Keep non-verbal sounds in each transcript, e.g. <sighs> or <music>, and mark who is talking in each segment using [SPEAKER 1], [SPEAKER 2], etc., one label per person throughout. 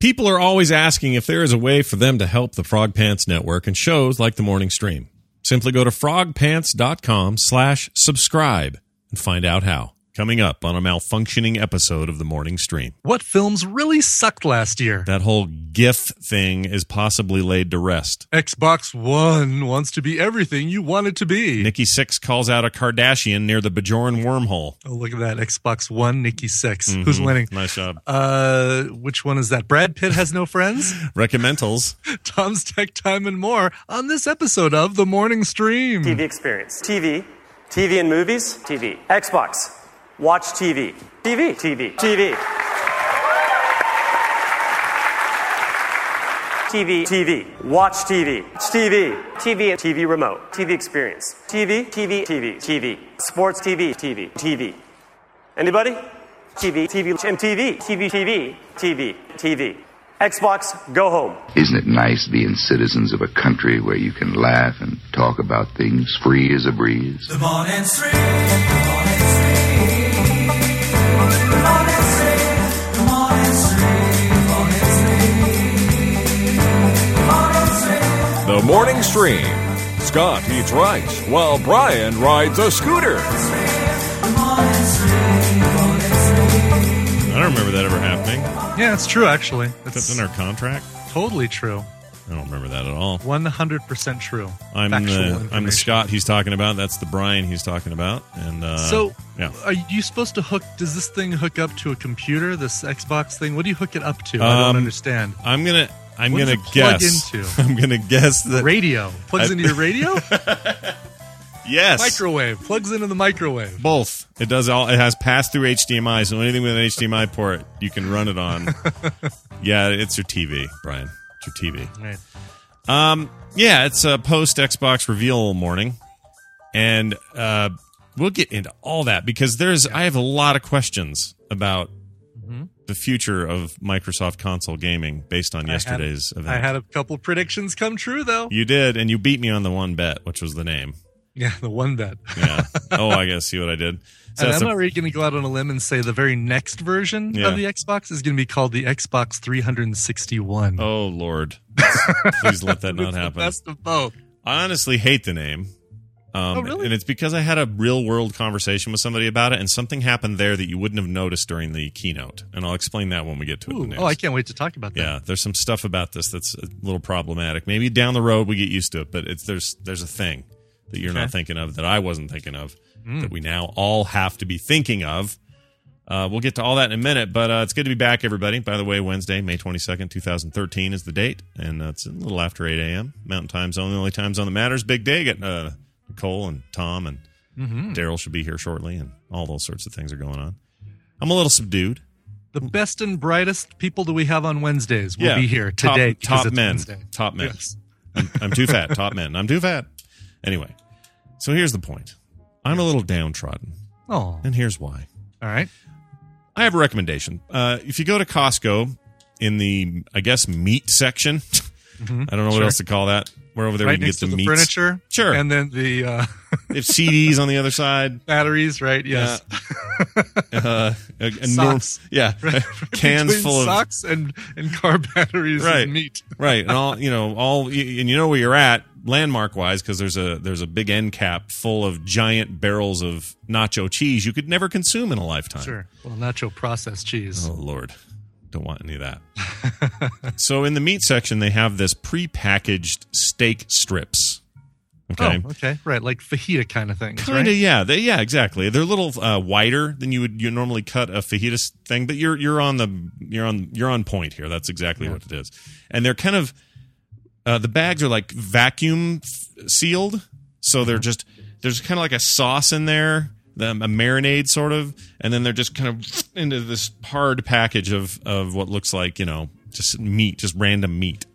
[SPEAKER 1] People are always asking if there is a way for them to help the Frog Pants Network and shows like The Morning Stream. Simply go to frogpants.com slash subscribe and find out how. Coming up on a malfunctioning episode of The Morning Stream.
[SPEAKER 2] What films really sucked last year?
[SPEAKER 1] That whole GIF thing is possibly laid to rest.
[SPEAKER 2] Xbox One wants to be everything you want it to be.
[SPEAKER 1] Nikki Six calls out a Kardashian near the Bajoran wormhole.
[SPEAKER 2] Oh, look at that. Xbox One, Nikki 6 Who's
[SPEAKER 1] Mhm.
[SPEAKER 2] winning?
[SPEAKER 1] Nice job.
[SPEAKER 2] Uh, which one is that? Brad Pitt has
[SPEAKER 1] <laughs>
[SPEAKER 2] no friends?
[SPEAKER 1] Recommendals.
[SPEAKER 2] Tom's Tech Time and more on this episode of The Morning Stream.
[SPEAKER 1] Hmm.
[SPEAKER 3] TV experience. TV. TV and movies. TV. Xbox. Watch TV. TV. TV. TV. TV. TV. Watch TV. TV. TV. TV remote. TV experience. TV. TV. TV. TV. Sports TV. TV. TV. Anybody? TV. TV. MTV. TV. TV. TV. TV. Xbox. Go home.
[SPEAKER 4] Isn't it nice being citizens of a country where you can laugh and talk about things free as a breeze?
[SPEAKER 5] The morning stream. The morning stream. The morning stream. The morning stream. The morning stream. The morning stream.
[SPEAKER 6] The morning stream. Scott eats rice while Brian rides a scooter.
[SPEAKER 5] The morning stream. The morning stream.
[SPEAKER 1] I don't remember that ever happening.
[SPEAKER 2] Yeah, it's true, actually. It's
[SPEAKER 1] That's in our contract.
[SPEAKER 2] totally true.
[SPEAKER 1] I don't remember that at all.
[SPEAKER 2] 100% true.
[SPEAKER 1] I'm
[SPEAKER 2] Factual
[SPEAKER 1] the I'm
[SPEAKER 2] information.
[SPEAKER 1] the Scott he's talking about. That's the Brian he's talking about. And uh,
[SPEAKER 2] So,
[SPEAKER 1] yeah,
[SPEAKER 2] are you supposed to hook? Does this thing hook up to a computer? This Xbox thing? What do you hook it up to? I
[SPEAKER 1] Um,
[SPEAKER 2] don't understand.
[SPEAKER 1] I'm gonna I'm
[SPEAKER 2] what does
[SPEAKER 1] gonna
[SPEAKER 2] it plug
[SPEAKER 1] guess.
[SPEAKER 2] into?
[SPEAKER 1] <laughs> I'm gonna guess that
[SPEAKER 2] Radio plugs
[SPEAKER 1] I-
[SPEAKER 2] into
[SPEAKER 1] <laughs>
[SPEAKER 2] your radio.
[SPEAKER 1] yes,
[SPEAKER 2] microwave plugs into the microwave.
[SPEAKER 1] both. It does all. It has pass through HDMI. So anything with an HDMI port, you can run it
[SPEAKER 2] <laughs>
[SPEAKER 1] on. yeah, it's your TV, Brian. It's your TV.
[SPEAKER 2] Right.
[SPEAKER 1] Um, yeah, it's a post Xbox reveal morning, and uh, we'll get into all that because there's I have a lot of questions about
[SPEAKER 2] Mm-hmm.
[SPEAKER 1] the future of Microsoft console gaming based on yesterday's
[SPEAKER 2] I had,
[SPEAKER 1] event.
[SPEAKER 2] I had a couple predictions come true though.
[SPEAKER 1] you did, and you beat me on the one bet, which was the name.
[SPEAKER 2] Yeah, <laughs> the one bet. <laughs>
[SPEAKER 1] Yeah. oh, I guess see what I did. So
[SPEAKER 2] and
[SPEAKER 1] that's
[SPEAKER 2] I'm
[SPEAKER 1] a-
[SPEAKER 2] already going to go out on a limb and say the very next version
[SPEAKER 1] Yeah.
[SPEAKER 2] of the Xbox is going to be called the Xbox 361.
[SPEAKER 1] oh
[SPEAKER 2] <laughs>
[SPEAKER 1] Lord, please let that not
[SPEAKER 2] It's
[SPEAKER 1] happen.
[SPEAKER 2] The best of both.
[SPEAKER 1] I honestly hate the name. Um,
[SPEAKER 2] Oh, really?
[SPEAKER 1] And it's because I had a real world conversation with somebody about it, and something happened there that you wouldn't have noticed during the keynote. And I'll explain that when we get to it. in the
[SPEAKER 2] Ooh,
[SPEAKER 1] news.
[SPEAKER 2] oh, I can't wait to talk about that.
[SPEAKER 1] Yeah, there's some stuff about this that's a little problematic. Maybe down the road we get used to it, but it's there's there's a thing that you're not
[SPEAKER 2] Okay. Hmm.
[SPEAKER 1] thinking of that I wasn't thinking of that we now all have to be thinking of. Uh, we'll get to all that in a minute, but uh, it's good to be back, everybody. By the way, Wednesday, May 22nd, 2013 is the date, and uh, it's a little after 8 a.m. Mountain Time Zone, the only time zone that matters. Big day. Got uh, Nicole and Tom and
[SPEAKER 2] Mm-hmm.
[SPEAKER 1] Daryl should be here shortly, and all those sorts of things are going on. I'm a little subdued.
[SPEAKER 2] The best and brightest people that we have on Wednesdays will
[SPEAKER 1] Yeah.
[SPEAKER 2] be here
[SPEAKER 1] Top-
[SPEAKER 2] today. because
[SPEAKER 1] top
[SPEAKER 2] it's
[SPEAKER 1] men.
[SPEAKER 2] Wednesday.
[SPEAKER 1] Top men.
[SPEAKER 2] Yes.
[SPEAKER 1] I'm, I'm too fat. Top men. I'm too fat. Anyway, so here's the point. I'm a little downtrodden,
[SPEAKER 2] Oh, all
[SPEAKER 1] and here's why.
[SPEAKER 2] right.
[SPEAKER 1] I have a recommendation. Uh, if you go to Costco in the, I guess, meat section, <laughs> I don't know what
[SPEAKER 2] Mm-hmm. sure.
[SPEAKER 1] else to call that. We're over there. we
[SPEAKER 2] right
[SPEAKER 1] can
[SPEAKER 2] next
[SPEAKER 1] get the,
[SPEAKER 2] to the
[SPEAKER 1] meats.
[SPEAKER 2] furniture.
[SPEAKER 1] Sure.
[SPEAKER 2] And then the uh, <laughs>
[SPEAKER 1] If CDs on the other side,
[SPEAKER 2] batteries, right? Yes.
[SPEAKER 1] uh, <laughs> a- a norm-
[SPEAKER 2] Socks. <laughs>
[SPEAKER 1] yeah, cans
[SPEAKER 2] Between
[SPEAKER 1] full of
[SPEAKER 2] socks and and car <laughs> batteries
[SPEAKER 1] Right.
[SPEAKER 2] and meat.
[SPEAKER 1] right and all you know all and you know where you're at landmark wise because there's a there's a big end cap full of giant barrels of nacho cheese you could never consume in a lifetime
[SPEAKER 2] Sure. Well, nacho processed cheese.
[SPEAKER 1] oh lord don't want any of that <laughs> so in the meat section they have this prepackaged steak strips okay
[SPEAKER 2] Oh, okay. Right, like fajita kind of things.
[SPEAKER 1] Kind of,
[SPEAKER 2] right?
[SPEAKER 1] yeah, they, yeah, exactly. They're a little uh, wider than you would you normally cut a fajita s- thing, but you're you're on the you're on you're on point here. That's exactly what it is, and they're kind of uh, the bags are like vacuum f- sealed, so
[SPEAKER 2] Mm-hmm.
[SPEAKER 1] they're just there's kind of like a sauce in there, the, a marinade sort of, and then they're just kind of into this hard package of of what looks like you know just meat, just random meat.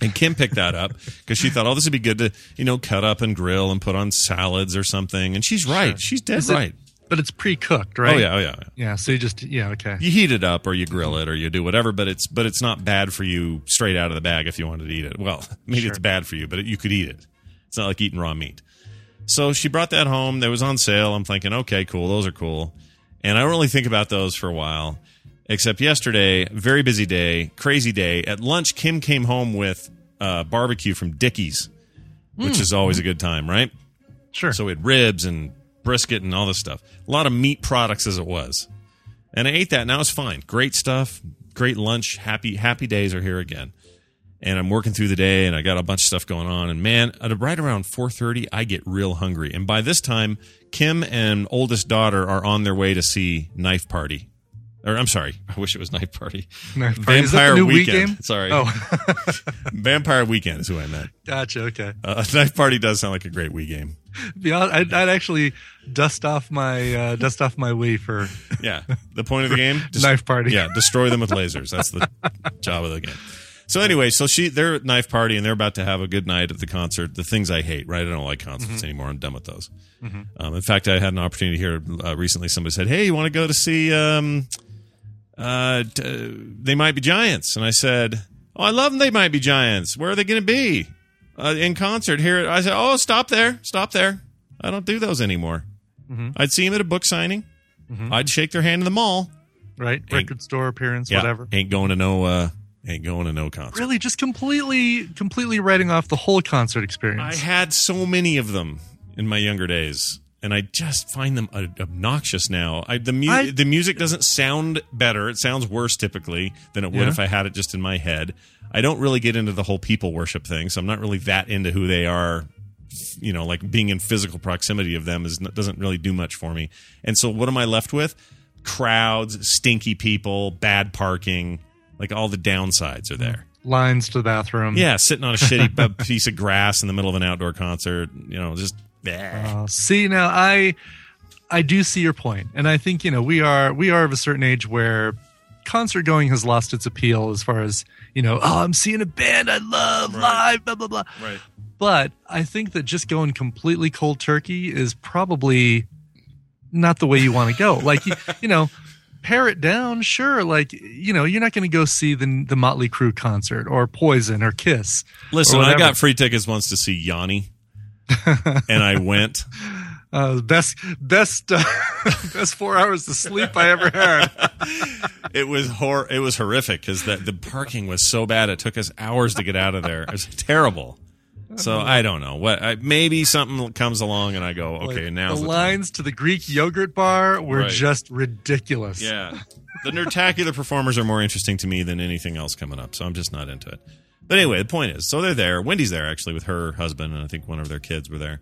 [SPEAKER 1] And Kim picked that up because she thought, oh, this would be good to, you know, cut up and grill and put on salads or something. And she's right. She's dead
[SPEAKER 2] Is it-
[SPEAKER 1] right.
[SPEAKER 2] But it's pre-cooked, right?
[SPEAKER 1] Oh yeah, oh yeah. yeah.
[SPEAKER 2] Yeah, so you just yeah, okay.
[SPEAKER 1] You heat it up or you grill it or you do whatever, but it's but it's not bad for you straight out of the bag if you wanted to eat it. Well, <laughs> maybe it's bad for you, but you could eat it. It's not like eating raw meat. So she brought that home. That was on sale. I'm thinking, okay, cool. Those are cool. And I don't really think about those for a while. Except yesterday, very busy day, crazy day. At lunch, Kim came home with uh, barbecue from Dickie's, which is always a good time, right?
[SPEAKER 2] Sure.
[SPEAKER 1] So we had ribs and brisket and all this stuff. A lot of meat products as it was. And I ate that and I was fine. Great stuff. Great lunch. Happy, happy days are here again. And I'm working through the day and I got a bunch of stuff going on. And man, at right around 4.30, I get real hungry. And by this time, Kim and oldest daughter are on their way to see Knife Party. Or I'm sorry, <laughs> I wish it was Knife Party.
[SPEAKER 2] Knife Party. Is that the new Wii game?
[SPEAKER 1] Sorry.
[SPEAKER 2] Oh, <laughs>
[SPEAKER 1] Vampire Weekend is who I meant.
[SPEAKER 2] gotcha. Okay.
[SPEAKER 1] Uh, <laughs> Knife Party does sound like a great Wii game.
[SPEAKER 2] Beyond, I'd, I'd actually dust off my uh, dust off my Wii for
[SPEAKER 1] <laughs> Yeah. The point of the game?
[SPEAKER 2] Knife party.
[SPEAKER 1] Yeah, destroy them with lasers. That's
[SPEAKER 2] <laughs>
[SPEAKER 1] the job of the game. So anyway, so she they're at knife party and they're about to have a good night at the concert. The things I hate, right? I don't like concerts
[SPEAKER 2] Mm-hmm.
[SPEAKER 1] anymore. I'm done with those. Um, in fact, I had an opportunity here uh, recently. Somebody said, "Hey, you want to go to see? Um, uh, t- uh, they might be giants." And I said, "Oh, I love them. They might be giants. Where are they going to be uh, in concert here?" at-" I said, "Oh, stop there, stop there. I don't do those anymore.
[SPEAKER 2] Mm-hmm.
[SPEAKER 1] I'd see them at a book signing. I'd shake their hand in the mall."
[SPEAKER 2] right record store appearance,
[SPEAKER 1] Yeah,
[SPEAKER 2] whatever.
[SPEAKER 1] Ain't going to no uh ain't going to no concert.
[SPEAKER 2] Really, just completely completely writing off the whole concert
[SPEAKER 1] I
[SPEAKER 2] experience.
[SPEAKER 1] had so many of them in my younger days. And I just find them uh, obnoxious now. I, the, mu-
[SPEAKER 2] I-
[SPEAKER 1] the music doesn't sound better. It sounds worse typically than it would
[SPEAKER 2] Yeah.
[SPEAKER 1] if I had it just in my head. I don't really get into the whole people worship thing, so I'm not really that into who they are. You know, like being in physical proximity of them is doesn't really do much for me. And so, what am I left with? Crowds, stinky people, bad parking, like all the downsides are there.
[SPEAKER 2] Lines to the bathroom.
[SPEAKER 1] Yeah, sitting on a shitty <laughs> bu- piece of grass in the middle of an outdoor concert. You know, just eh. bleh.
[SPEAKER 2] Uh, see now, I I do see your point, and I think you know we are we are of a certain age where concert going has lost its appeal as far as you know. Oh, I'm seeing a band I love live, blah blah blah.
[SPEAKER 1] right.
[SPEAKER 2] But I think that just going completely cold turkey is probably not the way you want to go. <laughs> Like you, you know, pare it down. Sure, like you know, you're not going to go see the the Motley Crue concert or Poison or Kiss. or
[SPEAKER 1] Listen, I
[SPEAKER 2] whatever.
[SPEAKER 1] got free tickets once to see
[SPEAKER 2] <laughs>
[SPEAKER 1] Yanni, and I went.
[SPEAKER 2] uh, best best uh, <laughs> best four hours of sleep I ever had.
[SPEAKER 1] It was hor- It was horrific because the, the parking was so bad. It took us hours to get out of there. It was terrible. So I don't know what. I, maybe something comes along and I go, <laughs> okay,
[SPEAKER 2] Like,
[SPEAKER 1] now
[SPEAKER 2] the lines to the Greek yogurt bar were
[SPEAKER 1] Right.
[SPEAKER 2] just ridiculous.
[SPEAKER 1] Yeah. The Nerdtacular performers are more interesting to me than anything else coming up, so I'm just not into it. But anyway, the point is, so they're there. Wendy's there actually with her husband, and I think one of their kids were there,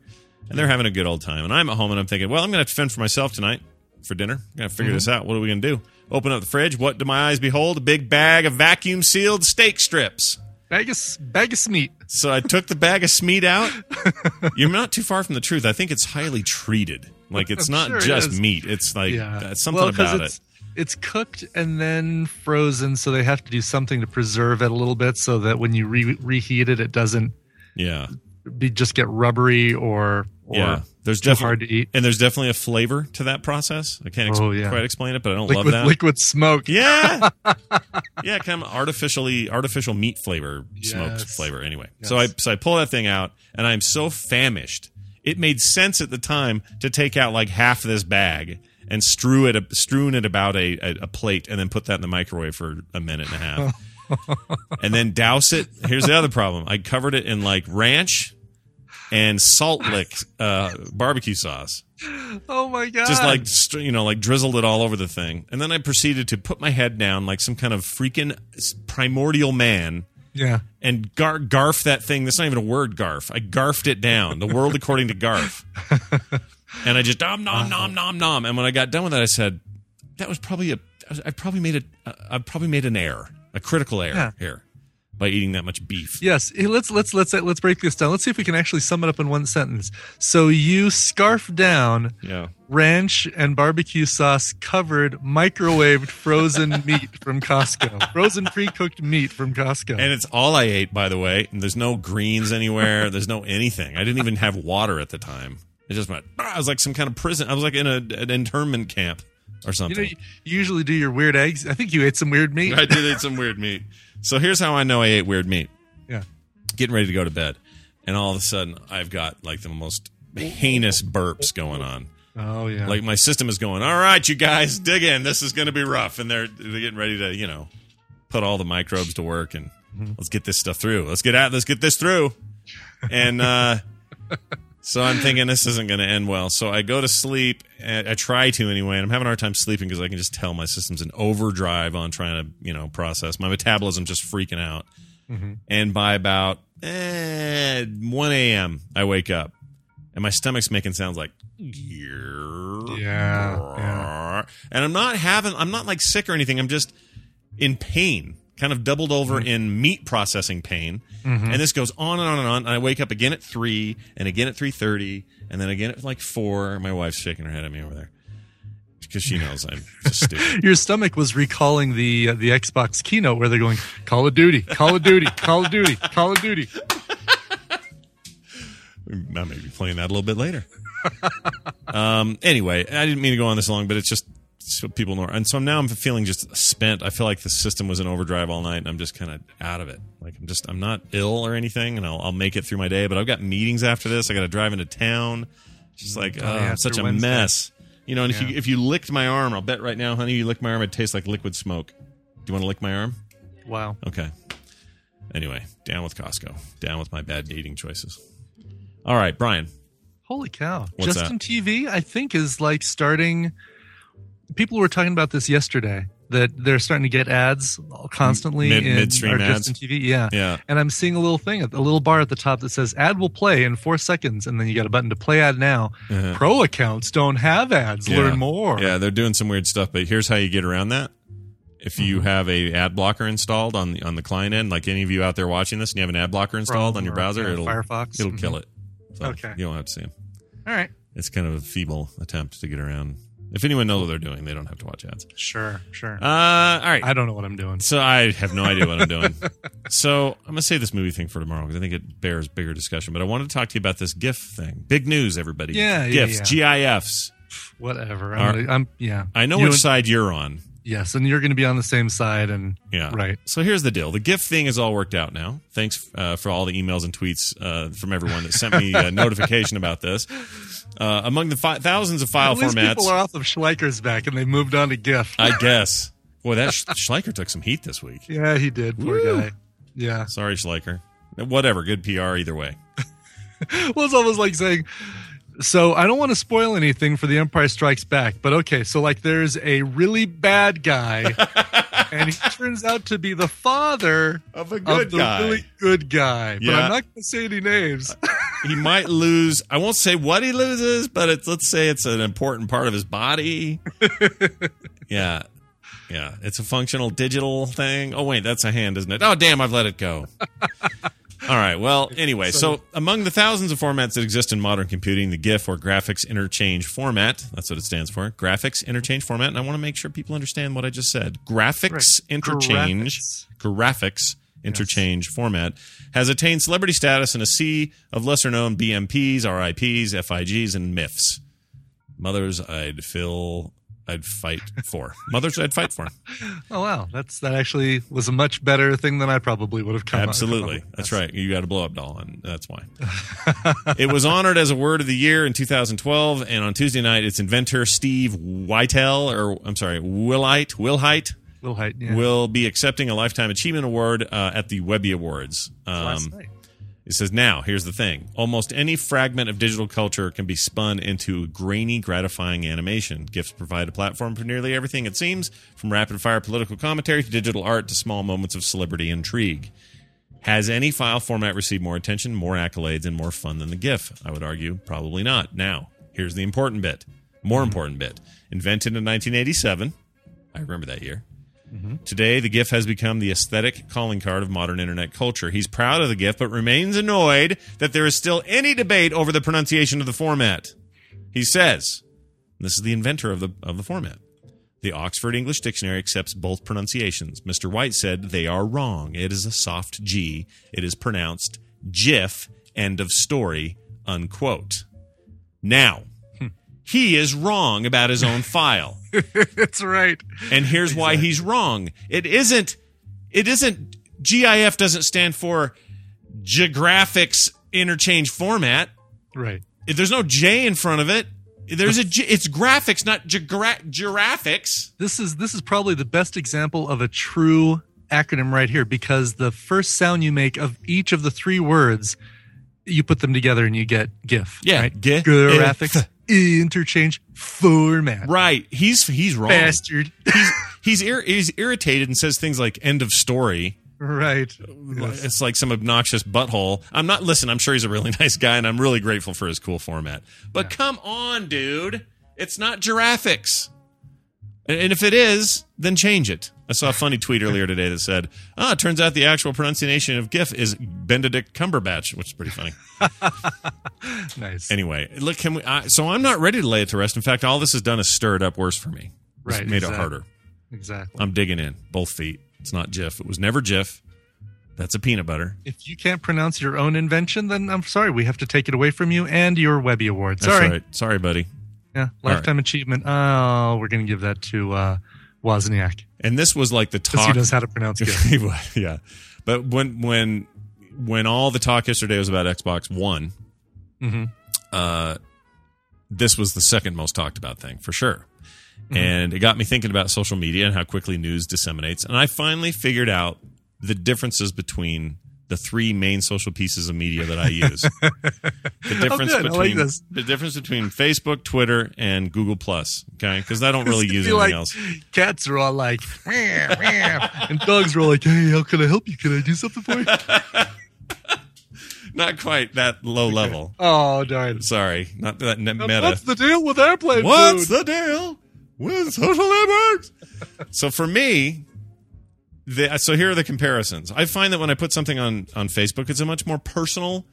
[SPEAKER 1] and they're having a good old time. And I'm at home, and I'm thinking, well, I'm going to have to fend for myself tonight for dinner. I'm going to
[SPEAKER 2] Mm-hmm.
[SPEAKER 1] figure this out. What are we going to do? Open up the fridge. What do my eyes behold? A big bag of vacuum sealed steak strips.
[SPEAKER 2] Bag of, s- bag of smeat.
[SPEAKER 1] So I took the bag of Smeat out. You're not too far from the truth. I think it's highly treated. Like it's not
[SPEAKER 2] Sure it
[SPEAKER 1] just
[SPEAKER 2] is.
[SPEAKER 1] meat. It's like uh,
[SPEAKER 2] Yeah.
[SPEAKER 1] something
[SPEAKER 2] Well, 'cause
[SPEAKER 1] about
[SPEAKER 2] it's,
[SPEAKER 1] it.
[SPEAKER 2] It's cooked and then frozen, so they have to do something to preserve it a little bit so that when you re- reheat it, it doesn't
[SPEAKER 1] Yeah.
[SPEAKER 2] be, just get rubbery or, or
[SPEAKER 1] yeah, there's
[SPEAKER 2] too
[SPEAKER 1] defi-
[SPEAKER 2] hard to eat.
[SPEAKER 1] and there's definitely a flavor to that process. I can't ex-
[SPEAKER 2] Oh, yeah.
[SPEAKER 1] quite explain it, but I don't
[SPEAKER 2] liquid,
[SPEAKER 1] love that.
[SPEAKER 2] liquid smoke.
[SPEAKER 1] Yeah,
[SPEAKER 2] <laughs>
[SPEAKER 1] yeah, kind of artificially artificial meat flavor, smoked
[SPEAKER 2] Yes.
[SPEAKER 1] flavor. Anyway, so I so I pull that thing out, and I'm so famished. It made sense at the time to take out like half this bag and strew it, strewn it about a, a, a plate, and then put that in the microwave for a minute and a
[SPEAKER 2] <laughs>
[SPEAKER 1] half, and then douse it. Here's the other problem: I covered it in like ranch and salt lick uh, barbecue sauce
[SPEAKER 2] Oh my god!
[SPEAKER 1] just like str- you know like drizzled it all over the thing and then i proceeded to put my head down like some kind of freaking s- primordial man
[SPEAKER 2] yeah.
[SPEAKER 1] and gar- garf that thing that's not even a word garf i garfed it down the world according to
[SPEAKER 2] <laughs>
[SPEAKER 1] garf and i just nom nom nom nom nom and when i got done with that i said that was probably a i probably made a i probably made an error a critical error
[SPEAKER 2] Yeah.
[SPEAKER 1] here by eating that much beef
[SPEAKER 2] Yes, eh, let's let's let's let's break this down. Let's see if we can actually sum it up in one sentence. So you scarf down
[SPEAKER 1] yeah
[SPEAKER 2] ranch and barbecue sauce covered microwaved <laughs> frozen meat from Costco, frozen pre-cooked meat from Costco.
[SPEAKER 1] And it's all I ate, by the way. And there's no greens anywhere. there's no anything. I didn't even have water at the time. It just went. "Bah!" I was like some kind of prison. I was like in a, an internment camp or
[SPEAKER 2] you
[SPEAKER 1] something.
[SPEAKER 2] know, you you usually do your weird eggs. I think you ate some weird
[SPEAKER 1] <laughs>
[SPEAKER 2] meat.
[SPEAKER 1] I did eat some weird meat. So here's how I know I ate weird meat.
[SPEAKER 2] Yeah.
[SPEAKER 1] Getting ready to go to bed, and all of a sudden I've got like the most heinous burps going on.
[SPEAKER 2] Oh yeah.
[SPEAKER 1] Like my system is going, all right, you guys, dig in. This is going to be rough, and they're they're getting ready to, you know, put all the microbes to work and let's get this stuff through. Let's get out. Let's get this through. And uh, so I'm thinking this isn't going to end well. So I go to sleep. and I try to anyway, and I'm having a hard time sleeping because I can just tell my system's in overdrive on trying to, you know, process. My metabolism's just freaking out. And by about eh, 1 a.m., I wake up and my stomach's making sounds like
[SPEAKER 2] Yeah, yeah.
[SPEAKER 1] and i'm not having i'm not like sick or anything i'm just in pain kind of doubled over
[SPEAKER 2] Mm-hmm.
[SPEAKER 1] in meat processing pain and this goes on and on and on and i wake up again at 3 and again at 3.30 and then again at like 4 my wife's shaking her head at me over there because she knows i'm just stupid
[SPEAKER 2] Your stomach was recalling the uh, the Xbox keynote where they're going Call of Duty, Call of Duty, Call of Duty, Call of Duty.
[SPEAKER 1] I may be playing that a little bit later. <laughs> um, anyway, I didn't mean to go on this long, but it's just so people know. And so now I'm feeling just spent. I feel like the system was in overdrive all night, and I'm just kind of out of it. Like I'm just I'm not ill or anything, and I'll, I'll make it through my day. But I've got meetings after this. I got to drive into town. Just like oh,
[SPEAKER 2] yeah,
[SPEAKER 1] I'm such
[SPEAKER 2] through
[SPEAKER 1] a
[SPEAKER 2] Wednesday.
[SPEAKER 1] mess, you know. And if you if you licked my arm, I'll bet right now, honey, you lick my arm, it tastes like liquid smoke. Do you want to lick my arm?
[SPEAKER 2] Wow.
[SPEAKER 1] Okay. Anyway, down with Costco. Down with my bad dating choices. All right, Brian.
[SPEAKER 2] Holy cow.
[SPEAKER 1] What's
[SPEAKER 2] Justin TV, I think, is like starting. People were talking about this yesterday that they're starting to get ads constantly
[SPEAKER 1] Mid-
[SPEAKER 2] in
[SPEAKER 1] midstream
[SPEAKER 2] our
[SPEAKER 1] ads?
[SPEAKER 2] Justin TV. Yeah.
[SPEAKER 1] Yeah.
[SPEAKER 2] And I'm seeing a little thing, a little bar at the top that says ad will play in four seconds. And then you got a button to play ad now. Pro accounts don't have ads.
[SPEAKER 1] Uh-huh. Yeah.
[SPEAKER 2] Learn more.
[SPEAKER 1] Yeah, they're doing some weird stuff, but here's how you get around that. If
[SPEAKER 2] Mm-hmm.
[SPEAKER 1] you have a ad blocker installed on the on the client end, like any of you out there watching this, and you have an ad blocker installed on your
[SPEAKER 2] or,
[SPEAKER 1] browser,
[SPEAKER 2] yeah,
[SPEAKER 1] it'll
[SPEAKER 2] Firefox.
[SPEAKER 1] it'll kill
[SPEAKER 2] Mhm.
[SPEAKER 1] it. So
[SPEAKER 2] Okay.
[SPEAKER 1] you don't have to see them.
[SPEAKER 2] All right.
[SPEAKER 1] It's kind of a feeble attempt to get around. If anyone knows what they're doing, they don't have to watch ads.
[SPEAKER 2] Sure. Sure.
[SPEAKER 1] Uh, all right.
[SPEAKER 2] I don't know what I'm doing.
[SPEAKER 1] So I have no idea what I'm doing. so I'm gonna save this movie thing for tomorrow because I think it bears bigger discussion. But I wanted to talk to you about this GIF thing. Big news, everybody.
[SPEAKER 2] Yeah, yeah,
[SPEAKER 1] GIFs, GIFs.
[SPEAKER 2] Whatever.
[SPEAKER 1] All
[SPEAKER 2] I'm,
[SPEAKER 1] right.
[SPEAKER 2] gonna, I'm yeah.
[SPEAKER 1] I know
[SPEAKER 2] You
[SPEAKER 1] which
[SPEAKER 2] and-
[SPEAKER 1] side you're on.
[SPEAKER 2] Yes, and you're going to be on the same side, and
[SPEAKER 1] Yeah.
[SPEAKER 2] right.
[SPEAKER 1] So here's the deal. The gift thing is all worked out now. Thanks uh, for all the emails and tweets uh, from everyone that sent me
[SPEAKER 2] <laughs>
[SPEAKER 1] a notification about this. Uh, among the fi- thousands of file
[SPEAKER 2] At least
[SPEAKER 1] formats,
[SPEAKER 2] people are off of Schleicher's back, and they moved on to GIF.
[SPEAKER 1] I guess. Boy, that Sch- Schleicher took some heat this week.
[SPEAKER 2] yeah, he did. Poor guy. Yeah.
[SPEAKER 1] Sorry, Schleicher. Whatever. Good PR either way.
[SPEAKER 2] Well, it's almost like saying. So I don't want to spoil anything for The Empire Strikes Back, but okay. So like, there's a really
[SPEAKER 1] <laughs>
[SPEAKER 2] bad guy, and he turns out to be the father
[SPEAKER 1] Of a
[SPEAKER 2] of the really good guy. But
[SPEAKER 1] Yeah.
[SPEAKER 2] I'm not going to say any names.
[SPEAKER 1] he might lose. I won't say what he loses, but it's, let's say it's an important part of his body. yeah. Yeah. It's a functional digital thing. Oh, wait, that's a hand, isn't it? Oh, damn, I've let it go. All right.
[SPEAKER 2] <laughs>
[SPEAKER 1] Well, anyway, so, among the thousands of formats that exist in modern computing, the GIF or graphics interchange format, that's what it stands for, graphics interchange format. And I want to make sure people understand what I just said. Graphics
[SPEAKER 2] Right.
[SPEAKER 1] interchange
[SPEAKER 2] Graphics.
[SPEAKER 1] graphics interchange format has attained celebrity status in a sea of lesser known BMPs, RIPs, FIGs, and MIFs. Mothers I'd fill, I'd fight
[SPEAKER 2] <laughs>
[SPEAKER 1] for. Mothers I'd fight for.
[SPEAKER 2] Oh wow, that's that actually was a much better thing than I probably would have come.
[SPEAKER 1] Absolutely. That's right. You got a blow up doll, and that's
[SPEAKER 2] <laughs>
[SPEAKER 1] why. it was honored as a word of the year in 2012, and on Tuesday night, its inventor, Steve Whitell, or I'm sorry, Willite, Willhite,
[SPEAKER 2] Little height. Yeah.
[SPEAKER 1] will be accepting a Lifetime Achievement Award uh, at the Webby Awards. Um,
[SPEAKER 2] Last night. <laughs>
[SPEAKER 1] It says, now, here's the thing. Almost any fragment of digital culture can be spun into grainy, gratifying animation. GIFs provide a platform for nearly everything, it seems, from rapid fire political commentary to digital art to small moments of celebrity intrigue. Has any file format received more attention, more accolades, and more fun than the GIF? I would argue probably not. Now, here's the important bit. More important bit. Invented in 1987. I remember that year. Today, the GIF has become the aesthetic calling card of modern internet culture. He's proud of the GIF, but remains annoyed that there is still any debate over the pronunciation of the format. He says, and this is the inventor of the, of the format. The Oxford English Dictionary accepts both pronunciations. Mr. White said they are wrong. It is a soft G. It is pronounced GIF, end of story, unquote. Now, he is wrong about his own file.
[SPEAKER 2] That's right.
[SPEAKER 1] And here's why he's wrong. It isn't. It isn't. GIF doesn't stand for geographics interchange format.
[SPEAKER 2] Right.
[SPEAKER 1] If there's no J in front of it, There's a. ge- It's graphics, not gegra- giraffics.
[SPEAKER 2] This is this is probably the best example of a true acronym right here because the first sound you make of each of the three words, you put them together and you get GIF.
[SPEAKER 1] Yeah,
[SPEAKER 2] right?
[SPEAKER 1] gi-
[SPEAKER 2] graphics interchange format.
[SPEAKER 1] Right. He's he's wrong.
[SPEAKER 2] Bastard. <laughs>
[SPEAKER 1] He's he's, ir- he's irritated and says things like "end of story."
[SPEAKER 2] right.
[SPEAKER 1] It's like some obnoxious butthole. I'm not. Listen, I'm sure he's a really <laughs> nice guy, and I'm really grateful for his cool format. But come on, dude, it's not giraffics. And- And if it is, then change it. I saw a funny
[SPEAKER 2] <laughs>
[SPEAKER 1] tweet earlier today that said, "Ah, it turns out the actual pronunciation of GIF is Benedict Cumberbatch," which is pretty
[SPEAKER 2] <laughs>
[SPEAKER 1] funny.
[SPEAKER 2] Nice.
[SPEAKER 1] Anyway, look, can we? I, so I'm not ready to lay it to rest. In fact, all this has done is stir it up worse for me. It's
[SPEAKER 2] Right,
[SPEAKER 1] made
[SPEAKER 2] exactly.
[SPEAKER 1] it harder.
[SPEAKER 2] exactly.
[SPEAKER 1] I'm digging in both feet. It's not Jif. It was never Jif. That's a peanut butter.
[SPEAKER 2] If you can't pronounce your own invention, then I'm sorry, we have to take it away from you and your Webby Award.
[SPEAKER 1] That's
[SPEAKER 2] Sorry.
[SPEAKER 1] right. Sorry, buddy.
[SPEAKER 2] Yeah.
[SPEAKER 1] right.
[SPEAKER 2] Lifetime achievement. Oh, we're gonna give that to uh Wozniak.
[SPEAKER 1] And this was like the
[SPEAKER 2] Because he
[SPEAKER 1] talk.
[SPEAKER 2] knows how to pronounce GIF.
[SPEAKER 1] <laughs> He was, yeah, but when when when all the talk yesterday was about Xbox One,
[SPEAKER 2] Mhm.
[SPEAKER 1] uh, this was the second most talked about thing for sure.
[SPEAKER 2] Mm-hmm.
[SPEAKER 1] And it got me thinking about social media and how quickly news disseminates. And I finally figured out the differences between the three main social pieces of media that I
[SPEAKER 2] <laughs>
[SPEAKER 1] use. the difference
[SPEAKER 2] Oh, good. I like
[SPEAKER 1] between
[SPEAKER 2] this.
[SPEAKER 1] the difference between Facebook, Twitter, and Google Plus. Okay, because I don't really
[SPEAKER 2] <laughs> It's
[SPEAKER 1] use
[SPEAKER 2] gonna
[SPEAKER 1] anything
[SPEAKER 2] be like,
[SPEAKER 1] else.
[SPEAKER 2] Cats are all like, "Meow, meow," and dogs are all like, hey, how can I help you? Can I do something for you?
[SPEAKER 1] Not quite that low level.
[SPEAKER 2] oh, darn.
[SPEAKER 1] Sorry, not that net meta.
[SPEAKER 2] What's the deal with airplane
[SPEAKER 1] What's
[SPEAKER 2] food?
[SPEAKER 1] the deal with social networks? so for me, the, so here are the comparisons. I find that when I put something on on Facebook, it's a much more personal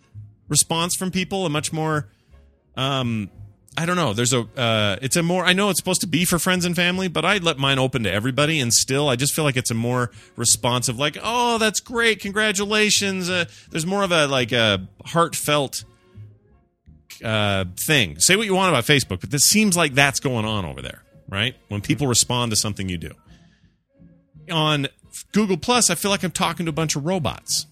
[SPEAKER 1] response from people, a much more um I don't know. There's a uh it's a more I know it's supposed to be for friends and family, but I let mine open to everybody and still I just feel like it's a more responsive like, "Oh, that's great. Congratulations." Uh, there's more of a like a heartfelt uh, thing. Say what you want about Facebook, but this seems like that's going on over there, right? When people respond to something you do. On Google Plus, I feel like I'm talking to a bunch of robots.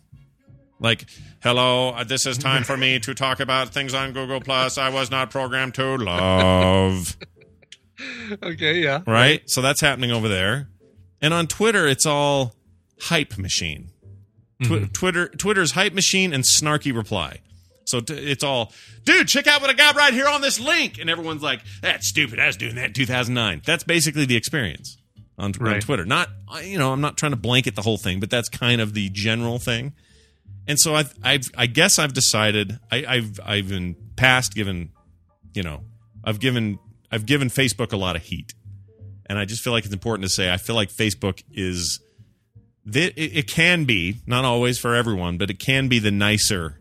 [SPEAKER 1] Like, hello, uh, this is time for me to talk about things on Google Plus I was not programmed to love.
[SPEAKER 2] okay, yeah.
[SPEAKER 1] Right? So that's happening over there. And on Twitter, it's all hype machine. Tw- Twitter Twitter's hype machine and snarky reply. So t- it's all, dude, check out what I got right here on this link. And everyone's like, that's stupid. I was doing that in 2009. That's basically the experience on, on
[SPEAKER 2] Right.
[SPEAKER 1] Twitter. Not, I- you know, I'm not trying to blanket the whole thing, but that's kind of the general thing. And so I've, I've I guess I've decided I, I've, I've in past given, you know, I've given, I've given Facebook a lot of heat. And I just feel like it's important to say, I feel like Facebook is, th- it, it can be not always for everyone, but it can be the nicer,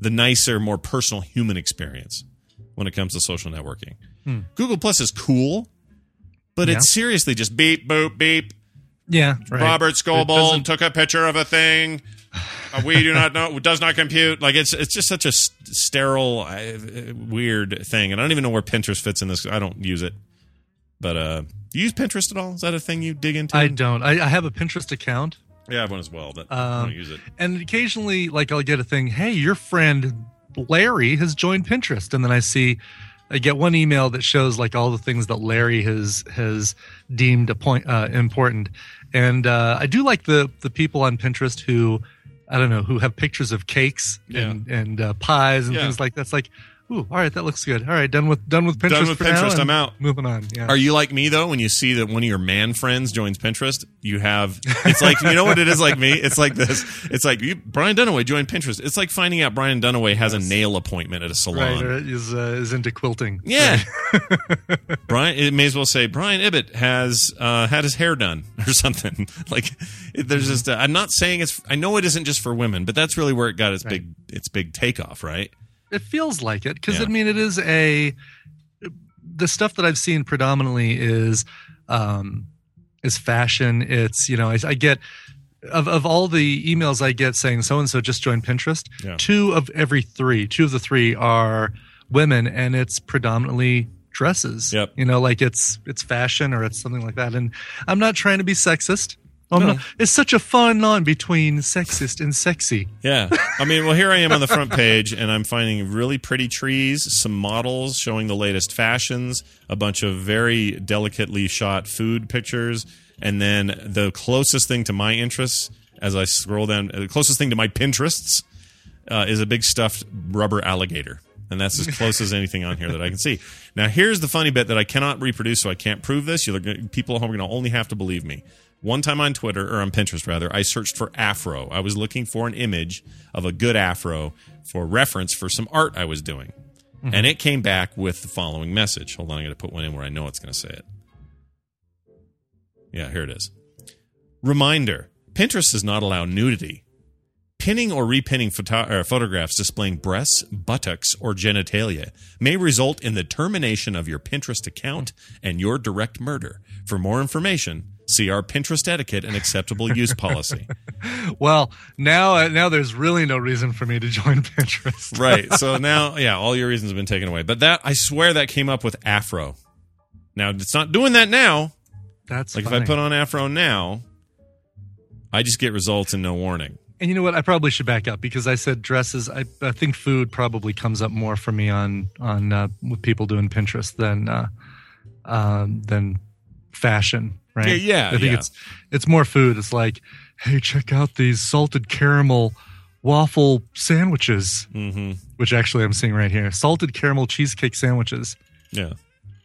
[SPEAKER 1] the nicer, more personal human experience when it comes to social networking. Google Plus is cool, but
[SPEAKER 2] Hmm. Yeah.
[SPEAKER 1] it's seriously just beep boop beep.
[SPEAKER 2] Yeah. Right.
[SPEAKER 1] Robert Scoble
[SPEAKER 2] doesn't-
[SPEAKER 1] took a picture of a thing. Uh, we do not know. <laughs> Does not compute. Like it's it's just such a s- sterile, uh, weird thing, and I don't even know where Pinterest fits in this. I don't use it, but uh, you use Pinterest at all? Is that a thing you dig into?
[SPEAKER 2] I don't. I, I have a Pinterest account,
[SPEAKER 1] Yeah, I have one as well, but I
[SPEAKER 2] Um,
[SPEAKER 1] don't use it.
[SPEAKER 2] and occasionally, like, I'll get a thing, hey, your friend Larry has joined Pinterest. And then I see, I get one email that shows, like, all the things that Larry has has deemed a point, uh, important. And uh, I do like the, the people on Pinterest who, I don't know, who have pictures of cakes
[SPEAKER 1] Yeah.
[SPEAKER 2] and, and uh, pies and
[SPEAKER 1] Yeah.
[SPEAKER 2] things like that. It's like, ooh, all right, that looks good. All right, done with done with Pinterest.
[SPEAKER 1] Done with
[SPEAKER 2] for now
[SPEAKER 1] Pinterest,
[SPEAKER 2] and
[SPEAKER 1] I'm out.
[SPEAKER 2] Moving on. Yeah.
[SPEAKER 1] Are you like me though? When you see that one of your man friends joins Pinterest, you have it's like you know what it is like me. It's like this. It's like you, Brian Dunaway joined Pinterest. It's like finding out Brian Dunaway has a nail appointment at a salon.
[SPEAKER 2] right, or is uh, is into quilting. <laughs>
[SPEAKER 1] Yeah, Brian. It may as well say Brian Ibbett has uh, had his hair done <laughs> or something. like it- there's
[SPEAKER 2] Mm-hmm.
[SPEAKER 1] just. A, I'm not saying it's. I know it isn't just for women, but that's really where it got its
[SPEAKER 2] Right.
[SPEAKER 1] big its big takeoff. Right.
[SPEAKER 2] It feels like it because
[SPEAKER 1] Yeah.
[SPEAKER 2] I mean it is a the stuff that I've seen predominantly is um is fashion. It's you know I, I get of of all the emails I get saying so and so just joined Pinterest.
[SPEAKER 1] Yeah.
[SPEAKER 2] Two of every three, two of the three are women, and it's predominantly dresses.
[SPEAKER 1] Yep.
[SPEAKER 2] You know, like it's it's fashion or it's something like that. And I'm not trying to be sexist. Well, I'm
[SPEAKER 1] No.
[SPEAKER 2] not- it's such a fine line between sexist and sexy.
[SPEAKER 1] Yeah. I mean, well, here I am on the front page, and I'm finding really pretty trees, some models showing the latest fashions, a bunch of very delicately shot food pictures, and then the closest thing to my interests as I scroll down, uh, the closest thing to my Pinterests uh, is a big stuffed rubber alligator. And that's as close as anything on here that I can see. Now, here's the funny bit that I cannot reproduce, so I can't prove this. You're gonna, people at home are going to only have to believe me. One time on Twitter, or on Pinterest rather, I searched for afro. I was looking for an image of a good afro for reference for some art I was doing. And it came back with the following message. Hold on, I'm going to put one in where I know it's going to say it. Yeah, here it is. Reminder Pinterest does not allow nudity pinning or repinning photo- uh, photographs displaying breasts, buttocks, or genitalia may result in the termination of your Pinterest account and your direct murder. For more information, see our Pinterest etiquette and acceptable use policy.
[SPEAKER 2] Well, now uh, now there's really no reason for me to <laughs> join Pinterest.
[SPEAKER 1] right. So now, yeah, all your reasons have been taken away. But that, I swear, that came up with Afro. Now it's not doing that now.
[SPEAKER 2] That's
[SPEAKER 1] Like if I
[SPEAKER 2] funny.
[SPEAKER 1] put on Afro now, I just get results and no warning.
[SPEAKER 2] And you know what? I probably should back up because I said dresses. I, I think food probably comes up more for me on on uh, with people doing Pinterest than uh, um, than fashion. Right?
[SPEAKER 1] Yeah, yeah,
[SPEAKER 2] I think
[SPEAKER 1] yeah.
[SPEAKER 2] it's it's more food. It's like, hey, check out these salted caramel waffle sandwiches,
[SPEAKER 1] Mm-hmm.
[SPEAKER 2] which actually I'm seeing right here. Salted caramel cheesecake sandwiches.
[SPEAKER 1] Yeah.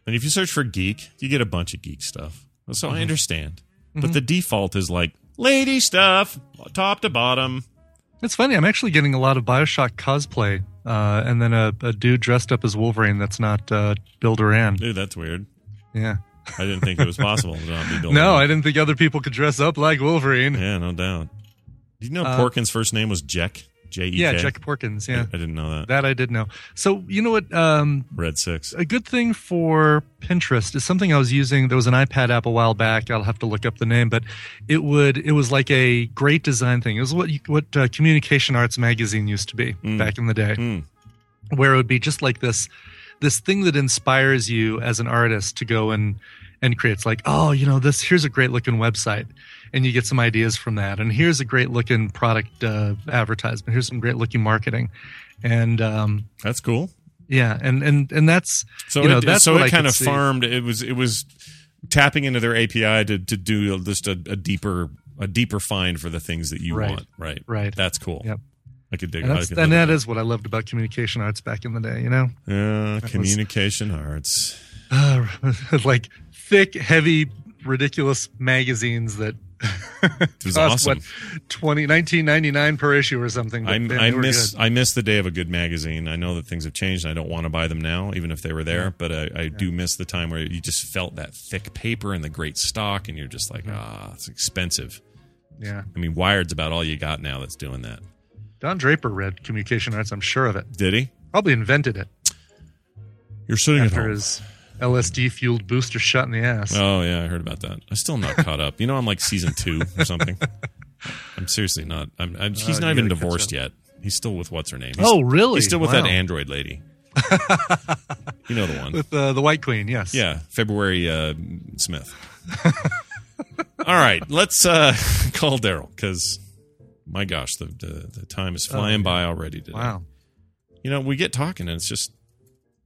[SPEAKER 1] And if you search for geek, you get a bunch of geek stuff. So
[SPEAKER 2] Mm-hmm.
[SPEAKER 1] I understand. But the default is like lady stuff, top to bottom.
[SPEAKER 2] It's funny. I'm actually getting a lot of Bioshock cosplay, uh, and then a, a dude dressed up as Wolverine. That's not uh, Bill Duran.
[SPEAKER 1] Dude, that's weird.
[SPEAKER 2] Yeah.
[SPEAKER 1] I didn't think it was possible to
[SPEAKER 2] <laughs>
[SPEAKER 1] not be building.
[SPEAKER 2] No, I didn't think other people could dress up like Wolverine.
[SPEAKER 1] Yeah, no doubt. Did you know
[SPEAKER 2] Uh,
[SPEAKER 1] Porkin's first name was Jack? J E K?
[SPEAKER 2] Yeah, Jack Porkins.
[SPEAKER 1] I
[SPEAKER 2] Yeah,
[SPEAKER 1] didn't know that.
[SPEAKER 2] that I did know. So you know what? Um,
[SPEAKER 1] Red Six.
[SPEAKER 2] a good thing for Pinterest is something I was using. There was an iPad app a while back. I'll have to look up the name, but it would it was like a great design thing. It was what you, what uh, Communication Arts magazine used to be
[SPEAKER 1] Mm.
[SPEAKER 2] back in the day,
[SPEAKER 1] Mm.
[SPEAKER 2] where it would be just like this this thing that inspires you as an artist to go and and create. It's like, oh, you know, this here's a great looking website, and you get some ideas from that. And here's a great looking product uh, advertisement. Here's some great looking marketing, and um,
[SPEAKER 1] That's cool.
[SPEAKER 2] yeah, and and and that's
[SPEAKER 1] So
[SPEAKER 2] you know,
[SPEAKER 1] it,
[SPEAKER 2] that's
[SPEAKER 1] so
[SPEAKER 2] what I
[SPEAKER 1] it kind
[SPEAKER 2] could
[SPEAKER 1] of
[SPEAKER 2] see.
[SPEAKER 1] farmed. It was it was tapping into their API to to do just a, a deeper a deeper find for the things that you
[SPEAKER 2] Right.
[SPEAKER 1] want. Right.
[SPEAKER 2] Right.
[SPEAKER 1] That's cool.
[SPEAKER 2] Yep.
[SPEAKER 1] I could dig.
[SPEAKER 2] And,
[SPEAKER 1] I
[SPEAKER 2] that's,
[SPEAKER 1] could
[SPEAKER 2] and
[SPEAKER 1] live with
[SPEAKER 2] that is what I loved about communication arts back in the day, you know?
[SPEAKER 1] Yeah,
[SPEAKER 2] was-
[SPEAKER 1] communication arts.
[SPEAKER 2] Uh, <laughs> like thick, heavy, ridiculous magazines that
[SPEAKER 1] was
[SPEAKER 2] <laughs> cost what 20 19.99 per issue or something. but
[SPEAKER 1] I,
[SPEAKER 2] man,
[SPEAKER 1] I
[SPEAKER 2] they were
[SPEAKER 1] miss
[SPEAKER 2] good.
[SPEAKER 1] I miss the day of a good magazine. I know that things have changed, and I don't want to buy them now, even if they were there. But I, I do miss the time where you just felt that thick paper and the great stock, and you're just like,
[SPEAKER 2] Mm-hmm.
[SPEAKER 1] ah, it's expensive.
[SPEAKER 2] Yeah.
[SPEAKER 1] I mean, Wired's about all you got now that's doing that.
[SPEAKER 2] Don Draper read communication arts, I'm sure of it.
[SPEAKER 1] Did he?
[SPEAKER 2] Probably invented it
[SPEAKER 1] You're sitting at
[SPEAKER 2] after
[SPEAKER 1] home.
[SPEAKER 2] his LSD fueled booster shot in the ass.
[SPEAKER 1] oh yeah, I heard about that. I'm still not caught up. You know, I'm like season two
[SPEAKER 2] <laughs>
[SPEAKER 1] or something. I'm seriously not. I'm. I'm he's
[SPEAKER 2] Uh,
[SPEAKER 1] not
[SPEAKER 2] you
[SPEAKER 1] even
[SPEAKER 2] gotta catch
[SPEAKER 1] divorced
[SPEAKER 2] up.
[SPEAKER 1] yet. He's still with what's her name. He's-
[SPEAKER 2] Oh, really?
[SPEAKER 1] He's still with that
[SPEAKER 2] Wow.
[SPEAKER 1] android lady. you know the one.
[SPEAKER 2] <laughs> With uh, the White Queen, yes.
[SPEAKER 1] Yeah, February uh, Smith. All right, let's uh, <laughs> call Daryl because my gosh, the, the the time is flying by already. Today.
[SPEAKER 2] Oh, Wow.
[SPEAKER 1] You know, we get talking, and it's just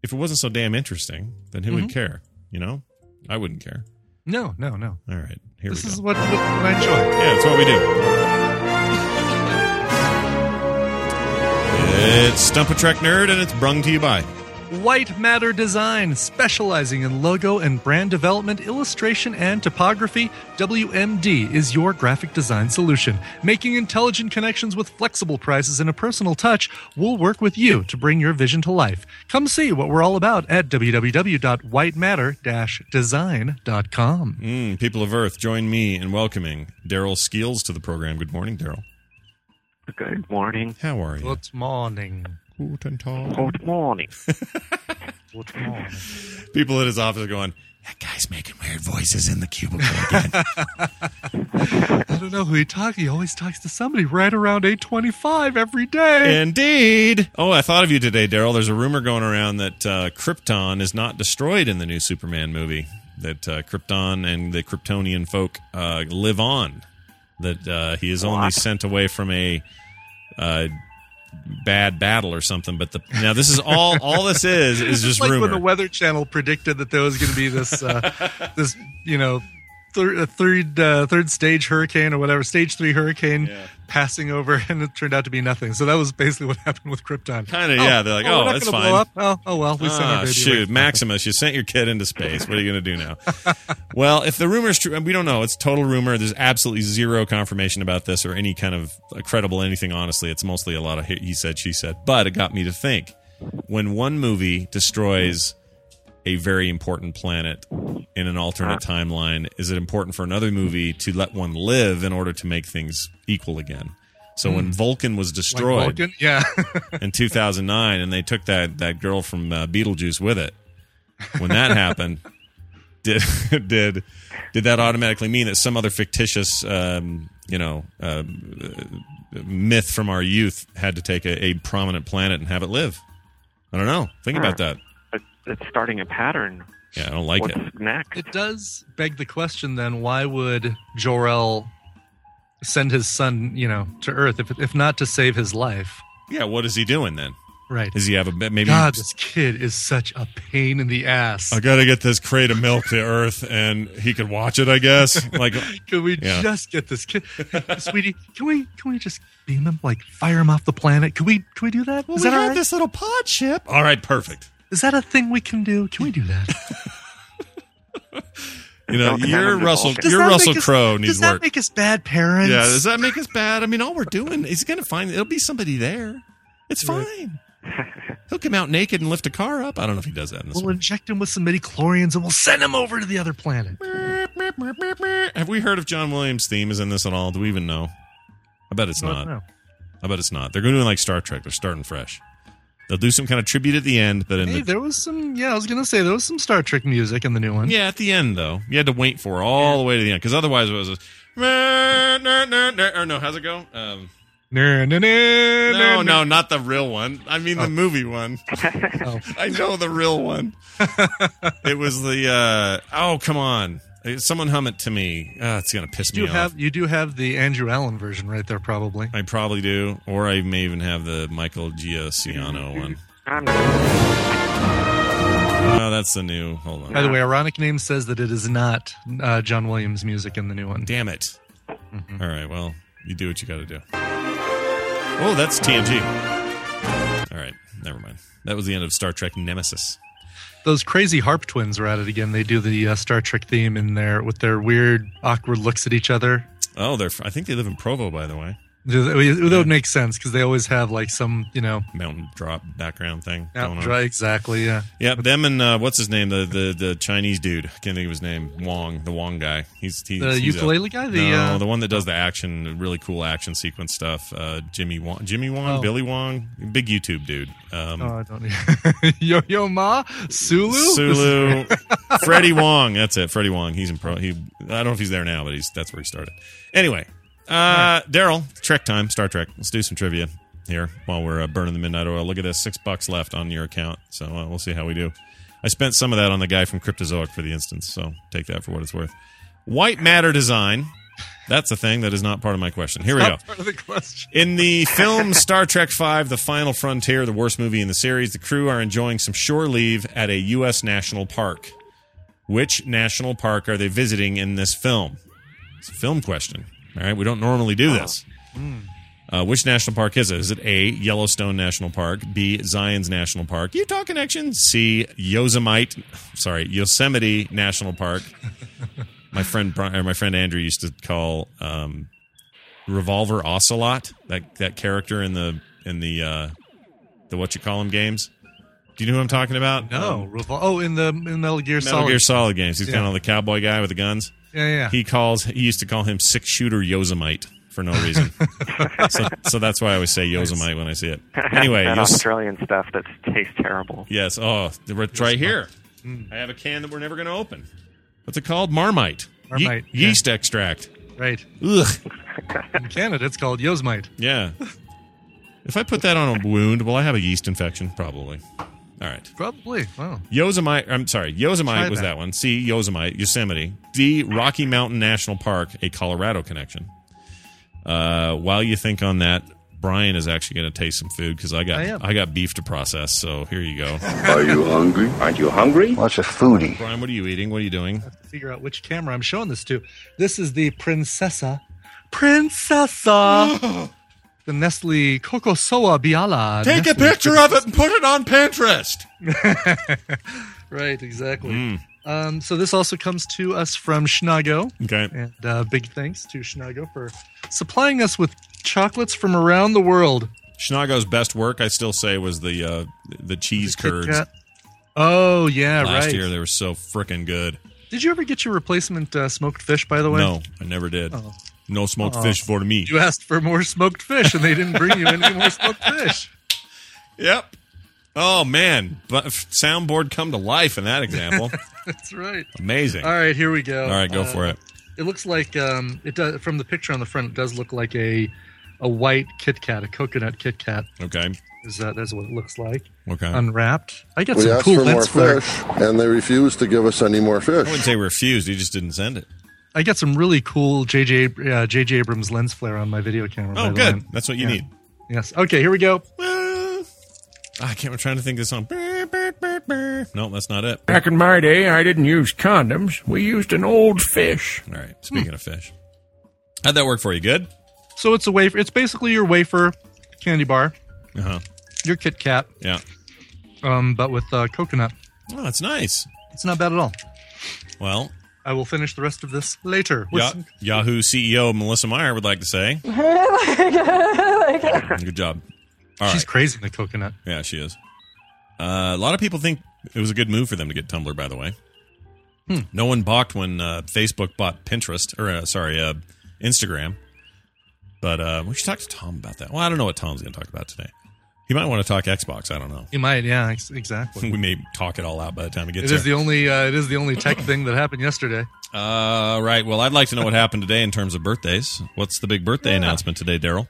[SPEAKER 1] if it wasn't so damn interesting, then who
[SPEAKER 2] Mm-hmm.
[SPEAKER 1] would care? You know, I wouldn't care.
[SPEAKER 2] No, no, no.
[SPEAKER 1] All right, here
[SPEAKER 2] This
[SPEAKER 1] we go.
[SPEAKER 2] is what, what I enjoy.
[SPEAKER 1] Yeah, it's what we do.
[SPEAKER 2] <laughs>
[SPEAKER 1] It's Stump a Trek Nerd, and it's brung to you by.
[SPEAKER 2] White Matter Design, specializing in logo and brand development, illustration, and typography, WMD is your graphic design solution. Making intelligent connections with flexible prices and a personal touch, we'll work with you to bring your vision to life. Come see what we're all about at www.whitematter design.com.
[SPEAKER 1] Mm, people of Earth, join me in welcoming Daryl Skeels to the program. Good morning, Daryl.
[SPEAKER 7] Good morning.
[SPEAKER 1] How are you?
[SPEAKER 2] Good morning.
[SPEAKER 1] Guten Tag.
[SPEAKER 7] Good morning.
[SPEAKER 2] Good morning.
[SPEAKER 1] People at his office are going, that guy's making weird voices in the
[SPEAKER 2] <laughs>
[SPEAKER 1] cubicle again.
[SPEAKER 2] I don't know who he talks. He always talks to somebody right around 825 every day.
[SPEAKER 1] Indeed. Oh, I thought of you today, Daryl. There's a rumor going around that uh, Krypton is not destroyed in the new Superman movie, that uh, Krypton and the Kryptonian folk uh, live on. that uh, he is only sent away from a uh, bad battle or something. But the, now this is all all this is is just
[SPEAKER 2] like when
[SPEAKER 1] rumor.
[SPEAKER 2] the Weather Channel predicted that there was going to be this,
[SPEAKER 1] <laughs>
[SPEAKER 2] uh, this you know, thir- uh, third uh, third stage hurricane or whatever, stage three hurricane passing over, and it turned out to be nothing. So that was basically what <laughs> happened with Krypton.
[SPEAKER 1] Kinda, yeah. They're like, oh,
[SPEAKER 2] we're not
[SPEAKER 1] that's
[SPEAKER 2] gonna
[SPEAKER 1] fine.
[SPEAKER 2] Blow up. Oh, oh well, we sent our
[SPEAKER 1] Ah,
[SPEAKER 2] baby.
[SPEAKER 1] shoot,
[SPEAKER 2] away.
[SPEAKER 1] Maximus, you sent your kid into space. What are you going to do
[SPEAKER 2] <laughs>
[SPEAKER 1] now? well, if the rumor's true, and we don't know. It's total rumor. There's absolutely zero confirmation about this or any kind of uh, credible anything, honestly. It's mostly a lot of he he said, she said. But it got me to think when one movie destroys a very important planet in an alternate timeline, is it important for another movie to let one live in order to make things equal again? So when Vulcan was
[SPEAKER 2] Hmm. Like
[SPEAKER 1] destroyed,
[SPEAKER 2] Vulcan?
[SPEAKER 1] <laughs>
[SPEAKER 2] Yeah.
[SPEAKER 1] in 2009 and they took that that girl from uh, Beetlejuice with it. When that happened, <laughs> did did did that automatically mean that some other fictitious um, you know uh, myth from our youth had to take a, a prominent planet and have it live? I don't know. Think about that.
[SPEAKER 7] It- Uh, It's starting a pattern.
[SPEAKER 1] Yeah, I don't like
[SPEAKER 7] What's
[SPEAKER 1] it.
[SPEAKER 7] next?
[SPEAKER 2] It does beg the question then: Why would Jor-El send his son, you know, to Earth if if not to save his life?
[SPEAKER 1] Yeah, what is he doing then?
[SPEAKER 2] Right.
[SPEAKER 1] Does he have a maybe?
[SPEAKER 2] God, this kid is such a pain in the ass.
[SPEAKER 1] I gotta get this crate of milk to Earth, and he could watch it. I <laughs> guess. Like,
[SPEAKER 2] Can we
[SPEAKER 1] Yeah.
[SPEAKER 2] just get
[SPEAKER 1] <laughs>
[SPEAKER 2] this kid, sweetie? Can we can we just beam him, like fire him off the planet? Can we can we do that? Is that all right?
[SPEAKER 1] this little pod ship. All right, perfect.
[SPEAKER 2] Is that a thing we can do? Can we do that?
[SPEAKER 1] <laughs> You know,
[SPEAKER 7] Don't have
[SPEAKER 1] you're
[SPEAKER 7] him to
[SPEAKER 1] Russell.
[SPEAKER 7] Vulcan.
[SPEAKER 2] Does
[SPEAKER 1] You're
[SPEAKER 2] that
[SPEAKER 1] Russell
[SPEAKER 2] make us-
[SPEAKER 1] Crowe needs
[SPEAKER 2] Does that
[SPEAKER 1] work.
[SPEAKER 2] make us bad parents?
[SPEAKER 1] Yeah, does that make us bad? I mean, all we're doing is going to find it'll be somebody there. It's fine. He'll come out naked and lift a car up. I don't know if he does that in this
[SPEAKER 2] we'll
[SPEAKER 1] one.
[SPEAKER 2] inject him with some midi chlorians and we'll send him over to the other planet.
[SPEAKER 1] Have we heard if John Williams' theme is in this at all? Do we even know? I bet it's
[SPEAKER 2] I
[SPEAKER 1] not.
[SPEAKER 2] don't know.
[SPEAKER 1] I bet it's not. They're going to do like Star Trek. They're starting fresh. They'll do some kind of tribute at the end, but in
[SPEAKER 2] Hey,
[SPEAKER 1] the
[SPEAKER 2] there was some. Yeah, I was gonna say there was some Star Trek music in the new one.
[SPEAKER 1] yeah, at the end though, you had to wait for all the way to the end because otherwise it was. Just, or no, how's it go? Um,
[SPEAKER 2] No, no, no,
[SPEAKER 1] no, no, not the real one. I mean the movie one.
[SPEAKER 2] Oh.
[SPEAKER 1] <laughs> I know the real
[SPEAKER 2] <laughs>
[SPEAKER 1] one. it was the uh oh come on. Someone hum it to me. Uh, it's gonna piss me
[SPEAKER 2] You
[SPEAKER 1] off.
[SPEAKER 2] have you do have the Andrew Allen version right there, probably.
[SPEAKER 1] I probably do, or I may even have the Michael Giacchino
[SPEAKER 2] Mm-hmm.
[SPEAKER 1] one.
[SPEAKER 7] I'm not.
[SPEAKER 1] Oh, that's the new. Hold on.
[SPEAKER 2] By the way, ironic name says that it is not uh, John Williams music in the new one.
[SPEAKER 1] Damn it.
[SPEAKER 2] Mm-hmm.
[SPEAKER 1] All right, well, you do what you got to do. Oh, that's TNG. All right, never mind. That was the end of Star Trek Nemesis.
[SPEAKER 2] Those crazy harp twins are at it again. They do the uh, Star Trek theme in there with their weird, awkward looks at each other.
[SPEAKER 1] Oh, they're. I think they live in Provo, by the way.
[SPEAKER 2] That would make sense because they always have like some, you know,
[SPEAKER 1] Mountain drop background thing. going on.
[SPEAKER 2] dry, exactly. Yeah.
[SPEAKER 1] Yeah, them and uh, what's his name? The, the the Chinese dude. I can't think of his name. Wong, the Wong guy. He's, he's
[SPEAKER 2] The
[SPEAKER 1] he's
[SPEAKER 2] ukulele guy? The,
[SPEAKER 1] no,
[SPEAKER 2] uh,
[SPEAKER 1] the one that does the action, the really cool action sequence stuff. Uh, Jimmy Wong, Jimmy Wong,
[SPEAKER 2] Oh.
[SPEAKER 1] Billy Wong, big YouTube dude. Um,
[SPEAKER 2] Oh, I don't. <laughs> Yo Yo Ma Sulu.
[SPEAKER 1] Sulu, <laughs> Freddie Wong. That's it. Freddie Wong. He's in pro. He. I don't know if he's there now, but he's that's where he started. Anyway, uh, Daryl, Trek time, Star Trek. Let's do some trivia here while we're uh, burning the midnight oil. Look at this, six bucks left on your account. So uh, we'll see how we do. I spent some of that on the guy from Cryptozoic for the instance. So take that for what it's worth. White matter design. That's a thing that is not part of my question. Here we go.
[SPEAKER 2] Part of the question.
[SPEAKER 1] In the film Star Trek V, The Final Frontier, the worst movie in the series, the crew are enjoying some shore leave at a U.S. national park. Which national park are they visiting in this film? It's a film question. All right, we don't normally do this. Uh, which national park is it? Is it A, Yellowstone National Park, B, Zion's National Park, Utah Connection, C, Yosemite, sorry, Yosemite National Park? my friend, Bri- or my friend Andrew used to call um, Revolver Ocelot, that that character in the in the uh the what you call him games. Do you know who I'm talking about?
[SPEAKER 2] No.
[SPEAKER 1] Um,
[SPEAKER 2] Revol- oh, in the in Metal Gear
[SPEAKER 1] Metal
[SPEAKER 2] Solid.
[SPEAKER 1] Gear Solid games. He's
[SPEAKER 2] Yeah.
[SPEAKER 1] kind of the cowboy guy with the guns.
[SPEAKER 2] Yeah, yeah.
[SPEAKER 1] He calls. He used to call him Six Shooter Yosemite for no
[SPEAKER 2] <laughs>
[SPEAKER 1] reason. so, so that's why I always say Yosemite when I see it. Anyway,
[SPEAKER 7] that
[SPEAKER 1] Yos-
[SPEAKER 7] Australian stuff that tastes terrible.
[SPEAKER 1] yes. Oh, the- it's right here.
[SPEAKER 2] Hmm.
[SPEAKER 1] I have a can that we're never going to open. What's it called? Marmite. Ye-
[SPEAKER 2] Marmite, yeah.
[SPEAKER 1] yeast extract.
[SPEAKER 2] right.
[SPEAKER 1] Ugh.
[SPEAKER 2] In Canada, it's called Yosemite. <laughs>
[SPEAKER 1] Yeah. If I put that on a wound, will I have a yeast infection? Probably. All right.
[SPEAKER 2] Probably. Wow.
[SPEAKER 1] Yosemite. I'm sorry. Yosemite
[SPEAKER 2] Try
[SPEAKER 1] was
[SPEAKER 2] that.
[SPEAKER 1] that one. C. Yosemite, Yosemite. D. Rocky Mountain National Park, a Colorado connection. Uh, while you think on that, Brian is actually going to taste some food because I got
[SPEAKER 2] I
[SPEAKER 1] I,
[SPEAKER 2] am.
[SPEAKER 1] got beef to process. So here you
[SPEAKER 2] <laughs>
[SPEAKER 1] go,
[SPEAKER 4] Are you hungry?
[SPEAKER 8] Aren't you hungry?
[SPEAKER 4] What's a foodie?
[SPEAKER 1] Brian. What are you eating? What are you doing?
[SPEAKER 2] figure out which camera I'm showing this to. This is the Princessa. Princessa! the Nestle Cocosoa Biala. Nestle-
[SPEAKER 1] of it and put it on Pinterest.
[SPEAKER 2] Right, exactly.
[SPEAKER 1] Mm.
[SPEAKER 2] Um, so this also comes to us from Schnago.
[SPEAKER 1] Okay.
[SPEAKER 2] And uh, big thanks to Schnago for supplying us with chocolates from around the world.
[SPEAKER 1] Schnago's best work, I still say, was the uh, the cheese
[SPEAKER 2] Kit
[SPEAKER 1] curds.
[SPEAKER 2] Kat. Oh, yeah,
[SPEAKER 1] Last
[SPEAKER 2] right.
[SPEAKER 1] year they were so freaking good.
[SPEAKER 2] Did you ever get your replacement uh, smoked fish, by the way?
[SPEAKER 1] No, I never did.
[SPEAKER 2] Oh.
[SPEAKER 1] No smoked fish for me.
[SPEAKER 2] You asked for more smoked fish, and they didn't bring you any more smoked fish. <laughs>
[SPEAKER 1] Yep. Oh man, but f- soundboard come to life in that
[SPEAKER 2] <laughs>
[SPEAKER 1] example.
[SPEAKER 2] That's right.
[SPEAKER 1] Amazing.
[SPEAKER 2] All right, here we go.
[SPEAKER 1] All right, go
[SPEAKER 2] Uh,
[SPEAKER 1] for it.
[SPEAKER 2] It looks like um, it does from the picture on the front. It does look like a a white Kit Kat, a coconut Kit Kat.
[SPEAKER 1] Okay.
[SPEAKER 2] Is that that's what it looks like
[SPEAKER 1] Okay.
[SPEAKER 2] unwrapped? I got
[SPEAKER 9] We
[SPEAKER 2] some
[SPEAKER 9] asked
[SPEAKER 2] cool
[SPEAKER 9] for more
[SPEAKER 2] lens flare.
[SPEAKER 9] fish, and they refused to give us any more
[SPEAKER 1] I
[SPEAKER 9] fish.
[SPEAKER 1] wouldn't say refused. He just didn't send it.
[SPEAKER 2] I got some really cool JJ Ab- uh, JJ Abrams lens flare on my video camera. by
[SPEAKER 1] Oh,
[SPEAKER 2] the
[SPEAKER 1] good.
[SPEAKER 2] way.
[SPEAKER 1] That's what you
[SPEAKER 2] Yeah.
[SPEAKER 1] need.
[SPEAKER 2] Yes. Okay, here we go.
[SPEAKER 1] Ah, I can't. I'm trying to think of this song. Brr, brr, brr, brr. No, that's not it.
[SPEAKER 10] Back in my day, I didn't use condoms. We used an old fish.
[SPEAKER 1] All
[SPEAKER 2] Hmm.
[SPEAKER 1] right. Speaking of fish, how'd that work for you? Good.
[SPEAKER 2] So it's a wafer. It's basically your wafer candy bar,
[SPEAKER 1] Uh
[SPEAKER 2] Uh-huh.
[SPEAKER 1] huh.
[SPEAKER 2] your Kit Kat,
[SPEAKER 1] Yeah.
[SPEAKER 2] um, but with uh, coconut.
[SPEAKER 1] Oh, that's nice.
[SPEAKER 2] It's not bad at all.
[SPEAKER 1] Well,
[SPEAKER 2] I will finish the rest of this later. with
[SPEAKER 1] Ya-
[SPEAKER 2] some-
[SPEAKER 1] Yahoo CEO Melissa Meyer would like to say. Good job. All
[SPEAKER 2] She's
[SPEAKER 1] right.
[SPEAKER 2] crazy in the coconut.
[SPEAKER 1] Yeah, she is. Uh, a lot of people think it was a good move for them to get Tumblr. By the way,
[SPEAKER 2] Hmm.
[SPEAKER 1] no one balked when uh, Facebook bought Pinterest or uh, sorry, uh, Instagram. But uh, we should talk to Tom about that. Well, I don't know what Tom's going to talk about today. He might want to talk Xbox. I don't know. <laughs>
[SPEAKER 2] You might, yeah, ex- exactly.
[SPEAKER 1] we may talk it all out by the time we get
[SPEAKER 2] It
[SPEAKER 1] there.
[SPEAKER 2] is the only uh, it is the only tech thing that happened yesterday. <laughs>
[SPEAKER 1] uh, right. Well, I'd like to know what happened today in terms of birthdays. What's the big birthday announcement today, Daryl?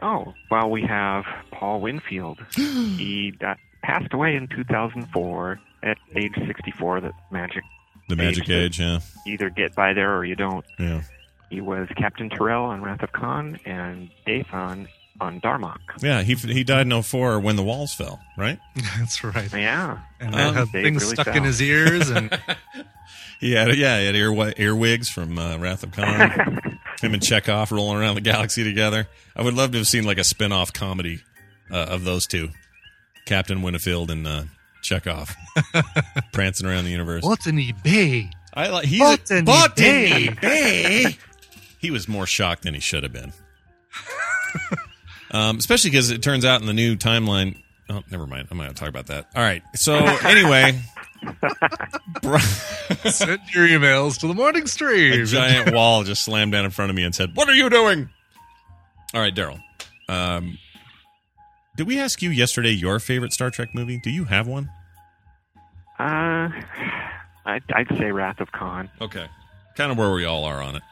[SPEAKER 7] Oh, well, we have Paul
[SPEAKER 6] <gasps>
[SPEAKER 7] Winfield. he di- passed away in 2004 at age 64. That magic
[SPEAKER 1] The Magic Age.
[SPEAKER 7] Age.
[SPEAKER 1] Yeah.
[SPEAKER 7] either get by there or you don't.
[SPEAKER 1] Yeah.
[SPEAKER 7] He was Captain Terrell on Wrath of Khan and Dathan on Darmok.
[SPEAKER 1] Yeah. He he died in 04 when the walls fell. Right.
[SPEAKER 2] That's right.
[SPEAKER 7] Yeah.
[SPEAKER 2] And I
[SPEAKER 1] Um,
[SPEAKER 2] have
[SPEAKER 7] they
[SPEAKER 2] things
[SPEAKER 7] really
[SPEAKER 2] stuck in
[SPEAKER 7] found-
[SPEAKER 2] his ears, and
[SPEAKER 1] <laughs> He had yeah, he had ear, earwigs from uh, Wrath of Khan. Him and Chekhov rolling around the galaxy together. I would love to have seen like a spin-off comedy uh, of those two, Captain Winfield and uh, Chekhov, <laughs> prancing around the universe.
[SPEAKER 2] what's an eBay?
[SPEAKER 1] I like he's
[SPEAKER 2] Botany
[SPEAKER 1] botany bay. <laughs> He was more shocked than he should have been. um, especially because it turns out in the new timeline. Oh, never mind. I'm going to talk about that. All right. So anyway, Bri-
[SPEAKER 2] Send your emails to the morning
[SPEAKER 1] a
[SPEAKER 2] stream.
[SPEAKER 1] giant wall just slammed down in front of me and said, "What are you doing?" All right, Daryl. Um, did we ask you yesterday your favorite Star Trek movie? Do you have one?
[SPEAKER 7] Uh, <sighs> I'd, I'd say Wrath of Khan.
[SPEAKER 1] Okay, kind of where we all are on it.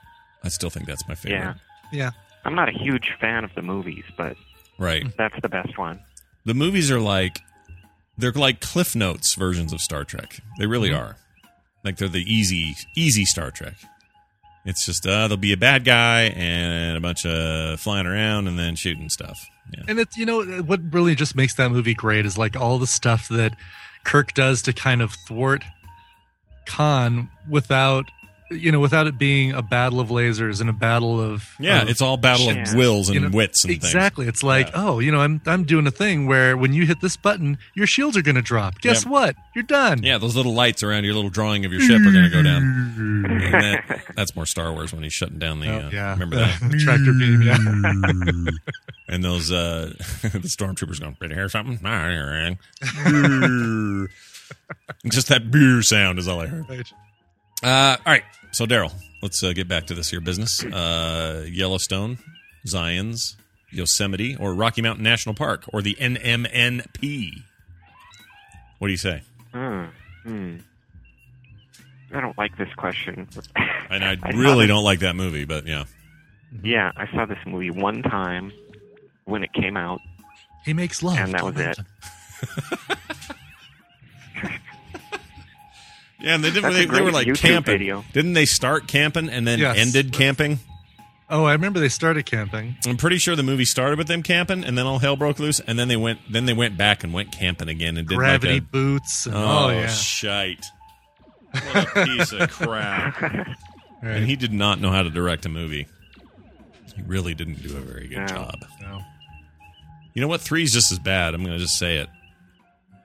[SPEAKER 1] I still think that's my favorite.
[SPEAKER 7] Yeah.
[SPEAKER 2] Yeah,
[SPEAKER 7] I'm not a huge fan of the movies, but
[SPEAKER 1] Right.
[SPEAKER 7] that's the best one.
[SPEAKER 1] The movies are like they're like Cliff Notes versions of Star Trek. They really are. Like they're the easy easy Star Trek. It's just uh, there'll be a bad guy and a bunch of flying around and then shooting stuff. Yeah.
[SPEAKER 2] and it's you know what really just makes that movie great is like all the stuff that Kirk does to kind of thwart Khan without you know without it being a battle of lasers and a battle of
[SPEAKER 1] Yeah,
[SPEAKER 2] of
[SPEAKER 1] it's all battle of
[SPEAKER 7] Yeah.
[SPEAKER 1] wills and
[SPEAKER 2] you know,
[SPEAKER 1] wits and
[SPEAKER 2] exactly. It's like,
[SPEAKER 1] Yeah.
[SPEAKER 2] oh, you know, I'm I'm doing a thing where when you hit this button, your shields are going to drop. Guess
[SPEAKER 1] Yeah.
[SPEAKER 2] what? You're done.
[SPEAKER 1] things. Yeah, those little lights around your little drawing of your ship are going to go down. And that, that's more Star Wars when he's shutting down the.
[SPEAKER 2] Oh,
[SPEAKER 1] uh,
[SPEAKER 2] yeah. <laughs>
[SPEAKER 1] Remember that?
[SPEAKER 2] The tractor beam. Yeah.
[SPEAKER 1] and those uh, <laughs> the stormtroopers going, "Ready to hear something?" Nah, I ain't
[SPEAKER 2] <laughs>
[SPEAKER 1] hearing." Just that beer sound is all I heard.
[SPEAKER 2] Right.
[SPEAKER 1] Uh, all right, so Daryl, let's uh, get back to this here business. Uh, Yellowstone, Zion's, Yosemite, or Rocky Mountain National Park, or the NMNP. What do you say?
[SPEAKER 7] Hmm. Hmm. I don't like this question.
[SPEAKER 1] And
[SPEAKER 7] <laughs>
[SPEAKER 1] I
[SPEAKER 7] saw
[SPEAKER 1] really
[SPEAKER 7] this-
[SPEAKER 1] don't like that movie, but yeah.
[SPEAKER 7] Yeah, I saw this movie one time when it came out,
[SPEAKER 2] He makes love.
[SPEAKER 7] and that was it.
[SPEAKER 1] Yeah, and they didn't.
[SPEAKER 7] That's
[SPEAKER 1] They,
[SPEAKER 7] a
[SPEAKER 1] they were
[SPEAKER 7] great
[SPEAKER 1] like
[SPEAKER 7] YouTube
[SPEAKER 1] camping.
[SPEAKER 7] video.
[SPEAKER 1] Didn't they start camping and then
[SPEAKER 2] Yes.
[SPEAKER 1] ended camping?
[SPEAKER 2] Oh, I remember they started camping.
[SPEAKER 1] I'm pretty sure the movie started with them camping, and then all hell broke loose, and then they went then they went back and went camping again and did
[SPEAKER 2] Gravity
[SPEAKER 1] like a,
[SPEAKER 2] boots. And,
[SPEAKER 1] oh,
[SPEAKER 2] oh, yeah.
[SPEAKER 1] shite! What a piece of crap!
[SPEAKER 2] <laughs> Right.
[SPEAKER 1] And he did not know how to direct a movie. He really didn't do a very good
[SPEAKER 7] No.
[SPEAKER 1] job.
[SPEAKER 2] No.
[SPEAKER 1] You know what? Three's just as bad. I'm gonna just say it.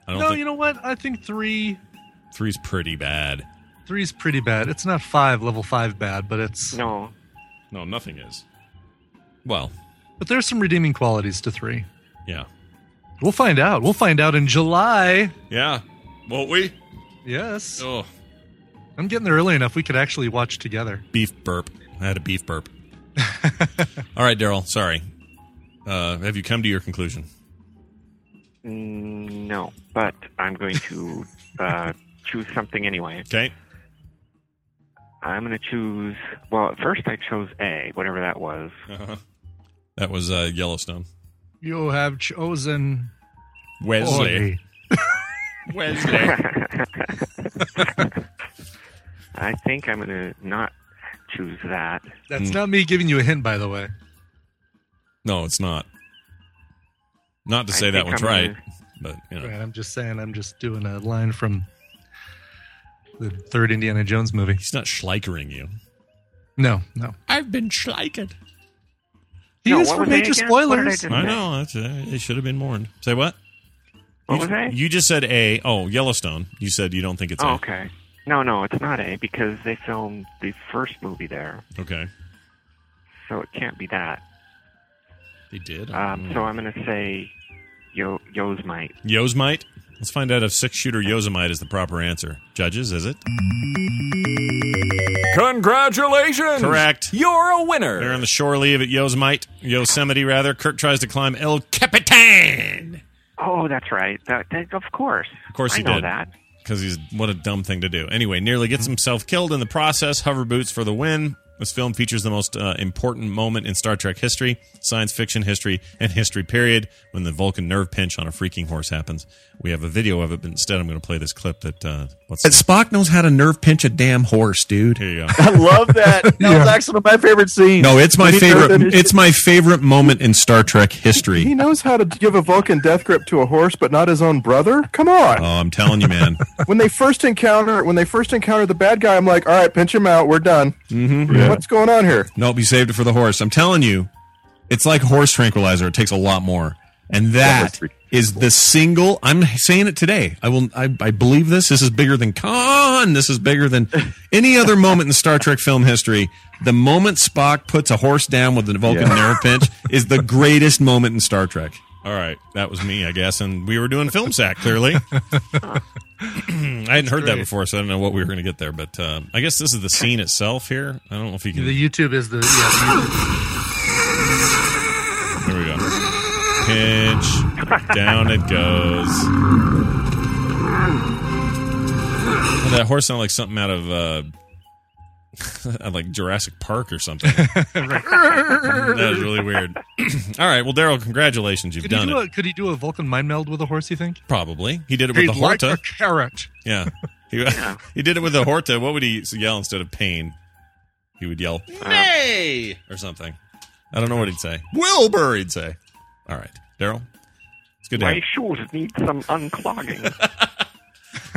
[SPEAKER 1] I don't
[SPEAKER 2] No,
[SPEAKER 1] think
[SPEAKER 2] you know what? I think three
[SPEAKER 1] three's pretty bad.
[SPEAKER 2] three's pretty bad. It's not five, level five bad, but it's
[SPEAKER 7] No,
[SPEAKER 1] No, nothing is. Well,
[SPEAKER 2] but there's some redeeming qualities to three.
[SPEAKER 1] yeah,
[SPEAKER 2] We'll find out. We'll find out in July.
[SPEAKER 1] yeah. Won't we?
[SPEAKER 2] Yes.
[SPEAKER 1] Oh,
[SPEAKER 2] I'm getting there early enough we could actually watch together.
[SPEAKER 1] beef burp. I had a beef
[SPEAKER 7] <laughs>
[SPEAKER 1] burp. All right, Daryl. Sorry. Uh, have you come to your conclusion?
[SPEAKER 7] Mm, no. But I'm going
[SPEAKER 1] <laughs>
[SPEAKER 7] to uh, choose something anyway.
[SPEAKER 1] Okay.
[SPEAKER 7] I'm going to choose. Well, at first I chose A, whatever that was.
[SPEAKER 1] That was uh, Yellowstone.
[SPEAKER 2] You have chosen
[SPEAKER 1] Wesley.
[SPEAKER 2] Oi.
[SPEAKER 1] Wesley.
[SPEAKER 7] I think I'm going to not choose that.
[SPEAKER 2] That's
[SPEAKER 1] Hmm.
[SPEAKER 2] not me giving you a hint, by the way.
[SPEAKER 1] no, it's not. Not to
[SPEAKER 7] I
[SPEAKER 1] say that
[SPEAKER 7] think
[SPEAKER 1] one's
[SPEAKER 7] I'm
[SPEAKER 1] right,
[SPEAKER 7] gonna-
[SPEAKER 1] but you know.
[SPEAKER 2] Right, I'm just saying. I'm just doing a line from the third Indiana Jones movie.
[SPEAKER 1] He's not schleichering you.
[SPEAKER 2] No, no.
[SPEAKER 1] <laughs> I've been schleichered.
[SPEAKER 2] He
[SPEAKER 7] No,
[SPEAKER 2] is
[SPEAKER 7] what
[SPEAKER 2] for
[SPEAKER 7] was A
[SPEAKER 2] major
[SPEAKER 7] again? What did I
[SPEAKER 2] spoilers.
[SPEAKER 7] do?
[SPEAKER 1] I know. That's, uh, it should have been warned. Say what?
[SPEAKER 7] What
[SPEAKER 1] you,
[SPEAKER 7] was A?
[SPEAKER 1] You just said A. Oh, Yellowstone. You said you don't think it's
[SPEAKER 7] Oh,
[SPEAKER 1] A.
[SPEAKER 7] okay. No, no, it's not A because they filmed the first movie there,
[SPEAKER 1] Okay.
[SPEAKER 7] so it can't be that.
[SPEAKER 1] They did.
[SPEAKER 7] Um, So I'm going to say Yo Yosemite.
[SPEAKER 1] Yosemite. Let's find out if six shooter Yosemite is the proper answer. Judges, is it?
[SPEAKER 6] Congratulations!
[SPEAKER 1] Correct.
[SPEAKER 6] You're a winner.
[SPEAKER 1] They're on the shore leave at Yosemite, Yosemite rather. Kirk tries to climb El Capitan
[SPEAKER 7] Oh, that's right. That, that- of course.
[SPEAKER 1] Of course
[SPEAKER 7] I
[SPEAKER 1] he
[SPEAKER 7] know
[SPEAKER 1] did.
[SPEAKER 7] that.
[SPEAKER 1] because he's what a dumb thing to do. Anyway, nearly gets himself killed in the process. Hover boots for the win. This film features the most uh, important moment in Star Trek history, science fiction history, and history period when the Vulcan nerve pinch on a freaking horse happens. We have a video of it, but instead I'm going to play this clip that. Uh, what's
[SPEAKER 8] And Spock knows how to nerve pinch a damn horse, dude. <laughs>
[SPEAKER 1] Here you go.
[SPEAKER 11] I love
[SPEAKER 2] <laughs>
[SPEAKER 11] that. That was actually one of my favorite scenes.
[SPEAKER 8] No, it's my
[SPEAKER 11] He knows that
[SPEAKER 8] favorite.
[SPEAKER 11] he-
[SPEAKER 8] It's my favorite moment in Star Trek
[SPEAKER 11] He
[SPEAKER 8] history.
[SPEAKER 11] knows how to give a Vulcan death grip to a horse, but not his own brother. Come on.
[SPEAKER 1] Uh.
[SPEAKER 8] Oh, I'm telling
[SPEAKER 11] <laughs>
[SPEAKER 8] you, man.
[SPEAKER 11] When they first encounter, when they first encounter the bad guy, I'm like, all right, pinch him out. We're done. Mm-hmm. What's going on here?
[SPEAKER 8] Nope, you saved it for the horse. I'm telling you, it's like horse tranquilizer. It takes a lot more, and that is the single. I'm saying it today. I will. I, I believe this. This is bigger than Khan. This is bigger than any other moment in Star Trek film history. The moment Spock puts a horse down with a Vulcan nerve pinch is the greatest moment in Star Trek.
[SPEAKER 1] All right, that was me, I guess, and we were doing film sack clearly. <clears throat> I hadn't heard that before, so I don't know what we were going to get there, but uh, I guess this is the scene itself here. I don't know if you can.
[SPEAKER 2] The YouTube is the yeah.
[SPEAKER 1] <laughs>
[SPEAKER 2] The YouTube.
[SPEAKER 1] There we go. Pinch down it goes. Oh, that horse sounded like something out of uh, <laughs> like Jurassic Park or something.
[SPEAKER 2] <laughs>
[SPEAKER 1] that was really weird. <clears throat> All right, well, Daryl, congratulations, you've
[SPEAKER 2] Could, he
[SPEAKER 1] done
[SPEAKER 2] do
[SPEAKER 1] it.
[SPEAKER 2] a, could he do a Vulcan mind meld with a horse? You think?
[SPEAKER 1] Probably, he did it with the Horta.
[SPEAKER 2] carrot.
[SPEAKER 1] Yeah. He, <laughs> he did it with the Horta. What would he yell instead of pain? He would yell, Nay! Or something. I don't know what he'd say. Wilbur, he'd say. All right. Daryl, it's good to have
[SPEAKER 7] My shoes need some
[SPEAKER 1] <laughs>
[SPEAKER 7] unclogging.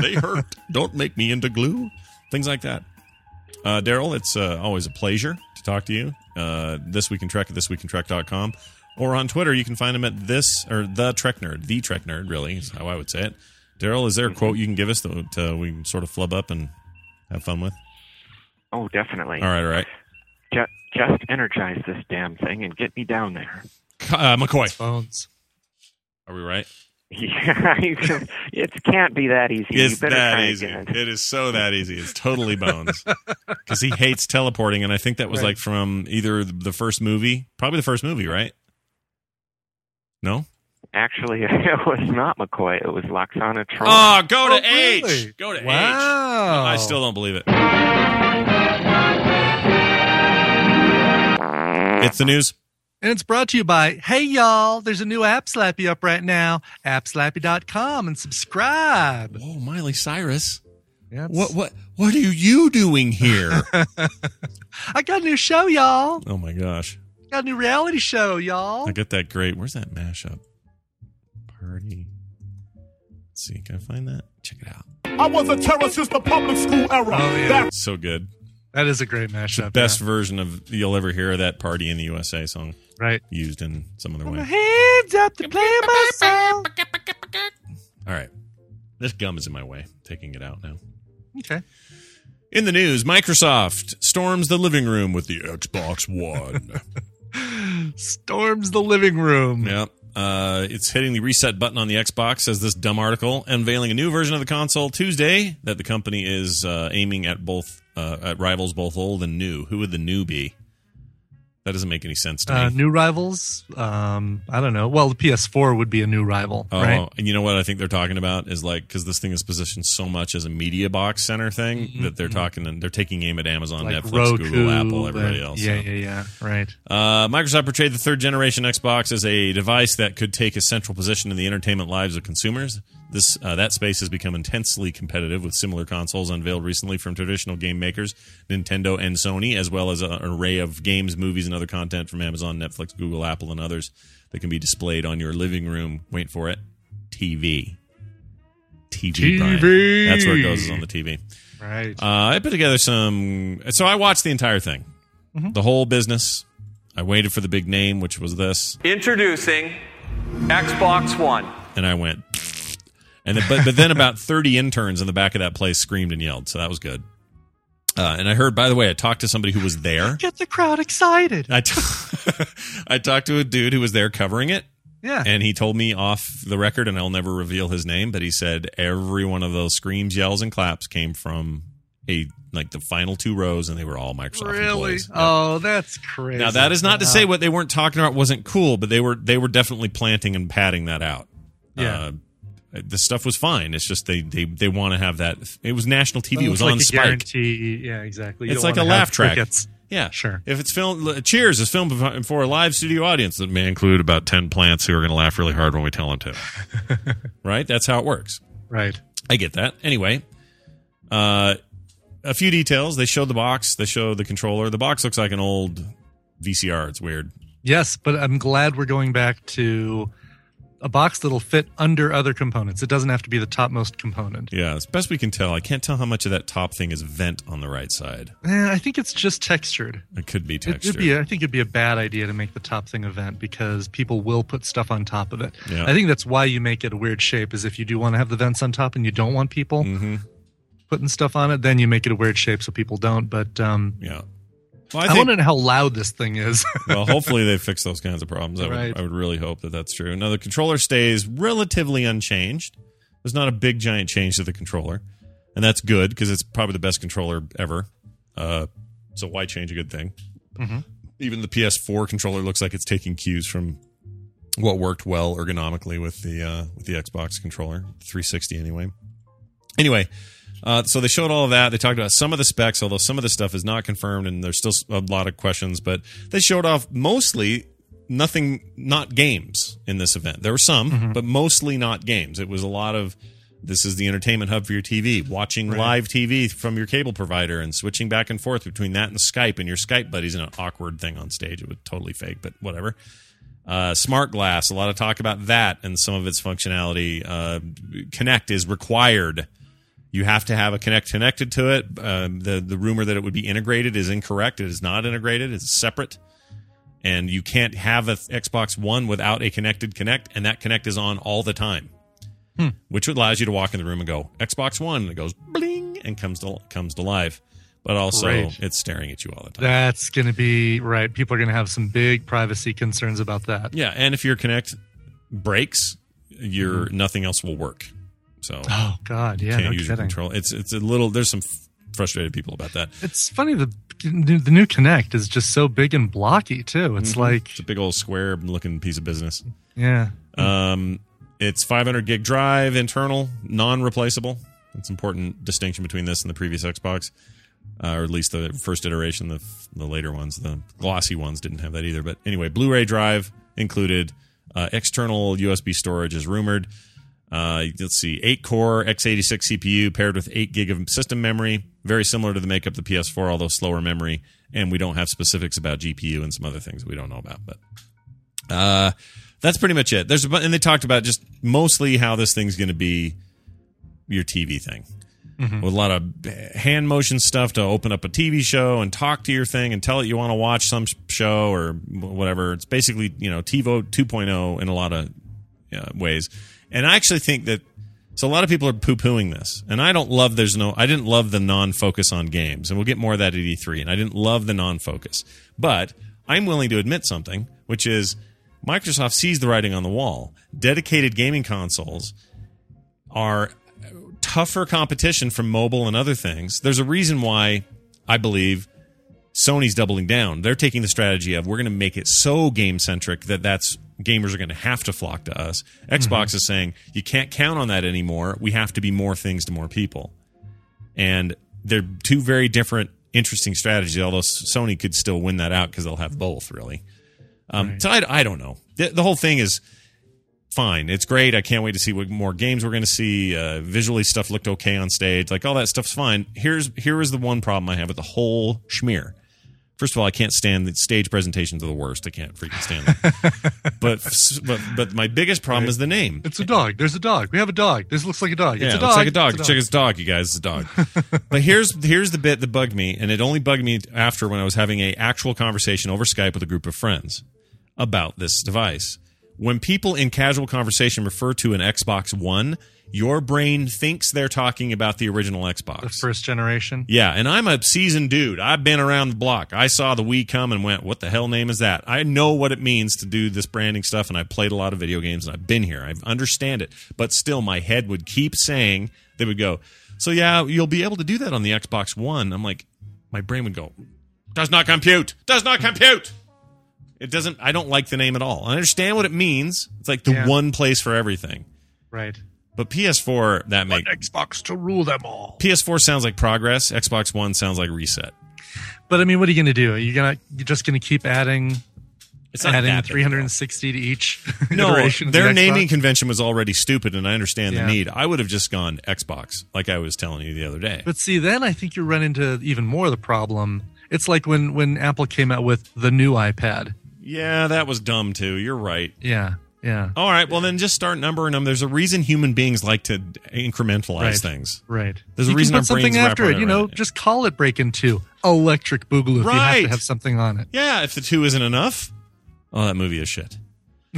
[SPEAKER 1] They hurt. don't make me into glue. Things like that. Uh, Daryl, it's uh, always a pleasure to talk to you. Uh, this Week in Trek at thisweekintrek.com. Or on Twitter, you can find him at this or the Trek Nerd. The Trek Nerd, really, is how I would say it. Daryl, is there a quote you can give us that uh, we can sort of flub up and have fun with?
[SPEAKER 7] oh, definitely.
[SPEAKER 1] All right, all right.
[SPEAKER 7] Just, just energize this damn thing and get me down there. <laughs>
[SPEAKER 1] Uh, McCoy.
[SPEAKER 2] Bones.
[SPEAKER 1] Are we right?
[SPEAKER 7] Yeah, <laughs> it can't be that easy.
[SPEAKER 1] It's
[SPEAKER 7] you better
[SPEAKER 1] that
[SPEAKER 7] try
[SPEAKER 1] easy.
[SPEAKER 7] again.
[SPEAKER 1] It is so that easy. It's totally
[SPEAKER 7] <laughs>
[SPEAKER 1] bones because he hates teleporting, and I think that was like from either the first movie, probably the first movie, right? No.
[SPEAKER 7] Actually, <laughs> it was not McCoy. It was Loxana Trump.
[SPEAKER 1] Oh, go to
[SPEAKER 2] Oh, really?
[SPEAKER 1] H. Go to H.
[SPEAKER 2] Wow.
[SPEAKER 1] I still don't believe it. It's the news.
[SPEAKER 2] And it's brought to you by Hey Y'all. There's a new App Slappy up right now. AppSlappy.com and subscribe.
[SPEAKER 1] Whoa, Miley Cyrus.
[SPEAKER 2] Yeah, it's-
[SPEAKER 1] What what what are you doing here?
[SPEAKER 2] I got a new show, y'all.
[SPEAKER 1] <laughs> Oh my gosh.
[SPEAKER 2] Got a new reality show, y'all.
[SPEAKER 1] I get that great. Where's that mashup? Party. Let's see. Can I find that? Check it out.
[SPEAKER 12] I was a terror since the public school era. Back
[SPEAKER 1] So good.
[SPEAKER 2] Oh, That is a great mashup.
[SPEAKER 1] Best version of you'll ever hear of that party in the USA song.
[SPEAKER 2] Right.
[SPEAKER 1] Used in some other
[SPEAKER 2] yeah. Oh, My
[SPEAKER 1] way.
[SPEAKER 2] hands up to play myself.
[SPEAKER 1] All right. This gum is in my way. Taking it out now.
[SPEAKER 2] Okay.
[SPEAKER 1] In the news, Microsoft storms the living room with the Xbox One.
[SPEAKER 2] Storms the living room.
[SPEAKER 1] Yep. Uh, it's hitting the reset button on the Xbox, says this dumb article, unveiling a new version of the console Tuesday that the company is uh, aiming at both uh, at rivals, both old and new. Who would the new be? That doesn't make any sense to
[SPEAKER 2] Uh,
[SPEAKER 1] me.
[SPEAKER 2] new rivals. Um, I don't know. Well, the PS4 would be a new rival,
[SPEAKER 1] Oh,
[SPEAKER 2] right?
[SPEAKER 1] and you know what I think they're talking about is like because this thing is positioned so much as a media box center thing that they're talking and they're taking aim at Amazon,
[SPEAKER 2] Mm-hmm, Like
[SPEAKER 1] Netflix, Google, Apple,
[SPEAKER 2] and-
[SPEAKER 1] everybody else.
[SPEAKER 2] Yeah,
[SPEAKER 1] so.
[SPEAKER 2] yeah, yeah. Right.
[SPEAKER 1] Uh, Microsoft portrayed the third generation Xbox as a device that could take a central position in the entertainment lives of consumers. This uh, that space has become intensely competitive with similar consoles unveiled recently from traditional game makers Nintendo and Sony, as well as a- an array of games, movies, and other content from Amazon, Netflix, Google, Apple, and others that can be displayed on your living room. Wait for it, TV. TV. Brian.
[SPEAKER 2] TV.
[SPEAKER 1] That's where it goes is on the TV.
[SPEAKER 2] Right.
[SPEAKER 1] Uh, I put together some. So I watched the entire thing,
[SPEAKER 2] Mm-hmm.
[SPEAKER 1] the whole business. I waited for the big name, which was this,
[SPEAKER 13] Introducing Xbox One.
[SPEAKER 1] and I went. And then, but but then
[SPEAKER 2] <laughs>
[SPEAKER 1] about thirty interns in the back of that place screamed and yelled, so that was good. Uh, and I heard, by the way, I talked to somebody who was there.
[SPEAKER 2] Get the crowd excited.
[SPEAKER 1] I, t- <laughs> I talked to a dude who was there covering it.
[SPEAKER 2] Yeah.
[SPEAKER 1] And he told me off the record, and I'll never reveal his name, but he said every one of those screams, yells, and claps came from a like the final two rows, and they were all Microsoft
[SPEAKER 2] really?
[SPEAKER 1] employees.
[SPEAKER 2] Oh, that's crazy. Uh,
[SPEAKER 1] Now that is not to
[SPEAKER 2] Wow.
[SPEAKER 1] say what they weren't talking about wasn't cool, but they were they were definitely planting and padding that out.
[SPEAKER 2] Yeah.
[SPEAKER 1] Uh, the stuff was fine. It's just they they, they want to have that. It was national TV. it was
[SPEAKER 2] It's like
[SPEAKER 1] on
[SPEAKER 2] a
[SPEAKER 1] Spike.
[SPEAKER 2] guarantee. Yeah, exactly. You
[SPEAKER 1] It's
[SPEAKER 2] don't
[SPEAKER 1] like a
[SPEAKER 2] wanna have
[SPEAKER 1] laugh track.
[SPEAKER 2] crickets.
[SPEAKER 1] Yeah,
[SPEAKER 2] sure.
[SPEAKER 1] If it's filmed, Cheers is filmed for a live studio audience that may include about ten plants who are going to laugh really hard when we tell them
[SPEAKER 2] <laughs>
[SPEAKER 1] to. right? That's how it works.
[SPEAKER 2] Right.
[SPEAKER 1] I get that. Anyway, uh, a few details. They showed the box. They show the controller. The box looks like an old VCR. It's weird.
[SPEAKER 2] Yes, but I'm glad we're going back to a box that'll fit under other components. It doesn't have to be the topmost component.
[SPEAKER 1] Yeah, as best we can tell, I can't tell how much of that top thing is vent on the right side.
[SPEAKER 2] Eh, I think it's just textured.
[SPEAKER 1] It could be
[SPEAKER 2] It-
[SPEAKER 1] textured.
[SPEAKER 2] It'd be, I think it'd be a bad idea to make the top thing event because people will put stuff on top of it.
[SPEAKER 1] Yeah.
[SPEAKER 2] I think that's why you make it a weird shape is if you do want to have the vents on top and you don't want people
[SPEAKER 1] Mm-hmm.
[SPEAKER 2] putting stuff on it, then you make it a weird shape so people don't. But um,
[SPEAKER 1] yeah,
[SPEAKER 2] I,
[SPEAKER 1] I think-
[SPEAKER 2] want to know how loud this thing is. <laughs>
[SPEAKER 1] well, hopefully they fix those kinds of problems. I,
[SPEAKER 2] Right.
[SPEAKER 1] would, I would really hope that that's true. Now the controller stays relatively unchanged. There's not a big giant change to the controller, and that's good because it's probably the best controller ever. Uh, so why change a good thing?
[SPEAKER 5] Mhm.
[SPEAKER 1] Even the PS4 controller looks like it's taking cues from what worked well ergonomically with the uh, with the Xbox controller, 360 anyway. Anyway, uh, so they showed all of that. They talked about some of the specs, although some of the stuff is not confirmed, and there's still a lot of questions. But they showed off mostly nothing, not games in this event. There were some, but mostly not games. It was a lot of this is the entertainment hub for your TV, watching live TV from your cable provider, and switching back and forth between that and Skype and your Skype buddies in an awkward thing on stage. It was totally fake, but whatever uh, smart glass a lot of talk about that and some of its functionality uh, connect is required you have to have a connect connected to it um, the, the rumor that it would be integrated is incorrect it is not integrated it's separate and you can't have a xbox one without a connected connect and that connect is on all the time
[SPEAKER 5] Hmm.
[SPEAKER 1] which allows you to walk in the room and go xbox one and it goes bling and comes to comes to life but also
[SPEAKER 2] Great.
[SPEAKER 1] it's staring at you all the time
[SPEAKER 2] That's going to be right. People are going to have some big privacy concerns about that.
[SPEAKER 1] Yeah, and if your connect breaks, your nothing else will work. So
[SPEAKER 2] Mm-hmm. Oh, God, yeah,
[SPEAKER 1] can't
[SPEAKER 2] no
[SPEAKER 1] use your
[SPEAKER 2] kidding.
[SPEAKER 1] control. It's it's a little. There's some f- frustrated people about that.
[SPEAKER 2] It's funny the the new Connect is just so big and blocky too. It's
[SPEAKER 1] Mhm.
[SPEAKER 2] like
[SPEAKER 1] it's a big old square looking piece of business.
[SPEAKER 2] yeah,
[SPEAKER 1] Um, it's 500 gig drive, internal, non-replaceable. That's an important distinction between this and the previous Xbox, uh, or at least the first iteration. The the later ones, the glossy ones, didn't have that either. But anyway, Blu-ray drive included. Uh, external USB storage is rumored. Uh, let's see, eight core x86 CPU paired with eight gig of system memory, very similar to the makeup of the PS4, although slower memory. And we don't have specifics about GPU and some other things we don't know about, but uh, that's pretty much it. There's a bu- and they talked about just mostly how this thing's going to be your TV thing
[SPEAKER 5] Mhm.
[SPEAKER 1] with a lot of hand motion stuff to open up a TV show and talk to your thing and tell it you want to watch some sh- show or whatever. It's basically you know TiVo 2.0 in a lot of uh, ways. And I actually think that so a lot of people are poo pooing this, and I don't love. There's no. I didn't love the non focus on games, and we'll get more of that at E3. And I didn't love the non focus, but I'm willing to admit something, which is Microsoft sees the writing on the wall. Dedicated gaming consoles are tougher competition from mobile and other things. There's a reason why I believe Sony's doubling down. They're taking the strategy of we're going to make it so game centric that that's gamers are going to have to flock to us. Xbox is saying you can't count on that anymore. We have to be more things to more people. And they're two very different interesting strategies, although S- Sony could still win that out because they'll have both really. Um, So I, I don't know. The, the whole thing is fine. It's great. I can't wait to see what more games we're going to see. Uh, visually, stuff looked okay on stage. Like all that stuff's fine. Here's here is the one problem I have with the whole schmear. First of all, I can't stand the stage presentations are the worst. I can't freaking stand them. but, but but my biggest problem is the name.
[SPEAKER 2] It's a dog. There's a dog. We have a dog. This looks like a dog.
[SPEAKER 1] Yeah,
[SPEAKER 2] it's a
[SPEAKER 1] it
[SPEAKER 2] dog.
[SPEAKER 1] looks like a dog. Check his dog, you guys. It's a dog. <laughs> but here's here's the bit that bugged me, and it only bugged me after when I was having a actual conversation over Skype with a group of friends about this device. When people in casual conversation refer to an Xbox One, your brain thinks they're talking about the original Xbox.
[SPEAKER 2] The first generation.
[SPEAKER 1] Yeah, and I'm a seasoned dude. I've been around the block. I saw the Wii come and went, what the hell name is that? I know what it means to do this branding stuff, and I played a lot of video games, and I've been here. I understand it. But still, my head would keep saying, they would go, so yeah, you'll be able to do that on the Xbox One. I'm like, my brain would go, does not compute, does not compute. It doesn't, I don't like the name at all. I understand what it means. It's like the
[SPEAKER 2] Yeah.
[SPEAKER 1] one place for everything.
[SPEAKER 2] Right.
[SPEAKER 1] But PS4, that makes.
[SPEAKER 2] Xbox to rule them all.
[SPEAKER 1] PS4 sounds like progress. Xbox One sounds like reset.
[SPEAKER 2] But I mean, what are you going to do? Are you gonna you're just going to keep adding?
[SPEAKER 1] It's not that
[SPEAKER 2] adding
[SPEAKER 1] big,
[SPEAKER 2] 360 to each. <laughs>
[SPEAKER 1] No,
[SPEAKER 2] iteration of the
[SPEAKER 1] their
[SPEAKER 2] Xbox.
[SPEAKER 1] naming convention was already stupid, and I understand
[SPEAKER 2] Yeah.
[SPEAKER 1] the need. I would have just gone Xbox, like I was telling you the other day.
[SPEAKER 2] But see, then I think you run into even more of the problem. It's like when when Apple came out with the new iPad.
[SPEAKER 1] Yeah, that was dumb too. You're right.
[SPEAKER 2] Yeah, yeah.
[SPEAKER 1] All right, well then just start numbering them. There's a reason human beings like to incrementalize
[SPEAKER 2] Right.
[SPEAKER 1] things.
[SPEAKER 2] Right.
[SPEAKER 1] There's a
[SPEAKER 2] You can
[SPEAKER 1] reason
[SPEAKER 2] put
[SPEAKER 1] our
[SPEAKER 2] something
[SPEAKER 1] brains wrap
[SPEAKER 2] after it.
[SPEAKER 1] around
[SPEAKER 2] You know, just call it Break in Two. Electric Boogaloo. You have
[SPEAKER 1] Right.
[SPEAKER 2] to have something on it.
[SPEAKER 1] Yeah, if the two isn't enough, oh, that movie is shit. <laughs>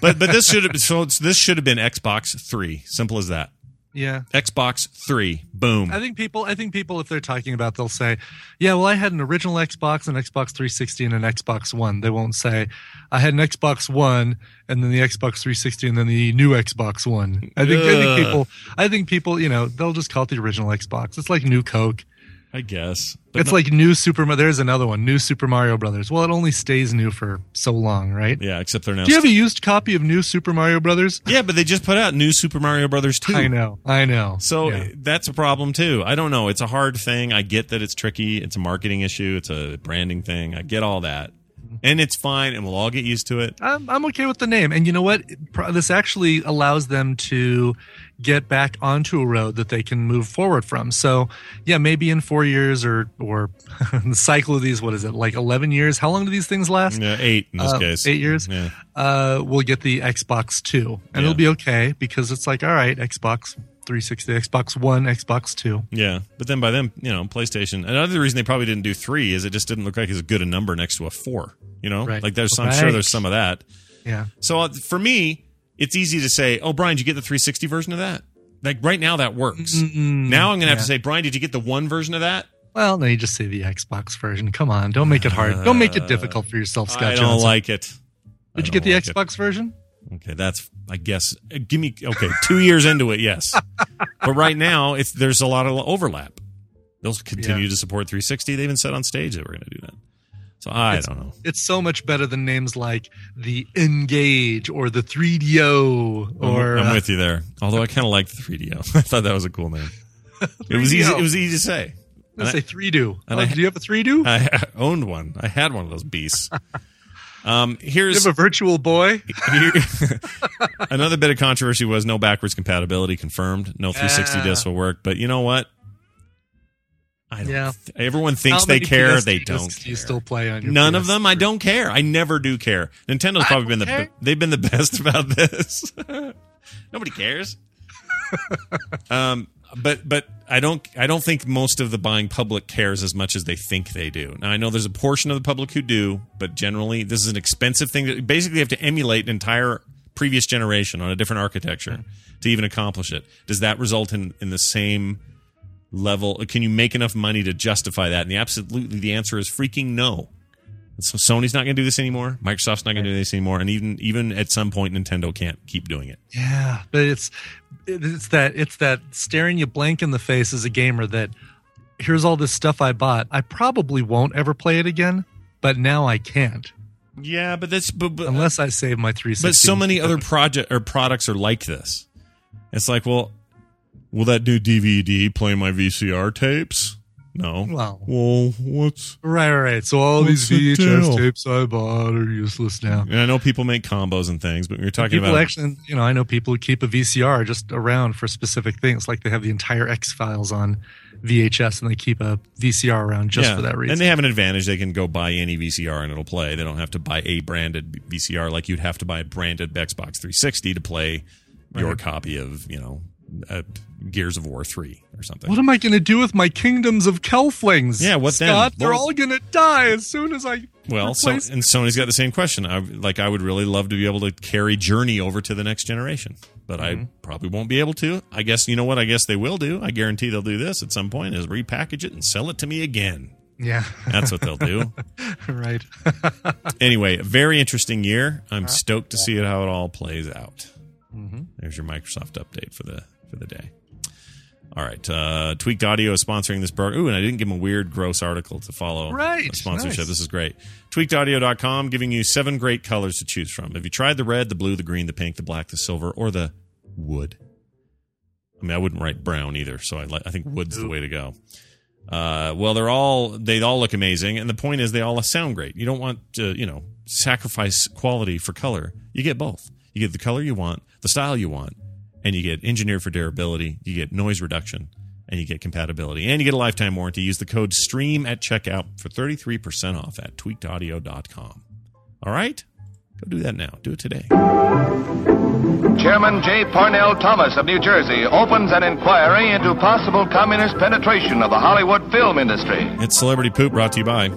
[SPEAKER 1] but but this should have so it's, this should have been Xbox Three. Simple as that.
[SPEAKER 2] Yeah.
[SPEAKER 1] Xbox Three. Boom.
[SPEAKER 2] I think people. I think people, if they're talking about, they'll say, "Yeah, well, I had an original Xbox, an Xbox 360, and an Xbox One." They won't say, "I had an Xbox One, and then the Xbox 360, and then the new Xbox One." I think, I
[SPEAKER 1] Ugh.
[SPEAKER 2] think people. I think people. You know, they'll just call it the original Xbox. It's like new Coke.
[SPEAKER 1] I guess. But
[SPEAKER 2] It's
[SPEAKER 1] no-
[SPEAKER 2] like new Super. Ma- There's another one, new Super Mario Brothers. Well, it only stays new for so long, right?
[SPEAKER 1] Yeah, except they're now.
[SPEAKER 2] Do you have a used copy of New Super Mario Brothers?
[SPEAKER 1] yeah, but they just put out new Super Mario Brothers two.
[SPEAKER 2] I know, I know.
[SPEAKER 1] So eh,
[SPEAKER 2] Yeah.
[SPEAKER 1] that's a problem too. I don't know. It's a hard thing. I get that it's tricky. It's a marketing issue. It's a branding thing. I get all that,
[SPEAKER 2] Mm-hmm.
[SPEAKER 1] and it's fine, and we'll all get used to it.
[SPEAKER 2] I'm, I'm okay with the name. And you know what? It pro- This actually allows them to get back onto a road that they can move forward from. So, yeah, maybe in four years or, or <laughs> the cycle of these, what is it, like 11 years? How long do these things last?
[SPEAKER 1] Yeah, eight in this
[SPEAKER 2] Uh,
[SPEAKER 1] case.
[SPEAKER 2] Eight years?
[SPEAKER 1] Yeah.
[SPEAKER 2] Uh, we'll get the Xbox 2. And it'll be okay because it's like, all right, Xbox 360, Xbox One, Xbox 2.
[SPEAKER 1] Yeah, but then by then, you know, PlayStation. Another reason they probably didn't do three is it just didn't look like as good a number next to a four. You know,
[SPEAKER 2] Right.
[SPEAKER 1] like there's I'm sure
[SPEAKER 2] Right.
[SPEAKER 1] there's some of that.
[SPEAKER 2] Yeah.
[SPEAKER 1] So uh, for me, it's easy to say, "Oh, Brian, did you get the 360 version of that?" Like right now, that works.
[SPEAKER 2] Mm-mm.
[SPEAKER 1] now I'm gonna have
[SPEAKER 2] Yeah.
[SPEAKER 1] to say, "Brian, did you get the one version of that?"
[SPEAKER 2] Mm. Well, no, you just say the Xbox version. Come on. Don't make it hard. Don't make
[SPEAKER 1] Uh,
[SPEAKER 2] it difficult for yourself, Scott
[SPEAKER 1] I don't
[SPEAKER 2] Johnson.
[SPEAKER 1] like it. I
[SPEAKER 2] Did you get
[SPEAKER 1] don't
[SPEAKER 2] the
[SPEAKER 1] like it.
[SPEAKER 2] Xbox version?
[SPEAKER 1] Okay, that's I guess. uh, Give me okay. Two years into it,
[SPEAKER 2] <laughs>
[SPEAKER 1] yes. But right now, it's there's a lot of overlap. They'll continue
[SPEAKER 2] Yeah.
[SPEAKER 1] to support 360. They even said on stage that we're going to do that. So I
[SPEAKER 2] It's-
[SPEAKER 1] don't know.
[SPEAKER 2] It's so much better than names like the Engage or the 3DO
[SPEAKER 1] I'm-
[SPEAKER 2] or
[SPEAKER 1] I'm,
[SPEAKER 2] uh,
[SPEAKER 1] with you there. Although I kind of like the 3DO. <laughs> I thought that was a cool
[SPEAKER 2] <laughs>
[SPEAKER 1] name. It was
[SPEAKER 2] 3DO.
[SPEAKER 1] easy. It was easy to say. And
[SPEAKER 2] Let's
[SPEAKER 1] I-
[SPEAKER 2] say 3Do.
[SPEAKER 1] and
[SPEAKER 2] Oh,
[SPEAKER 1] I- <laughs>
[SPEAKER 2] do you have a 3Do? <laughs>
[SPEAKER 1] I owned one. I had one of those beasts. Um, here's
[SPEAKER 2] You have a virtual boy.
[SPEAKER 1] <laughs> Another bit of controversy was no backwards compatibility confirmed. No 360
[SPEAKER 2] Ah.
[SPEAKER 1] discs will work. But you know what? I don't.
[SPEAKER 2] Yeah.
[SPEAKER 1] th- everyone thinks
[SPEAKER 2] How
[SPEAKER 1] they
[SPEAKER 2] many
[SPEAKER 1] care.
[SPEAKER 2] PSP
[SPEAKER 1] They
[SPEAKER 2] discs
[SPEAKER 1] don't.
[SPEAKER 2] do You still play on your
[SPEAKER 1] None of them. I don't care. I never do care. Nintendo's probably been the
[SPEAKER 2] care.
[SPEAKER 1] they've been the <laughs> best about this. <laughs> Nobody
[SPEAKER 2] <laughs>
[SPEAKER 1] cares. um, but but I don't I don't think most of the buying public cares as much as they think they do. Now I know there's a portion of the public who do, but generally this is an expensive thing. That, basically, you have to emulate an entire previous generation on a different architecture to even accomplish it. Does that result in in the same level? Can you make enough money to justify that? And the absolutely the answer is freaking no. So Sony's not going to do this anymore. Microsoft's not going to do this anymore. And even even at some point, Nintendo can't keep doing it.
[SPEAKER 2] Yeah, but it's it's that it's that staring you blank in the face as a gamer that here's all this stuff I bought. I probably won't ever play it again, but now I can't.
[SPEAKER 1] Yeah, but that's but, but
[SPEAKER 2] unless I save my 360.
[SPEAKER 1] But so many other project or products are like this. It's like, well, will that new DVD play my VCR tapes? No.
[SPEAKER 2] Well,
[SPEAKER 1] well, what's
[SPEAKER 2] right, right, right. So all
[SPEAKER 1] What's the
[SPEAKER 2] these VHS
[SPEAKER 1] deal?
[SPEAKER 2] tapes I bought are useless now.
[SPEAKER 1] And I know people make combos and things, but we are talking
[SPEAKER 2] people
[SPEAKER 1] about
[SPEAKER 2] actually, you know, I know people who keep a VCR just around for specific things, like they have the entire X Files on VHS and they keep a VCR around just
[SPEAKER 1] Yeah.
[SPEAKER 2] for that reason.
[SPEAKER 1] And they have an advantage; they can go buy any VCR and it'll play. They don't have to buy a branded VCR like you'd have to buy a branded Xbox 360 to play your
[SPEAKER 2] Right.
[SPEAKER 1] copy of you know uh, Gears of War three or something.
[SPEAKER 2] What am I going to do with my kingdoms of Kelflings?
[SPEAKER 1] Yeah, what then?
[SPEAKER 2] Scott, they're
[SPEAKER 1] What-
[SPEAKER 2] all going to die as soon as I.
[SPEAKER 1] Well, so,
[SPEAKER 2] replace-
[SPEAKER 1] and Sony's got the same question. I like I would really love to be able to carry Journey over to the next generation, but
[SPEAKER 2] Mm-hmm.
[SPEAKER 1] I probably won't be able to. I guess you know what? I guess they will do. I guarantee they'll do this at some point: is repackage it and sell it to me again.
[SPEAKER 2] <laughs> yeah, <laughs>
[SPEAKER 1] That's what they'll do.
[SPEAKER 2] right.
[SPEAKER 1] anyway, a very interesting year. I'm stoked to see how it all plays out.
[SPEAKER 2] Mm-hmm.
[SPEAKER 1] There's your Microsoft update for the for the day. All right, uh, Tweaked Audio is sponsoring this program. Ooh, and I didn't give him a weird, gross article to follow.
[SPEAKER 2] Right,
[SPEAKER 1] a sponsorship.
[SPEAKER 2] nice.
[SPEAKER 1] This is great. Tweakedaudio.com giving you seven great colors to choose from. Have you tried the red, the blue, the green, the pink, the black, the silver, or the wood? I mean, I wouldn't write brown either, so I, li- I think wood's the way to go. Uh, well, they're all they all look amazing, and the point is they all sound great. You don't want to you know sacrifice quality for color. You get both. You get the color you want, the style you want, and you get engineered for durability. You get noise reduction, and you get compatibility, and you get a lifetime warranty. Use the code STREAM at checkout for thirty three percent off at tweakedaudio.com. All right, go do that now. Do it today.
[SPEAKER 14] Chairman J. Parnell Thomas of New Jersey opens an inquiry into possible communist penetration of the Hollywood film industry.
[SPEAKER 1] It's celebrity poop brought to you by.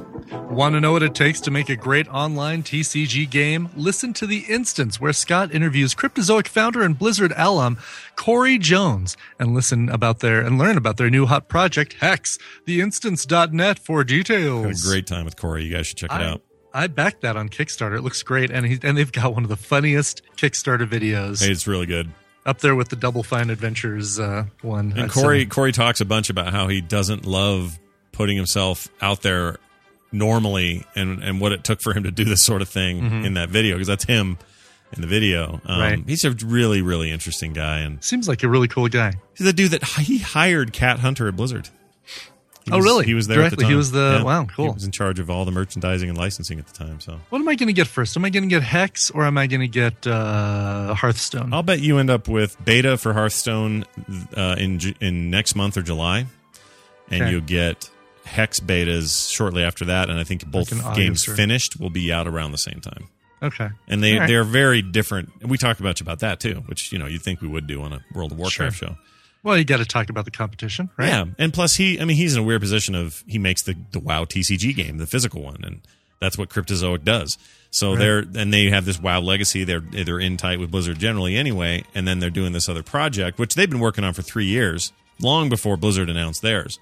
[SPEAKER 2] Want to know what it takes to make a great online TCG game? Listen to The Instance, where Scott interviews Cryptozoic founder and Blizzard alum Corey Jones and listen about their and learn about their new hot project, Hex, theinstance.net for
[SPEAKER 1] Had a
[SPEAKER 2] details.
[SPEAKER 1] great time with Corey. You guys should check it
[SPEAKER 2] I-
[SPEAKER 1] out.
[SPEAKER 2] I backed that on Kickstarter. It looks great, and he, and they've got one of the funniest Kickstarter videos
[SPEAKER 1] Hey, it's really good.
[SPEAKER 2] up there with the Double Fine Adventures uh, one.
[SPEAKER 1] And
[SPEAKER 2] I'd
[SPEAKER 1] Corey
[SPEAKER 2] say.
[SPEAKER 1] Corey talks a bunch about how he doesn't love putting himself out there normally, and and what it took for him to do this sort of thing
[SPEAKER 2] Mhm.
[SPEAKER 1] in that video because that's him in the video. Um,
[SPEAKER 2] Right.
[SPEAKER 1] He's a really really interesting guy, and
[SPEAKER 2] seems like a really cool guy.
[SPEAKER 1] he's the dude that he hired Cat Hunter at Blizzard. He
[SPEAKER 2] Oh,
[SPEAKER 1] was-
[SPEAKER 2] really?
[SPEAKER 1] He was there at the
[SPEAKER 2] Directly,
[SPEAKER 1] time.
[SPEAKER 2] he was the- wow,
[SPEAKER 1] He
[SPEAKER 2] cool.
[SPEAKER 1] was in charge of all the merchandising and licensing at the time. So
[SPEAKER 2] What am I going to get first? Am I going to get Hex or am I going to get uh, Hearthstone?
[SPEAKER 1] I'll bet you end up with beta for Hearthstone uh, in Ju- in next month or July, and
[SPEAKER 2] Okay.
[SPEAKER 1] you'll get hex betas shortly after that. And I think both
[SPEAKER 2] in August
[SPEAKER 1] games
[SPEAKER 2] or-
[SPEAKER 1] finished will be out around the same time.
[SPEAKER 2] Okay.
[SPEAKER 1] And they
[SPEAKER 2] All right.
[SPEAKER 1] they're very different. And We talked much about that too, which you know you'd think we would do on a World of Warcraft
[SPEAKER 2] Sure.
[SPEAKER 1] show.
[SPEAKER 2] Well, you got to talk about the competition, right?
[SPEAKER 1] Yeah, and plus he, I mean, he's in a weird position of he makes the the WoW TCG game, the physical one, and that's what Cryptozoic does. So
[SPEAKER 2] Right.
[SPEAKER 1] they're and they have this WoW legacy. They're they're in tight with Blizzard generally anyway, and then they're doing this other project which they've been working on for three years, long before Blizzard announced theirs.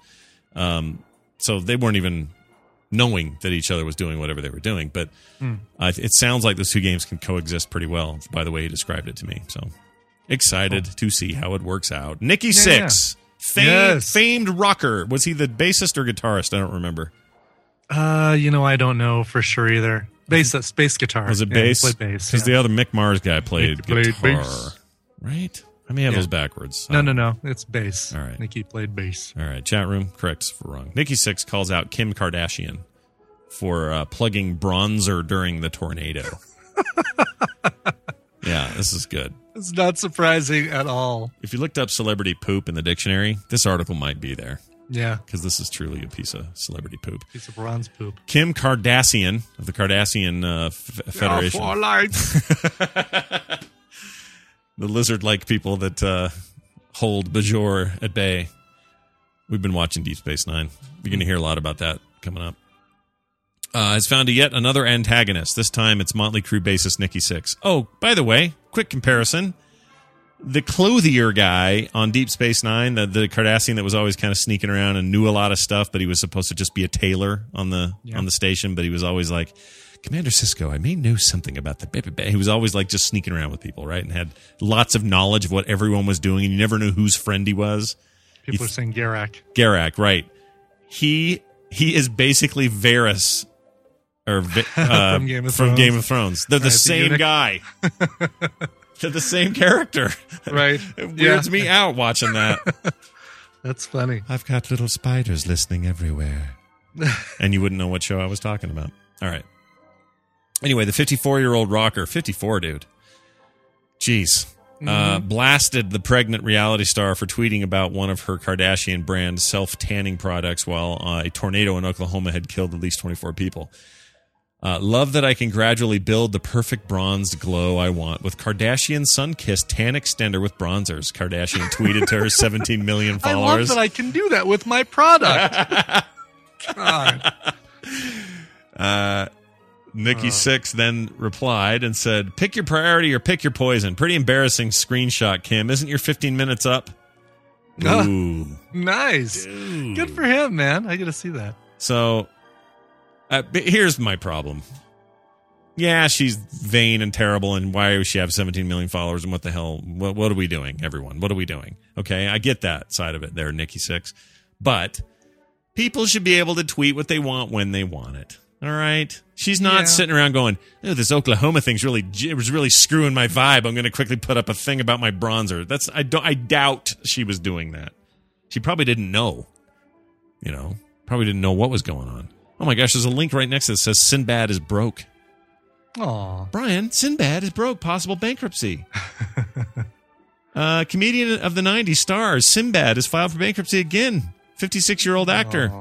[SPEAKER 1] Um, so they weren't even knowing that each other was doing whatever they were doing. But
[SPEAKER 2] Hmm.
[SPEAKER 1] uh, it sounds like those two games can coexist pretty well. By the way, he described it to me. So excited to see how it works out. Nikki
[SPEAKER 2] Yeah,
[SPEAKER 1] Six,
[SPEAKER 2] yeah.
[SPEAKER 1] famed,
[SPEAKER 2] Yes.
[SPEAKER 1] famed rocker. Was he the bassist or guitarist? I don't remember.
[SPEAKER 2] Uh, you know, I don't know for sure either. Bass, uh, space guitar.
[SPEAKER 1] Mm-hmm. Was it
[SPEAKER 2] Yeah, he
[SPEAKER 1] bass?
[SPEAKER 2] played bass.
[SPEAKER 1] Because the other Mick Mars guy played,
[SPEAKER 2] He played
[SPEAKER 1] guitar.
[SPEAKER 2] bass.
[SPEAKER 1] Right? I may have
[SPEAKER 2] Yeah.
[SPEAKER 1] those backwards.
[SPEAKER 2] No, no, no. It's bass.
[SPEAKER 1] All right.
[SPEAKER 2] Nikki played bass.
[SPEAKER 1] All right, chat room corrects for wrong. Nikki Six calls out Kim Kardashian for uh, plugging bronzer during the tornado.
[SPEAKER 2] <laughs>
[SPEAKER 1] yeah, this is good.
[SPEAKER 2] It's not surprising at all.
[SPEAKER 1] If you looked up celebrity poop in the dictionary, this article might be there.
[SPEAKER 2] Yeah.
[SPEAKER 1] Because this is truly a piece of celebrity poop.
[SPEAKER 2] Piece of bronze poop.
[SPEAKER 1] Kim Kardashian of the Kardashian uh, f- Federation.
[SPEAKER 2] for life.
[SPEAKER 1] the lizard like people that uh, hold Bajor at bay. We've been watching Deep Space Nine. You're going to hear a lot about that coming up. Uh, has found yet another antagonist. This time it's Motley Crue bassist Nikki Six. Oh, by the way, quick comparison. The clothier guy on Deep Space Nine, the, the Cardassian that was always kind of sneaking around and knew a lot of stuff, but he was supposed to just be a tailor on the
[SPEAKER 8] Yeah.
[SPEAKER 1] on the station, but he was always like, Commander Cisco, I may know something about the. blah, blah, blah." He was always like just sneaking around with people, right? And had lots of knowledge of what everyone was doing, and you never knew whose friend he was.
[SPEAKER 2] People
[SPEAKER 1] <laughs> You
[SPEAKER 2] are saying Garak.
[SPEAKER 1] Garak, right? He he is basically Varys or Vi- uh,
[SPEAKER 2] <laughs> From Game of
[SPEAKER 1] from
[SPEAKER 2] Thrones.
[SPEAKER 1] Game of Thrones. They're the
[SPEAKER 2] Right, the
[SPEAKER 1] same
[SPEAKER 2] eunuch. <laughs>
[SPEAKER 1] guy. They're the same character.
[SPEAKER 2] Right.
[SPEAKER 1] <laughs> It weirds
[SPEAKER 2] Yeah.
[SPEAKER 1] me out watching that.
[SPEAKER 2] That's funny.
[SPEAKER 1] I've got little spiders listening
[SPEAKER 2] <laughs>
[SPEAKER 1] everywhere. and you wouldn't know what show I was talking about. All right. Anyway, the 54 year old rocker, 54, dude. Jeez. Uh,
[SPEAKER 2] Mm-hmm.
[SPEAKER 8] Mhm.
[SPEAKER 1] blasted the pregnant reality star for tweeting about one of her Kardashian brand self tanning products while uh, a tornado in Oklahoma had killed at least 24 people. Uh, love that I can gradually build the perfect bronzed glow I want with Kardashian Sun Kiss Tan Extender with bronzers. Kardashian tweeted
[SPEAKER 2] <laughs>
[SPEAKER 1] to her 17 million
[SPEAKER 2] I love
[SPEAKER 1] followers.
[SPEAKER 2] that I can do that with
[SPEAKER 1] <laughs>
[SPEAKER 2] my product. God.
[SPEAKER 1] Uh, Nikki Six then replied and said, "Pick your priority or pick your poison." Pretty embarrassing screenshot, Kim. Isn't your 15 minutes up?
[SPEAKER 2] Ah.
[SPEAKER 1] Ooh.
[SPEAKER 2] Nice. Good for him, man. I got to see that.
[SPEAKER 1] So, uh, but here's my problem. Yeah, she's vain and terrible, and why does she have 17 million followers? And what the hell? What, what are we doing, everyone? What are we doing? Okay, I get that side of it there, Nikki Six. But people should be able to tweet what they want when they want it. All right. She's not
[SPEAKER 8] Yeah.
[SPEAKER 1] sitting around going, oh, "This Oklahoma thing's really it was really screwing my vibe." I'm going to quickly put up a thing about my bronzer. That's I don't I doubt she was doing that. She probably didn't know. You know, probably didn't know what was going on. Oh my gosh, there's a link right next that says Sinbad is broke.
[SPEAKER 2] Aw.
[SPEAKER 1] Brian, Sinbad is broke, possible bankruptcy. uh, comedian of the 90s stars, Sinbad is filed for bankruptcy again. 56 year old actor.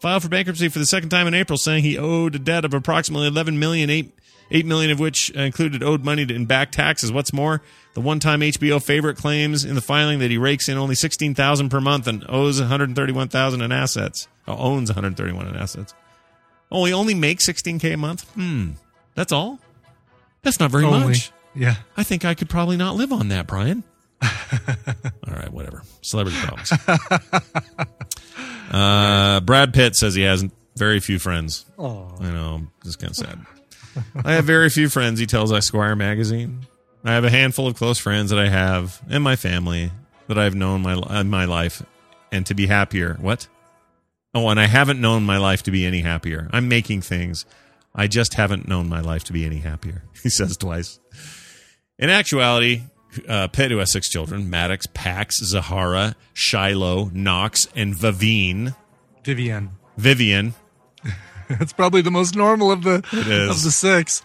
[SPEAKER 1] Filed for bankruptcy for the second time in April, saying he owed a debt of approximately 11 million, 8, 8 million of which included owed money to- in back taxes. What's more, the one time HBO favorite claims in the filing that he rakes in only 16,000 per month and owes 131,000 in assets. Or owns 131 in assets. Oh, he only makes 16K a month? Hmm. That's all? That's not very
[SPEAKER 2] Only.
[SPEAKER 1] much.
[SPEAKER 2] Yeah.
[SPEAKER 1] I think I could probably not live on that, Brian. All right, whatever. Celebrity problems. <laughs> uh, Brad Pitt says he has very few friends.
[SPEAKER 2] Aw.
[SPEAKER 1] I know. It's kind of sad. I have very few friends, he tells Esquire magazine. I have a handful of close friends that I have and my family that I've known my in my life and to be happier. What? Oh, and I haven't known my life to be any happier. I'm making things. I just haven't known my life to be any happier. <laughs> He says twice. In actuality, uh, Pitt, who has six children Maddox, Pax, Zahara, Shiloh, Knox, and Vivine.
[SPEAKER 2] <laughs> Vivian.
[SPEAKER 1] Vivian.
[SPEAKER 2] It's probably the most normal of the
[SPEAKER 1] is.
[SPEAKER 2] of the six.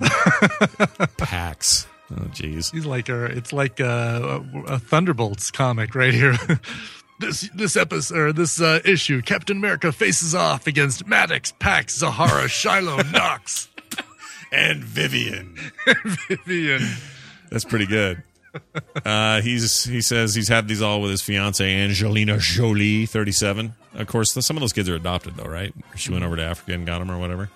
[SPEAKER 1] Pax. Oh, jeez.
[SPEAKER 2] He's like a, it's like a, a Thunderbolts comic right here. <laughs> this this episode or this uh, issue, Captain America faces off against Maddox,
[SPEAKER 1] <laughs>
[SPEAKER 2] Pax, Zahara, Shiloh, Knox,
[SPEAKER 1] and Vivian. <laughs>
[SPEAKER 2] Vivian.
[SPEAKER 1] That's pretty good. Uh, he's he says he's had these all with his fiancee Angelina Jolie, thirty-seven. Of course, th- some of those kids are adopted, though, right? She went over to Africa and got them, or whatever.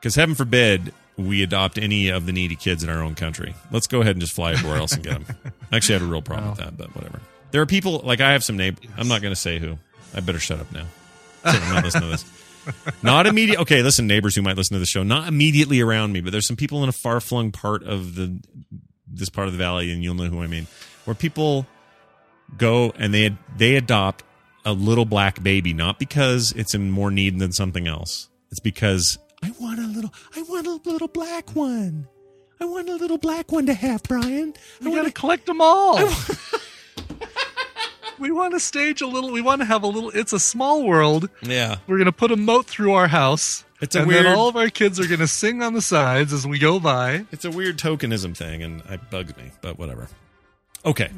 [SPEAKER 1] Because heaven forbid we adopt any of the needy kids in our own country. Let's go ahead and just fly everywhere else and get them. I actually have a real problem with that, but whatever. There are people like I have some neighbor. I'm not going to say who. I better shut up now. So I'm not listening to this. Not immediate. Okay, listen, neighbors who might listen to the show, not immediately around me, but there's some people in a far flung part of the this part of the valley, and you'll know who I mean, where people go and they they adopt a little black baby, not because it's in more need than something else. It's because I want a little. I want a little black one. I want a little black one to have, Brian.
[SPEAKER 2] We gotta collect them all. <laughs> we want to stage a little. We want to have a little. It's a small world.
[SPEAKER 1] Yeah.
[SPEAKER 2] We're gonna put a moat through our house.
[SPEAKER 1] It's a
[SPEAKER 2] and
[SPEAKER 1] weird-
[SPEAKER 2] then all of our kids are going to sing on the sides as we go by.
[SPEAKER 1] It's a weird tokenism thing, and it bugs me, but whatever. Okay.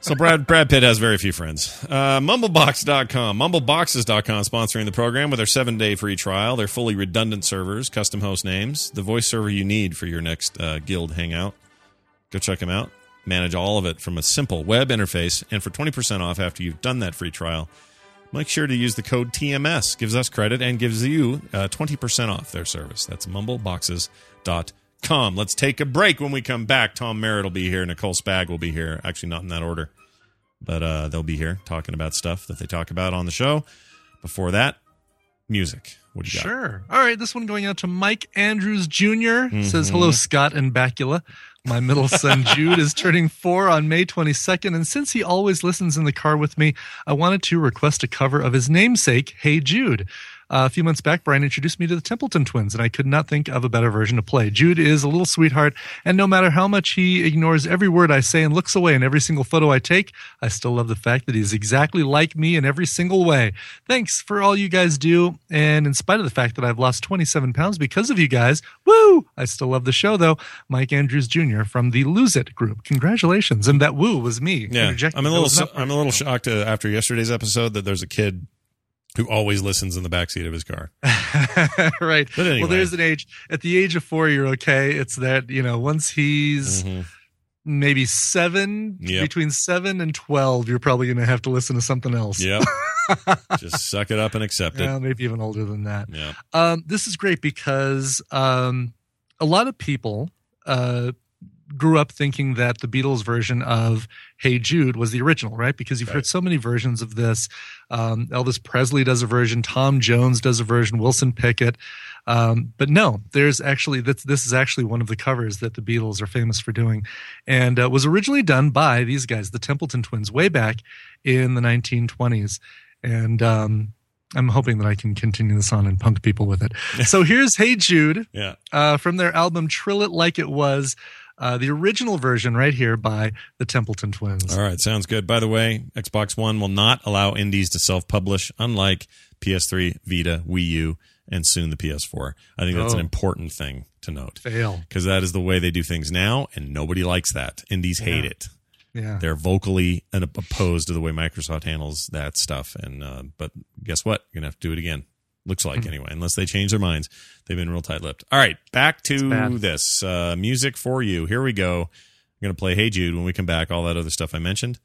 [SPEAKER 1] so Brad Brad Pitt has very few friends. Uh, Mumblebox.com, mumbleboxes.com sponsoring the program with their seven day free trial, their fully redundant servers, custom host names, the voice server you need for your next uh, guild hangout. Go check them out. Manage all of it from a simple web interface. And for 20% off after you've done that free trial, make sure to use the code TMS. Gives us credit and gives you uh, 20% off their service. That's mumbleboxes.com. Let's take a break when we come back. Tom Merritt will be here. Nicole Spag will be here. Actually, not in that order, but uh, they'll be here talking about stuff that they talk about on the show. Before that, music. What do you got?
[SPEAKER 2] Sure. All right, this one going out to Mike Andrews junior Says, hello,
[SPEAKER 1] Mhm.
[SPEAKER 2] Scott and Bakula. My
[SPEAKER 1] <laughs>
[SPEAKER 2] middle son Jude is turning four on May 22nd, and since he always listens in the car with me, I wanted to request a cover of his namesake, Hey Jude. Uh, a few months back, Brian introduced me to the Templeton twins, and I could not think of a better version to play. Jude is a little sweetheart, and no matter how much he ignores every word I say and looks away in every single photo I take, I still love the fact that he's exactly like me in every single way. Thanks for all you guys do, and in spite of the fact that I've lost 27 pounds because of you guys, woo! I still love the show, though. Mike Andrews Jr. from the Lose It group. Congratulations. And that woo was me.
[SPEAKER 1] Yeah,
[SPEAKER 2] interjecting.
[SPEAKER 1] I'm a
[SPEAKER 2] That
[SPEAKER 1] little
[SPEAKER 2] was not-
[SPEAKER 1] I'm a little shocked uh, after yesterday's episode that there's a kid who always listens in the backseat of his
[SPEAKER 2] <laughs>
[SPEAKER 1] car.
[SPEAKER 2] <laughs> right.
[SPEAKER 1] But anyway.
[SPEAKER 2] Well, there's an age. At the age of four, you're okay. It's that you know once he's
[SPEAKER 1] Mm-hmm.
[SPEAKER 2] maybe seven,
[SPEAKER 1] Yep.
[SPEAKER 2] between seven and twelve, you're probably going to have to listen to something else.
[SPEAKER 1] Yep.
[SPEAKER 2] <laughs>
[SPEAKER 1] Just suck it up and accept it.
[SPEAKER 2] Yeah, maybe even older than that.
[SPEAKER 1] Yeah.
[SPEAKER 2] Um, this is great because um, a lot of people uh, grew up thinking that the Beatles version of Hey Jude was the original, right? Because you've heard so many versions of this. Um, Elvis Presley does a version, Tom Jones does a version, Wilson Pickett. Um, but no, there's actually this, this is actually one of the covers that the Beatles are famous for doing, and uh, was originally done by these guys, the Templeton Twins, way back in the 1920s. And um, I'm hoping that I can continue this on and punk
[SPEAKER 1] <laughs>
[SPEAKER 2] people with it. So here's Hey Jude
[SPEAKER 1] Yeah.
[SPEAKER 2] uh, from their album Trill It Like It Was, uh, the original version right here by the Templeton Twins.
[SPEAKER 1] All right, sounds good. By the way, Xbox One will not allow indies to self-publish, unlike PS3, Vita, Wii U, and soon the PS4. I think that's an
[SPEAKER 2] Oh.
[SPEAKER 1] important thing to note.
[SPEAKER 2] Fail.
[SPEAKER 1] because that is the way they do things now, and nobody likes that. Indies hate
[SPEAKER 2] Yeah.
[SPEAKER 1] it.
[SPEAKER 2] Yeah.
[SPEAKER 1] they're vocally an- opposed to the way Microsoft handles that stuff. And uh, but guess what? You're gonna have to do it again. Looks like anyway, unless they change their minds. They've been real tight-lipped. All right, back to
[SPEAKER 2] bad.
[SPEAKER 1] this uh, music for you. Here we go. I'm gonna play Hey Jude when we come back. All that other stuff I mentioned,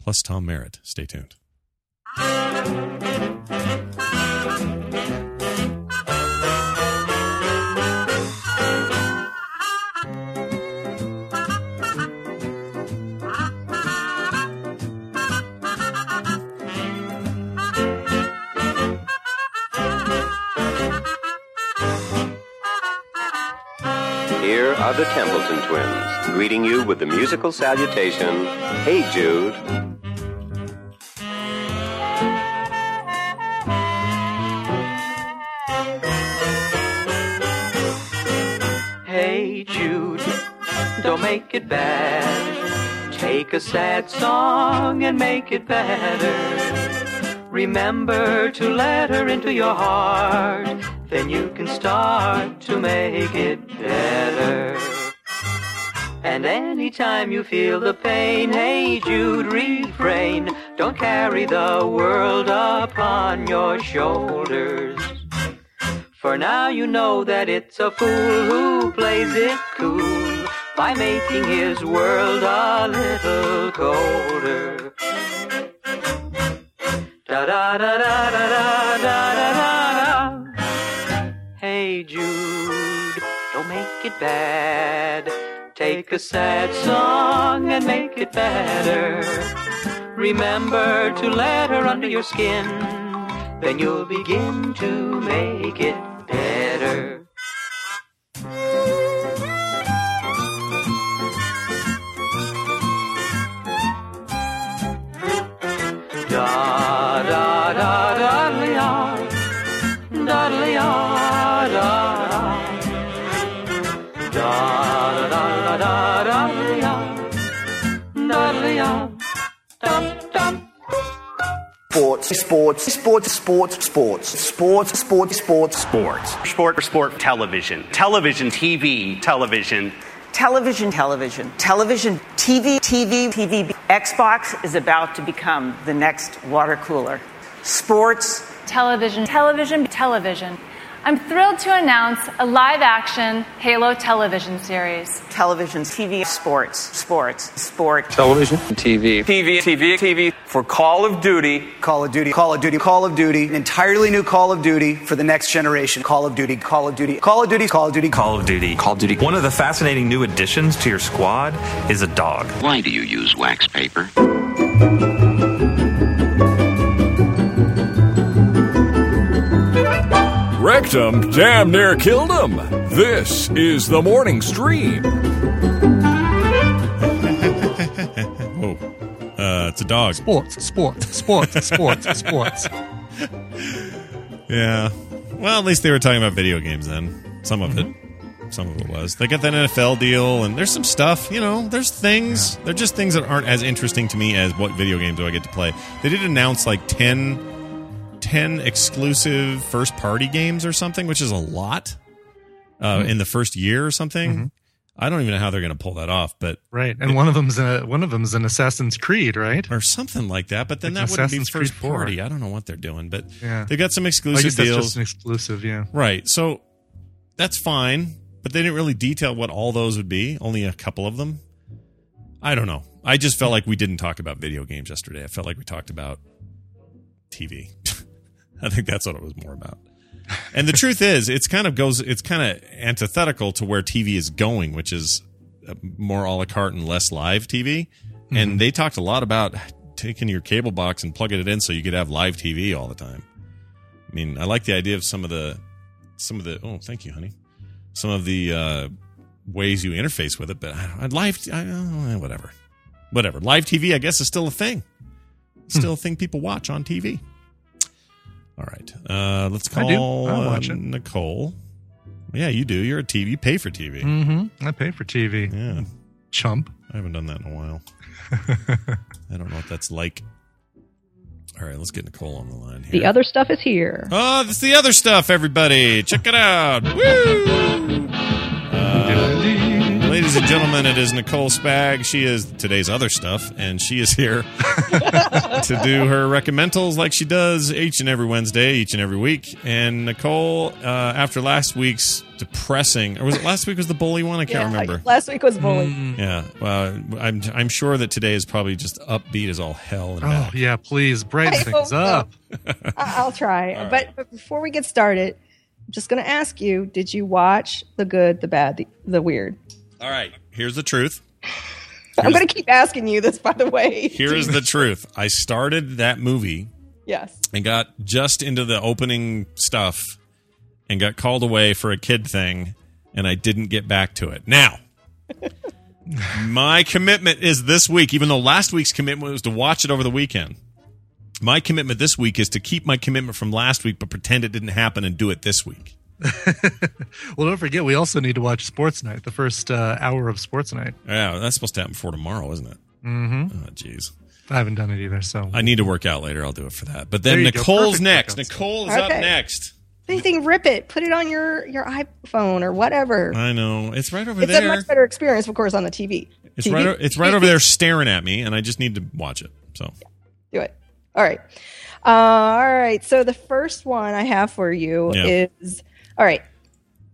[SPEAKER 1] plus Tom Merritt. Stay tuned.
[SPEAKER 15] Here are the Templeton twins, greeting you with the musical salutation, Hey Jude.
[SPEAKER 16] Hey Jude, don't make it bad. Take a sad song and make it better. Remember to let her into your heart, then you can start to make it better. And anytime you feel the pain, hey Jude, refrain. Don't carry the world upon your shoulders. For now you know that it's a fool who plays it cool by making his world a little colder. Da da da da da da da da da da. Hey Jude, don't make it bad. Take a sad song and make it better. Remember to let her under your skin, then you'll begin to make it better. da da da da da da da da da da da da da da da da da da
[SPEAKER 3] Sports
[SPEAKER 17] sports, sports, sports, sports, sports, sports, sports, sports.
[SPEAKER 18] Sport, sport, television. Television, TV, television.
[SPEAKER 19] Television, television, television, TV, TV, TV. Xbox is about to become the next water cooler. Sports.
[SPEAKER 20] Television, television, television. I'm thrilled to announce a live action Halo television series.
[SPEAKER 19] Television, TV, sports, sports, sport.
[SPEAKER 17] Television. TV. TV. TV. TV. For Call of Duty. Call of Duty. Call of Duty. Call of Duty. An entirely new Call of Duty for the next generation. Call of Duty. Call of Duty. Call of Duty. Call of Duty.
[SPEAKER 21] Call of Duty. Call of Duty. One of the fascinating new additions to your squad is a dog.
[SPEAKER 4] Why do you use wax paper?
[SPEAKER 6] Wrecked him, damn near killed him. This is the morning stream.
[SPEAKER 1] Whoa. Uh, it's a dog.
[SPEAKER 2] Sports, sports,
[SPEAKER 1] <laughs>
[SPEAKER 2] sports, sports, sports.
[SPEAKER 1] Yeah. Well, at least they were talking about video games then. Some of
[SPEAKER 2] Mm-hmm.
[SPEAKER 1] it. Some of it was. They got that NFL deal, and there's some stuff, you know, there's things. They're just things that aren't as interesting to me as what video games do I get to play. They did announce like 10, 10 exclusive first party games or something, which is a lot uh,
[SPEAKER 2] Mm-hmm.
[SPEAKER 1] in the first year or something. I don't even know how they're going to pull that off, but
[SPEAKER 2] Right, and one of them's a, one of them's an Assassin's Creed, right?
[SPEAKER 1] Or something like that. But then that wouldn't be first party. I don't know what they're doing, but
[SPEAKER 2] Yeah.
[SPEAKER 1] they've got some
[SPEAKER 2] I
[SPEAKER 1] exclusive
[SPEAKER 2] guess that's
[SPEAKER 1] deals.
[SPEAKER 2] just an exclusive, yeah.
[SPEAKER 1] Right. So that's fine, but they didn't really detail what all those would be, only a couple of them. I don't know. I just felt like we didn't talk about video games yesterday. I felt like we talked about TV. <laughs> I think that's what it was more about. And the truth is, it's kind of goes it's kind of antithetical to where TV is going, which is uh, more a la carte and less live TV.
[SPEAKER 2] Mhm.
[SPEAKER 1] And they talked a lot about taking your cable box and plugging it in so you could have live TV all the time. I mean, I like the idea of some of the some of the oh, thank you, honey. Some of the uh, ways you interface with it, but I, I live I, uh, whatever, whatever. Live TV, I guess, is still a thing.
[SPEAKER 2] Hmm.
[SPEAKER 1] Still a thing people watch on TV. All right, uh, let's
[SPEAKER 2] I do.
[SPEAKER 1] call
[SPEAKER 2] I
[SPEAKER 1] uh,
[SPEAKER 2] watch it.
[SPEAKER 1] Nicole. Yeah, you do. You're a TV. You pay for TV.
[SPEAKER 2] Mm-hmm. I pay for TV.
[SPEAKER 1] Yeah.
[SPEAKER 2] Chump.
[SPEAKER 1] I haven't done that in a <laughs> while. I don't know what that's like. All right, let's get Nicole on the line here.
[SPEAKER 16] The other stuff is here.
[SPEAKER 1] Oh, that's the other stuff, everybody. Check it out. Woo! Uh, ladies and gentlemen, it is Nicole Spag. She is today's other stuff, and she is here to do her recommendals like she does each and every Wednesday, each and every week. And Nicole, uh, after last week's depressing, or was it last week was the bully one? I can't remember. Hmm.
[SPEAKER 16] Last week was bully.
[SPEAKER 1] Yeah, well, I'm I'm sure that today is probably just upbeat as all hell. And
[SPEAKER 2] Oh,
[SPEAKER 1] back.
[SPEAKER 2] yeah, please brighten
[SPEAKER 16] I hope
[SPEAKER 2] things
[SPEAKER 16] so.
[SPEAKER 2] up.
[SPEAKER 16] I- I'll
[SPEAKER 1] <laughs>
[SPEAKER 16] try.
[SPEAKER 1] All right.
[SPEAKER 16] But, but before we get started, I'm just going to ask you did you watch The Good, The Bad, The, the Weird?
[SPEAKER 1] All right, here's the truth.
[SPEAKER 16] I'm going to keep asking you this, by the way.
[SPEAKER 1] Here is the truth. I started that movie
[SPEAKER 16] Yes.
[SPEAKER 1] and got just into the opening stuff and got called away for a kid thing and I didn't get back to it. Now, my commitment is this week, even though last week's commitment was to watch it over the weekend. My commitment this week is to keep my commitment from last week but pretend it didn't happen and do it this week.
[SPEAKER 2] Well, don't forget, we also need to watch Sports Night, the first uh, hour of Sports Night.
[SPEAKER 1] Yeah, that's supposed to happen before tomorrow, isn't it?
[SPEAKER 2] Mm-hmm.
[SPEAKER 1] Oh, jeez.
[SPEAKER 2] I haven't done it either, so
[SPEAKER 1] I need to work out later. I'll do it for that. But
[SPEAKER 2] There
[SPEAKER 1] then
[SPEAKER 2] you go.
[SPEAKER 1] Nicole's
[SPEAKER 2] Perfect
[SPEAKER 1] next.
[SPEAKER 2] workouts.
[SPEAKER 1] Nicole is up
[SPEAKER 16] Okay.
[SPEAKER 1] next.
[SPEAKER 16] Anything, rip it. Put it on your, your iPhone or whatever.
[SPEAKER 1] I know. It's right over
[SPEAKER 16] It's
[SPEAKER 1] there.
[SPEAKER 16] a much better experience, of course, on the TV.
[SPEAKER 1] It's
[SPEAKER 16] TV.
[SPEAKER 1] right. o- It's
[SPEAKER 16] <laughs>
[SPEAKER 1] right over there, staring at me, and I just need to watch it. So,
[SPEAKER 16] Do it. All right. Uh, all right. So the first one I have for you
[SPEAKER 1] Yeah.
[SPEAKER 16] is all right.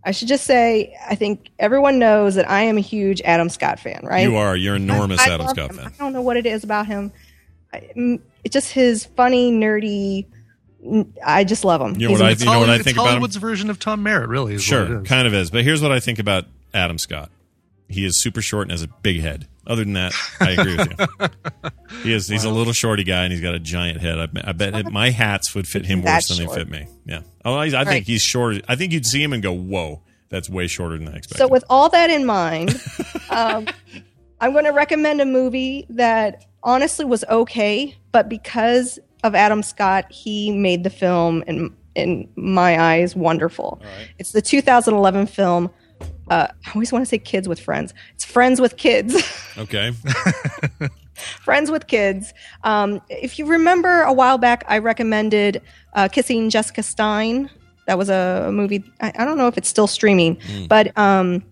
[SPEAKER 16] I should just say I think everyone knows that I am a huge Adam Scott fan, right?
[SPEAKER 1] you are. You're enormous,
[SPEAKER 16] I
[SPEAKER 1] Adam
[SPEAKER 16] love
[SPEAKER 1] Scott
[SPEAKER 16] him.
[SPEAKER 1] fan.
[SPEAKER 16] I don't know what it is about him. I, mm, it's just his funny, nerdy. n- I just love him.
[SPEAKER 1] You know
[SPEAKER 16] He's
[SPEAKER 1] what I-
[SPEAKER 16] amazing.
[SPEAKER 1] you know what I
[SPEAKER 2] It's
[SPEAKER 1] think about him?
[SPEAKER 2] Hollywood's version of Tom Merritt, really. Is What
[SPEAKER 1] Sure,
[SPEAKER 2] it is.
[SPEAKER 1] kind of is. But here's what I think about Adam Scott. He is super short and has a big head. Other than that, I agree with you.
[SPEAKER 2] <laughs>
[SPEAKER 1] He is. He's a little shorty guy, and he's got a giant head. I, bet- I bet it, my hats would fit him
[SPEAKER 16] That
[SPEAKER 1] worse than
[SPEAKER 16] short.
[SPEAKER 1] they fit me. Yeah. Oh, I, I think
[SPEAKER 16] Right.
[SPEAKER 1] he's short. I think you'd see him and go, "Whoa, that's way shorter than I expected."
[SPEAKER 16] So, with all that in mind, um, I'm going to recommend a movie that honestly was okay, but because of Adam Scott, he made the film, in, in my eyes, wonderful. It's the 2011 film.
[SPEAKER 2] <laughs>
[SPEAKER 16] Uh, I always want to say Kids with Friends. It's Friends with Kids.
[SPEAKER 1] okay.
[SPEAKER 16] <laughs> friends with kids. Um, if you remember a while back, I recommended uh, Kissing Jessica Stein. That was a movie. I, I don't know if it's still streaming,
[SPEAKER 5] Mm.
[SPEAKER 16] but um,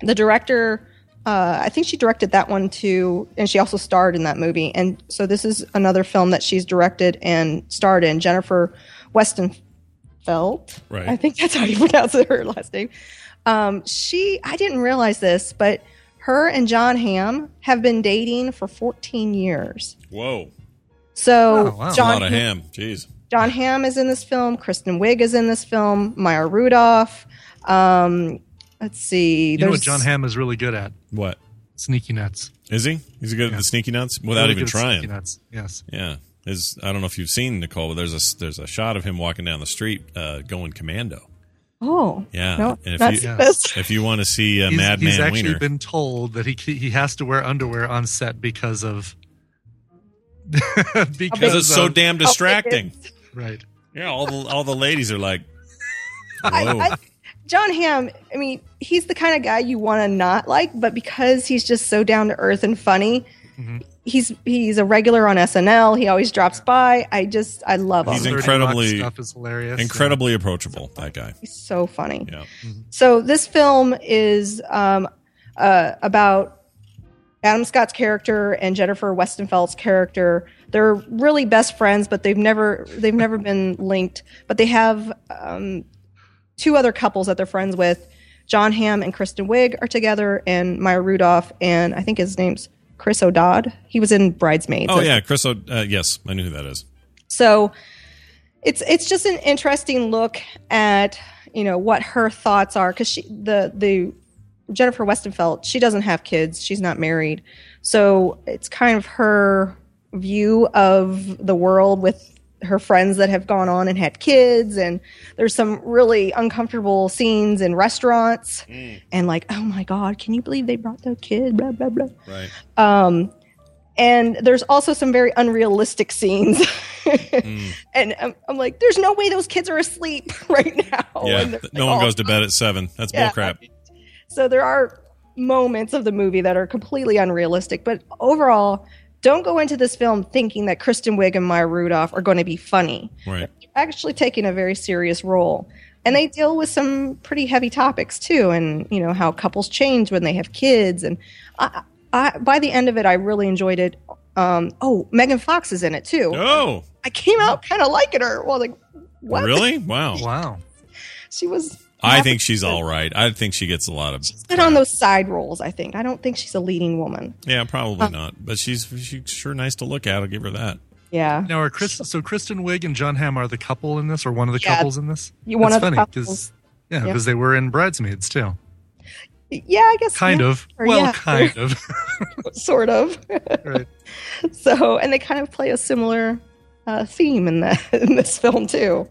[SPEAKER 16] the director, uh, I think she directed that one too, and she also starred in that movie. And so this is another film that she's directed and starred in. Jennifer Westenfeld,
[SPEAKER 5] Right.
[SPEAKER 16] I think that's how you <laughs> pronounce it, her last name. Um, she, I didn't realize this, but her and John Hamm have been dating for 14 years.
[SPEAKER 1] Whoa.
[SPEAKER 16] So John
[SPEAKER 1] a lot of ham. Jeez.
[SPEAKER 16] John Hamm is in this film. Kristen Wiig is in this film. Maya Rudolph. Um, let's see.
[SPEAKER 2] You know what
[SPEAKER 16] there's-
[SPEAKER 2] John Hamm is really good at?
[SPEAKER 1] What?
[SPEAKER 2] Sneaky nuts.
[SPEAKER 1] Is he? He's good at the sneaky nuts without
[SPEAKER 2] Really
[SPEAKER 1] even
[SPEAKER 2] good at
[SPEAKER 1] trying.
[SPEAKER 2] sneaky nuts, yes.
[SPEAKER 1] Yeah. There's, I don't know if you've seen Nicole, but there's a there's a shot of him walking down the street uh, going commando.
[SPEAKER 16] Oh,
[SPEAKER 1] Yeah.
[SPEAKER 16] No,
[SPEAKER 1] and
[SPEAKER 16] that's
[SPEAKER 1] if you
[SPEAKER 16] this.
[SPEAKER 1] if you want to see uh,
[SPEAKER 2] he's,
[SPEAKER 1] Madman
[SPEAKER 2] he's
[SPEAKER 1] <laughs>
[SPEAKER 2] actually
[SPEAKER 1] Wiener,
[SPEAKER 2] been told that he he has to wear underwear on set because of <laughs> because,
[SPEAKER 1] because it's so
[SPEAKER 2] of-
[SPEAKER 1] damn distracting.
[SPEAKER 2] Right.
[SPEAKER 1] Yeah. All the all the ladies are like, whoa.
[SPEAKER 16] <laughs> I- I- John Hamm, I mean, he's the kind of guy you want to not like, but because he's just so down to earth and funny, he's he's a regular on SNL. He always drops by. I just I love
[SPEAKER 1] He's
[SPEAKER 16] him.
[SPEAKER 1] incredibly
[SPEAKER 2] stuff is hilarious.
[SPEAKER 1] Incredibly approachable. That guy.
[SPEAKER 16] He's so funny.
[SPEAKER 1] Yeah.
[SPEAKER 16] So this film is um, uh, about Adam Scott's character and Jennifer Westenfeld's character. They're really best friends, but they've never they've never been linked. But they have um, two other couples that they're friends with. John Hamm and Kristen Wiig are together, and Maya Rudolph and I think his name's Chris O'Dodd. He was in Bridesmaids.
[SPEAKER 1] Oh yeah, Chris. O- uh, yes, I knew who that is.
[SPEAKER 16] So it's it's just an interesting look at you know what her thoughts are because she the the Jennifer Westenfeld she doesn't have kids she's not married so it's kind of her view of the world with her friends that have gone on and had kids and there's some really uncomfortable scenes in restaurants and like oh my god can you believe they brought their kid blah blah blah
[SPEAKER 1] Right.
[SPEAKER 16] um, and there's also some very unrealistic scenes. <laughs>
[SPEAKER 1] Mm.
[SPEAKER 16] and I'm, I'm like, there's no way those kids are asleep <laughs> right now.
[SPEAKER 1] yeah.
[SPEAKER 16] And they're
[SPEAKER 1] th- no
[SPEAKER 16] like,
[SPEAKER 1] one
[SPEAKER 16] "Oh."
[SPEAKER 1] goes to bed at seven. That's
[SPEAKER 16] Yeah.
[SPEAKER 1] bullcrap.
[SPEAKER 16] So there are moments of the movie that are completely unrealistic. But overall, don't go into this film thinking that Kristen Wiig and Maya Rudolph are going to be funny.
[SPEAKER 1] Right.
[SPEAKER 16] They're actually taking a very serious role. And they deal with some pretty heavy topics too, and you know how couples change when they have kids. And I, I, by the end of it, I really enjoyed it. Um, oh, Megan Fox is in it too.
[SPEAKER 1] Oh.
[SPEAKER 16] I came out kind of liking her. Well, like, what?
[SPEAKER 1] Really? Wow.
[SPEAKER 2] Wow.
[SPEAKER 16] She was
[SPEAKER 1] I think she's all right. I think she gets a lot of.
[SPEAKER 16] good on those side roles. I think. I don't think she's a leading woman.
[SPEAKER 1] Yeah, probably
[SPEAKER 16] Huh.
[SPEAKER 1] not. But she's she's sure nice to look at. I'll give her that.
[SPEAKER 16] Yeah.
[SPEAKER 2] Now are Chris so Kristen Wiig and John Hamm are the couple in this or one of the
[SPEAKER 16] Yeah.
[SPEAKER 2] couples in this?
[SPEAKER 16] You- one
[SPEAKER 2] That's
[SPEAKER 16] of
[SPEAKER 2] funny
[SPEAKER 16] the couples.
[SPEAKER 2] yeah,
[SPEAKER 16] Yeah.
[SPEAKER 2] because they were in Bridesmaids too.
[SPEAKER 16] Yeah, I guess
[SPEAKER 2] Kind
[SPEAKER 16] yeah,
[SPEAKER 2] of.
[SPEAKER 16] or
[SPEAKER 2] well,
[SPEAKER 16] yeah,
[SPEAKER 2] kind of. <laughs>
[SPEAKER 16] sort of.
[SPEAKER 2] Right.
[SPEAKER 16] <laughs> So, and they kind of play a similar uh, theme in the <laughs> in this
[SPEAKER 1] <laughs>
[SPEAKER 16] film too.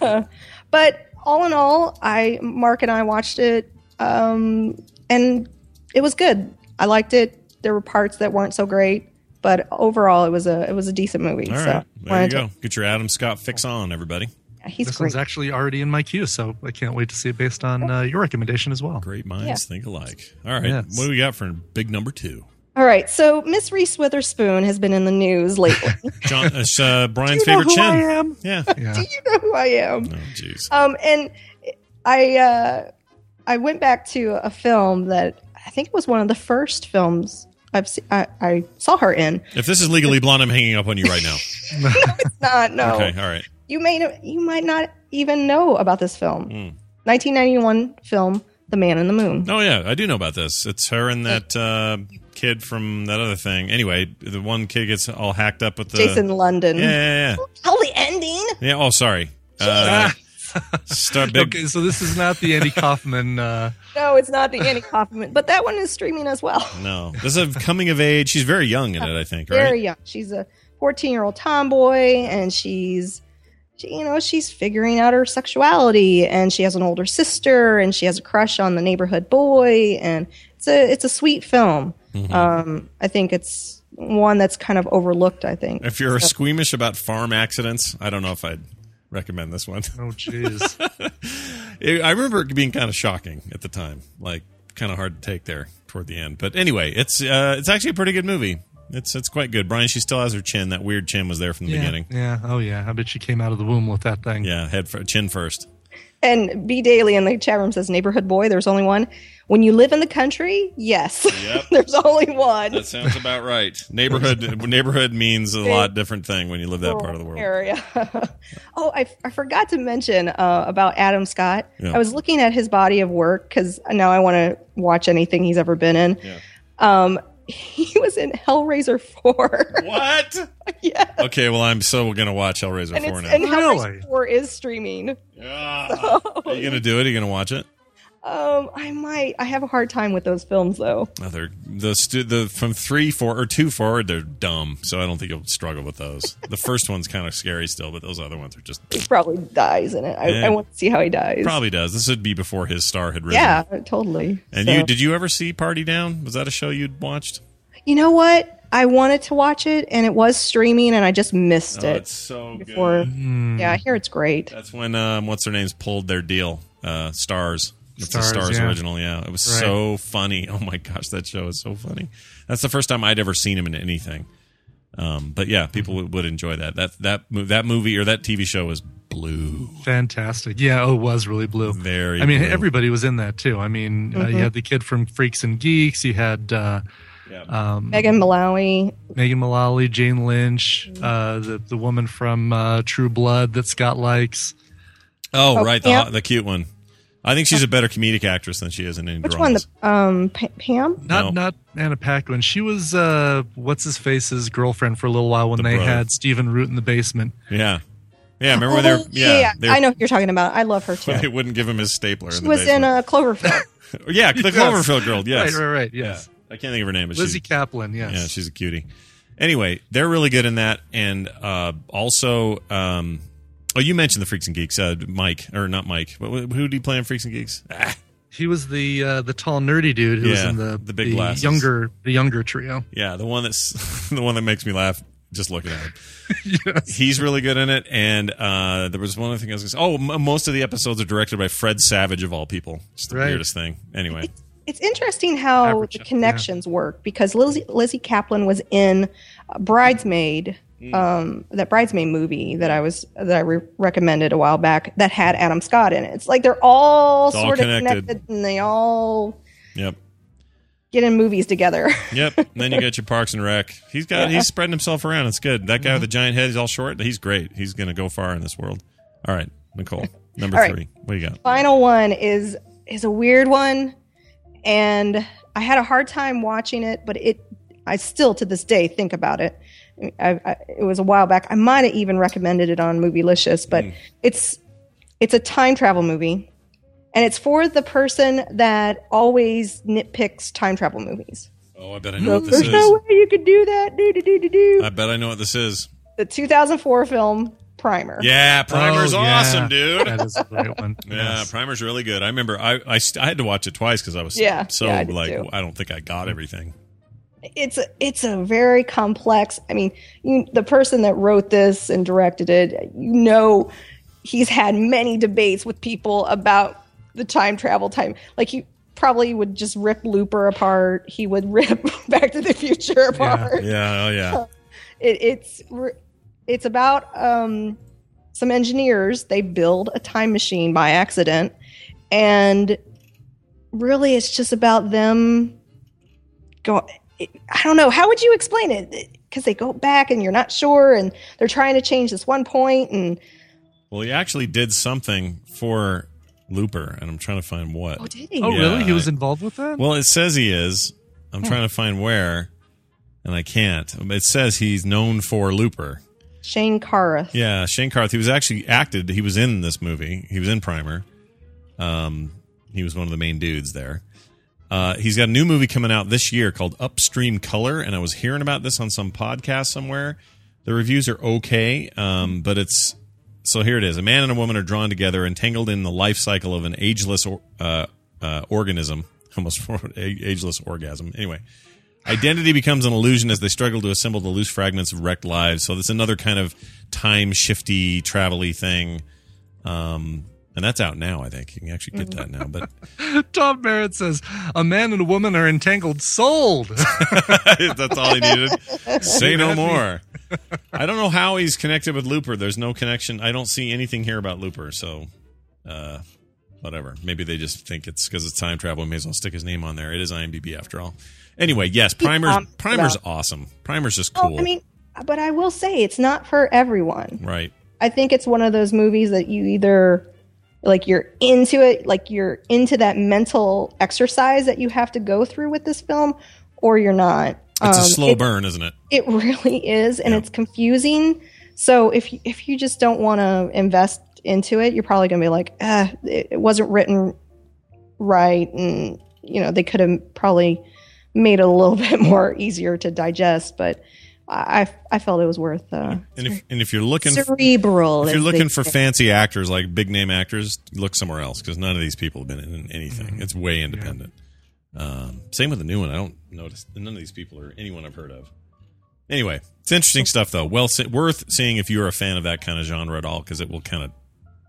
[SPEAKER 16] <laughs> but all in all, I Mark and I watched it, um, and it was good. I liked it. There were parts that weren't so great, but overall, it was a it was a decent movie.
[SPEAKER 1] All right,
[SPEAKER 16] so
[SPEAKER 1] there you
[SPEAKER 16] wanted to-
[SPEAKER 1] go. Get your Adam Scott fix on, everybody.
[SPEAKER 16] he's
[SPEAKER 2] this one's actually already in my queue, so I can't wait to see it based on uh, your recommendation as well.
[SPEAKER 1] Great minds think alike. All right,
[SPEAKER 2] Yes.
[SPEAKER 1] what do we got for big number two?
[SPEAKER 16] All right, so Miss Reese Witherspoon has been in the
[SPEAKER 1] <laughs>
[SPEAKER 16] news lately. <laughs>
[SPEAKER 1] John, uh, sh- uh, Brian's
[SPEAKER 16] Do you know
[SPEAKER 1] favorite
[SPEAKER 16] who
[SPEAKER 1] chin.
[SPEAKER 16] I am?
[SPEAKER 1] Yeah.
[SPEAKER 16] Do you know who I am?
[SPEAKER 1] Oh, jeez.
[SPEAKER 16] Um, and I uh, I went back to a film that I think was one of the first films I've se- I, I saw her in.
[SPEAKER 1] If this is legally blonde, I'm hanging up on you right
[SPEAKER 16] <laughs>
[SPEAKER 1] now. <laughs>
[SPEAKER 16] It's not no.
[SPEAKER 1] Okay. All right.
[SPEAKER 16] You may no- you might not even know about this film.
[SPEAKER 1] Hmm.
[SPEAKER 16] 1991 film, The Man in the Moon.
[SPEAKER 1] Oh yeah, I do know about this. It's her and that uh, kid from that other thing. Anyway, the one kid gets all hacked up with the
[SPEAKER 16] Jason London.
[SPEAKER 1] Yeah, yeah, yeah.
[SPEAKER 16] Oh, the ending.
[SPEAKER 1] yeah. Oh, sorry.
[SPEAKER 16] <laughs>
[SPEAKER 1] Uh, start big.
[SPEAKER 2] Okay, so this is not the Andy Kaufman. Uh,
[SPEAKER 16] No, it's not the
[SPEAKER 1] <laughs>
[SPEAKER 16] Annie Kaufman, but that one is streaming as well.
[SPEAKER 1] No, this is a coming of age. She's very young in it, I think. Right.
[SPEAKER 16] very young. She's a 14 year old tomboy, and she's, she, you know, she's figuring out her sexuality, and she has an older sister, and she has a crush on the neighborhood boy, and it's a it's a sweet film.
[SPEAKER 1] Mm-hmm.
[SPEAKER 16] Um, I think it's one that's kind of overlooked. I think
[SPEAKER 1] If you're
[SPEAKER 16] So-
[SPEAKER 1] squeamish about farm accidents, I don't know if I'd recommend this one.
[SPEAKER 2] Oh, jeez.
[SPEAKER 1] It- I remember it being kind of shocking at the time, like kind of hard to take there toward the end. But anyway, it's uh, it's actually a pretty good movie. It's it's quite good, Brian. She still has her chin. That weird chin was there from the
[SPEAKER 2] yeah,
[SPEAKER 1] <laughs> beginning.
[SPEAKER 2] Yeah. Oh yeah. I bet she came out of the womb with that thing.
[SPEAKER 1] Yeah. Head for, chin first.
[SPEAKER 16] And B Daily in the chat room says, "Neighborhood boy." There's only one. When you live in the country, yes, <laughs>
[SPEAKER 1] Yep.
[SPEAKER 16] there's only one.
[SPEAKER 1] That sounds about right. <laughs> neighborhood neighborhood means a lot different thing when you live that part of the world.
[SPEAKER 16] area. <laughs> oh, I, I forgot to mention uh, about Adam Scott.
[SPEAKER 1] Yeah.
[SPEAKER 16] I was looking at his body of work because now I want to watch anything he's ever been in. Um, <laughs> he was in Hellraiser 4.
[SPEAKER 1] <laughs>
[SPEAKER 16] <laughs>
[SPEAKER 1] What? Okay, well I'm so gonna watch Hellraiser
[SPEAKER 16] and
[SPEAKER 1] four
[SPEAKER 16] it's,
[SPEAKER 1] now. <laughs>
[SPEAKER 16] and Hellraiser 4 is streaming. So,
[SPEAKER 1] Are you gonna do it? Are you gonna watch it?
[SPEAKER 16] um, I might. I have a hard time with those films, though.
[SPEAKER 1] No, they're the stu- the from three four or two forward they're dumb, so I don't think you'll struggle with those. the first one's kind of scary still, but those other ones are just
[SPEAKER 16] He probably dies in it. I,
[SPEAKER 1] Yeah.
[SPEAKER 16] I want to see how he dies.
[SPEAKER 1] probably does. This would be before his star had risen.
[SPEAKER 16] Yeah, totally.
[SPEAKER 1] And
[SPEAKER 16] So-
[SPEAKER 1] you did you ever see Party Down? Was that a show you'd watched?
[SPEAKER 16] You know what? I wanted to watch it, and it was streaming, and I just missed
[SPEAKER 1] Oh,
[SPEAKER 16] it.
[SPEAKER 1] it's so good.
[SPEAKER 16] before. Yeah, I hear it's great.
[SPEAKER 1] That's when um, what's their names pulled their deal. Uh, stars. It's a
[SPEAKER 2] Stars,
[SPEAKER 1] Stars
[SPEAKER 2] yeah.
[SPEAKER 1] original. Yeah, it was
[SPEAKER 2] Right.
[SPEAKER 1] so funny. <laughs> Oh my gosh, that show is so funny. That's the first time I'd ever seen him in anything. Um, but yeah, people would, would enjoy that. That that mo- that movie or that TV show was blue.
[SPEAKER 2] Fantastic. Yeah. Oh, it was really blue.
[SPEAKER 1] Very.
[SPEAKER 2] I mean,
[SPEAKER 1] blue.
[SPEAKER 2] everybody was in that too. I mean, uh, you
[SPEAKER 16] Mhm.
[SPEAKER 2] had the kid from Freaks and Geeks. You had uh, um,
[SPEAKER 16] Megan Malawi.
[SPEAKER 2] Megan Mullally, Jane Lynch, uh, the the woman from uh, True Blood that Scott likes.
[SPEAKER 1] Oh,
[SPEAKER 16] Oh,
[SPEAKER 1] right, the,
[SPEAKER 16] yeah.
[SPEAKER 1] hot- the cute one. I think she's a better comedic actress than she is in any
[SPEAKER 16] Which one?
[SPEAKER 1] dramas.
[SPEAKER 16] The um, Pa- Pam?
[SPEAKER 2] Not not Anna Paquin. She was uh, what's his face's girlfriend for a little while when
[SPEAKER 1] The
[SPEAKER 2] they
[SPEAKER 1] brother.
[SPEAKER 2] had Stephen Root in the basement.
[SPEAKER 1] Yeah, yeah. Remember when they're
[SPEAKER 16] Oh,
[SPEAKER 1] yeah, they were-
[SPEAKER 16] I know who you're talking about. I love her too.
[SPEAKER 1] when they wouldn't give him his stapler.
[SPEAKER 16] She
[SPEAKER 1] in the
[SPEAKER 16] was in
[SPEAKER 1] basement.
[SPEAKER 16] uh,
[SPEAKER 1] <laughs>
[SPEAKER 16] Cloverfield.
[SPEAKER 1] yeah, the
[SPEAKER 2] <laughs> Yes.
[SPEAKER 1] Cloverfield girl. Yes,
[SPEAKER 2] Right, right, right. Yes.
[SPEAKER 1] Yeah. I can't think of her name. But
[SPEAKER 2] Lizzie
[SPEAKER 1] she's,
[SPEAKER 2] Kaplan. Yes.
[SPEAKER 1] Yeah, she's a cutie. Anyway, they're really good in that, and uh, also, um, oh, you mentioned the Freaks and Geeks, uh, Mike or not Mike? What, who do you play in Freaks and Geeks? Ah,
[SPEAKER 2] He was the uh, the tall nerdy dude who was
[SPEAKER 1] Yeah,
[SPEAKER 2] in the
[SPEAKER 1] the big glasses.
[SPEAKER 2] younger the younger trio.
[SPEAKER 1] <laughs> yeah, the one that's <laughs> the one that makes me laugh just looking at him. He's really good in it, and uh, there was one other thing I was going to say. Oh, m- most of the episodes are directed by Fred Savage of all people. It's the
[SPEAKER 16] Right.
[SPEAKER 1] weirdest thing. Anyway,
[SPEAKER 16] It's interesting how the connections work because Lizzie, Lizzie Kaplan was in Bridesmaid,
[SPEAKER 1] Mm.
[SPEAKER 16] um, that Bridesmaid movie that I was that I re- recommended a while back that had Adam Scott in it. It's like they're all
[SPEAKER 1] It's all
[SPEAKER 16] sort
[SPEAKER 1] connected.
[SPEAKER 16] of connected and they all
[SPEAKER 1] yep.
[SPEAKER 16] get in movies together. <laughs>
[SPEAKER 1] Yep. And then you got your Parks and Rec. He's got
[SPEAKER 16] Yeah.
[SPEAKER 1] he's spreading himself around. It's good. That guy with the giant head, he's all short. He's great. He's gonna go far in this world. All right, Nicole, number
[SPEAKER 16] All right.
[SPEAKER 1] three. What do you got?
[SPEAKER 16] Final one is is a weird one, and I had a hard time watching it, but it I still to this day think about it. I, I, it was a while back. I might have even recommended it on Movielicious,
[SPEAKER 1] Hmm.
[SPEAKER 16] but it's it's a time travel movie, and it's for the person that always nitpicks time travel movies.
[SPEAKER 1] Oh, I bet I know what this
[SPEAKER 16] There's no
[SPEAKER 1] is. Uh,
[SPEAKER 16] way you could do that. Do do do do do.
[SPEAKER 1] I bet I know what this is.
[SPEAKER 16] The 2004 film Primer.
[SPEAKER 1] Yeah, Primer's
[SPEAKER 2] Oh, yeah.
[SPEAKER 1] awesome, dude.
[SPEAKER 2] That is a great one.
[SPEAKER 1] Yeah, Primer's really good. I remember I I, st- I had to watch it twice because I was
[SPEAKER 16] Yeah,
[SPEAKER 1] so
[SPEAKER 16] yeah, I did
[SPEAKER 1] like
[SPEAKER 16] too.
[SPEAKER 1] I don't think I got everything.
[SPEAKER 16] it's a, it's a very complex. I mean, you, the person that wrote this and directed it, you know, he's had many debates with people about the time travel time. Like he probably would just rip Looper apart. He would <laughs> rip Back to the Future apart.
[SPEAKER 1] Yeah, oh yeah.
[SPEAKER 16] It, it's re- it's about um, some engineers. They build a time machine by accident, and really, it's just about them. Go. It, I don't know. How would you explain it? Because they go back, and you're not sure, and they're trying to change this one point, and
[SPEAKER 1] Well, he actually did something for Looper, and I'm trying to find what. Oh,
[SPEAKER 16] did
[SPEAKER 2] Oh, really? He was involved with that?
[SPEAKER 1] Well, it says he is. I'm
[SPEAKER 2] Hmm.
[SPEAKER 1] trying to find where, and I can't. It says he's known for Looper.
[SPEAKER 16] Shane Cara.
[SPEAKER 1] Yeah, Shane Carth. He was actually acted. He was in this movie. He was in Primer. Um, he was one of the main dudes there. Uh, he's got a new movie coming out this year called Upstream Color, and I was hearing about this on some podcast somewhere. The reviews are okay, um, but it's so here it is: a man and a woman are drawn together, entangled in the life cycle of an ageless or, uh, uh, organism. <laughs> Almost wrote a- ageless orgasm. Anyway, Identity becomes an illusion as they struggle to assemble the loose fragments of wrecked lives. So that's another kind of time shifty, travel-y thing. Um, and that's out now. I think you can actually get that now. But <laughs>
[SPEAKER 2] Tom Merritt says, "A man and a woman are entangled, sold." <laughs>
[SPEAKER 1] that's all he needed. Say no more. I don't know how he's connected with Looper. There's no connection. I don't see anything here about Looper. So, uh, whatever. Maybe they just think it's because it's time travel. We may as well stick his name on there. It is IMDb after all. Anyway, yes, Primer's
[SPEAKER 16] Um,
[SPEAKER 1] Primer's
[SPEAKER 16] yeah.
[SPEAKER 1] awesome. Primer's just
[SPEAKER 16] Well,
[SPEAKER 1] cool.
[SPEAKER 16] I mean, but I will say it's not for everyone.
[SPEAKER 1] right.
[SPEAKER 16] I think it's one of those movies that you either like you're into it, like you're into that mental exercise that you have to go through with this film, or you're not.
[SPEAKER 1] It's a
[SPEAKER 16] Um,
[SPEAKER 1] slow
[SPEAKER 16] it-
[SPEAKER 1] burn, isn't it?
[SPEAKER 16] It really is, and it's confusing. So if you- if you just don't want to invest into it, you're probably going to be like, ah, it, it wasn't written right, and you know they could have probably made it a little <laughs> bit more easier to digest. But I I I felt it was worth uh,
[SPEAKER 1] And if and if you're looking
[SPEAKER 16] cerebral.
[SPEAKER 1] if
[SPEAKER 16] as
[SPEAKER 1] you're
[SPEAKER 16] they
[SPEAKER 1] looking for
[SPEAKER 16] say.
[SPEAKER 1] fancy actors like big name actors, look somewhere else because none of these people have been in anything.
[SPEAKER 2] Mm-hmm.
[SPEAKER 1] It's way independent. Um, same with the new one. I don't notice none of these people are anyone I've heard of. Anyway, it's interesting stuff though. Well, se- worth seeing if you're a fan of that kind of genre at all because it will kind of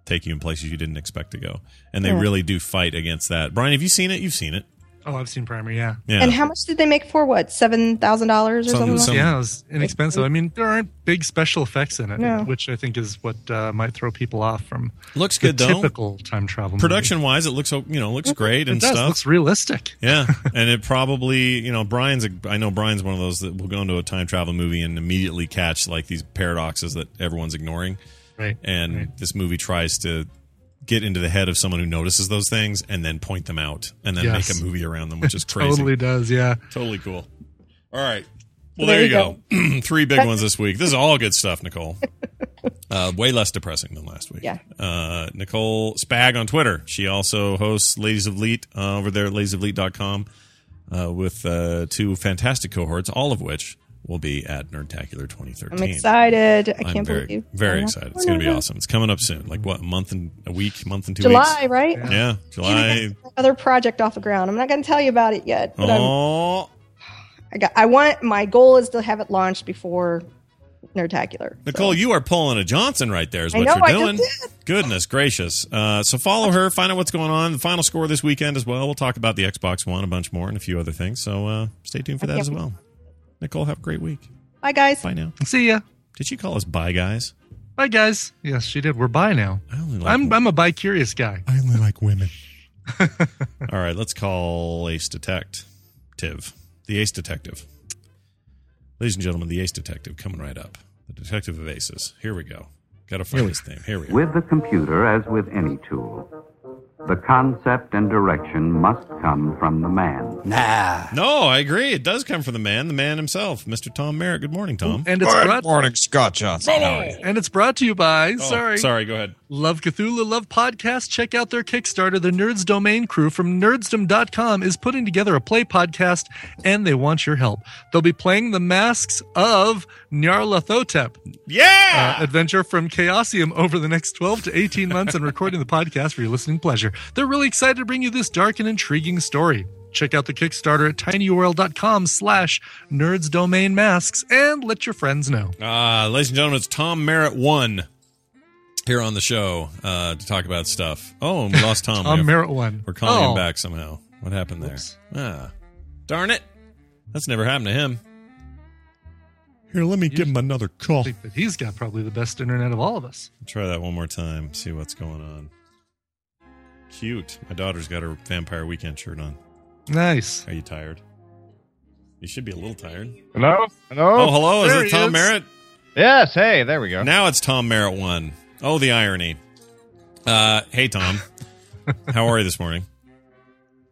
[SPEAKER 1] take you in places you didn't expect to go. And they
[SPEAKER 2] Yeah.
[SPEAKER 1] really do fight against that. Brian, have you seen it? You've seen it.
[SPEAKER 2] Oh, I've seen Primer. Yeah.
[SPEAKER 1] Yeah.
[SPEAKER 16] And how much did they make for? What seven thousand dollars or something? like
[SPEAKER 2] yeah, it was inexpensive. I mean, there aren't big special effects in it,
[SPEAKER 16] No.
[SPEAKER 2] which I think is what uh, might throw people off from
[SPEAKER 1] Looks
[SPEAKER 2] the
[SPEAKER 1] good, though.
[SPEAKER 2] Typical time travel
[SPEAKER 1] Production wise, it looks o- you know looks great
[SPEAKER 2] It
[SPEAKER 1] and
[SPEAKER 2] does.
[SPEAKER 1] stuff.
[SPEAKER 2] Looks realistic. <laughs>
[SPEAKER 1] Yeah, and it probably you know Brian's. A, I know Brian's one of those that will go into a time travel movie and immediately catch like these paradoxes that everyone's ignoring.
[SPEAKER 2] Right,
[SPEAKER 1] And this movie tries to get into the head of someone who notices those things and then point them out and then
[SPEAKER 2] Yes.
[SPEAKER 1] make a movie around them, which
[SPEAKER 2] <laughs>
[SPEAKER 1] is crazy.
[SPEAKER 2] Totally does. Yeah.
[SPEAKER 1] Totally cool. All right. Well, there, you go. <clears throat> Three big ones this week. This is all good stuff, Nicole. Uh, way less depressing than last week.
[SPEAKER 16] Yeah.
[SPEAKER 1] Uh, Nicole Spag on Twitter. She also hosts Ladies of Leet uh, over there at ladiesofleet.com uh, with uh, two fantastic cohorts, all of which will be at Nerdtacular 2013.
[SPEAKER 16] I'm excited. I
[SPEAKER 1] I'm
[SPEAKER 16] can't
[SPEAKER 1] very,
[SPEAKER 16] believe.
[SPEAKER 1] Very
[SPEAKER 16] Yeah.
[SPEAKER 1] excited. It's going to be awesome. It's coming up soon. Like, what, a month and a week, month and two
[SPEAKER 16] July,
[SPEAKER 1] weeks?
[SPEAKER 16] right?
[SPEAKER 1] Yeah,
[SPEAKER 16] <laughs>
[SPEAKER 1] July.
[SPEAKER 16] Another project off the ground. I'm not going to tell you about it yet, but I'm,
[SPEAKER 1] Oh,
[SPEAKER 16] I got. I want my goal is to have it launched before Nerdtacular.
[SPEAKER 1] Nicole, you are pulling a Johnson right there, is
[SPEAKER 16] I
[SPEAKER 1] what
[SPEAKER 16] know, I
[SPEAKER 1] you're
[SPEAKER 16] just
[SPEAKER 1] doing. Goodness gracious. Uh, so follow her, find out what's going on. The final score this weekend as well. We'll talk about the Xbox One, a bunch more, and a few other things. So uh, stay tuned for
[SPEAKER 16] I
[SPEAKER 1] that
[SPEAKER 16] can't
[SPEAKER 1] as
[SPEAKER 16] wait.
[SPEAKER 1] well. Nicole, have a great week.
[SPEAKER 16] Bye, guys.
[SPEAKER 1] Bye now.
[SPEAKER 2] See ya.
[SPEAKER 1] Did she call us bye guys?
[SPEAKER 2] Bye, guys. Yes, she did. We're bi now. I
[SPEAKER 1] only like
[SPEAKER 2] I'm, I'm a bi curious guy.
[SPEAKER 1] I only like women. All right, let's call Ace Detect Tiv, the Ace Detective. Ladies and gentlemen, the Ace Detective coming right up. The Detective of Aces. Here we go. Got to find this thing. Here we
[SPEAKER 3] With the computer, as with any tool, the concept and direction must come from the man.
[SPEAKER 1] Nah. No, I agree. It does come from the man, the man himself, Mr. Tom Merritt. Good morning, Tom.
[SPEAKER 2] And it's Good brought- morning,
[SPEAKER 1] Scott Johnson.
[SPEAKER 2] And it's brought to you by, Oh, sorry.
[SPEAKER 1] Sorry, go ahead.
[SPEAKER 2] Love Cthulhu Love Podcast. Check out their Kickstarter. The Nerds Domain crew from nerdsdom.com is putting together a play podcast and they want your help. They'll be playing the masks of Nyarlathotep.
[SPEAKER 1] Yeah!
[SPEAKER 2] uh, adventure from Chaosium over the next 12 to 18 months and recording the podcast for your listening pleasure. They're really excited to bring you this dark and intriguing story. Check out the Kickstarter at tinyurl.com slash nerds domain masks and let your friends know.
[SPEAKER 1] Uh, ladies and gentlemen, it's Tom Merritt one here on the show uh, to talk about stuff. Oh, and we
[SPEAKER 2] <laughs>
[SPEAKER 1] lost Tom.
[SPEAKER 2] Tom
[SPEAKER 1] We have-
[SPEAKER 2] Merritt one.
[SPEAKER 1] We're calling
[SPEAKER 2] Oh.
[SPEAKER 1] him back somehow. What happened there? Ah, darn it! That's never happened to him. Here, let me give him another call.
[SPEAKER 2] think that he's got probably the best internet of all of us.
[SPEAKER 1] Try that one more time. See what's going on. Cute. My daughter's got her Vampire Weekend shirt on.
[SPEAKER 2] Nice.
[SPEAKER 1] Are you tired? You should be a little tired.
[SPEAKER 9] Hello? Hello?
[SPEAKER 1] Oh, hello. Is
[SPEAKER 9] There
[SPEAKER 1] it
[SPEAKER 9] he
[SPEAKER 1] Tom
[SPEAKER 9] is.
[SPEAKER 1] Merritt?
[SPEAKER 9] Yes. Hey, there we go.
[SPEAKER 1] Now it's Tom Merritt one. Oh, the irony. Uh, hey, Tom. How are you this morning?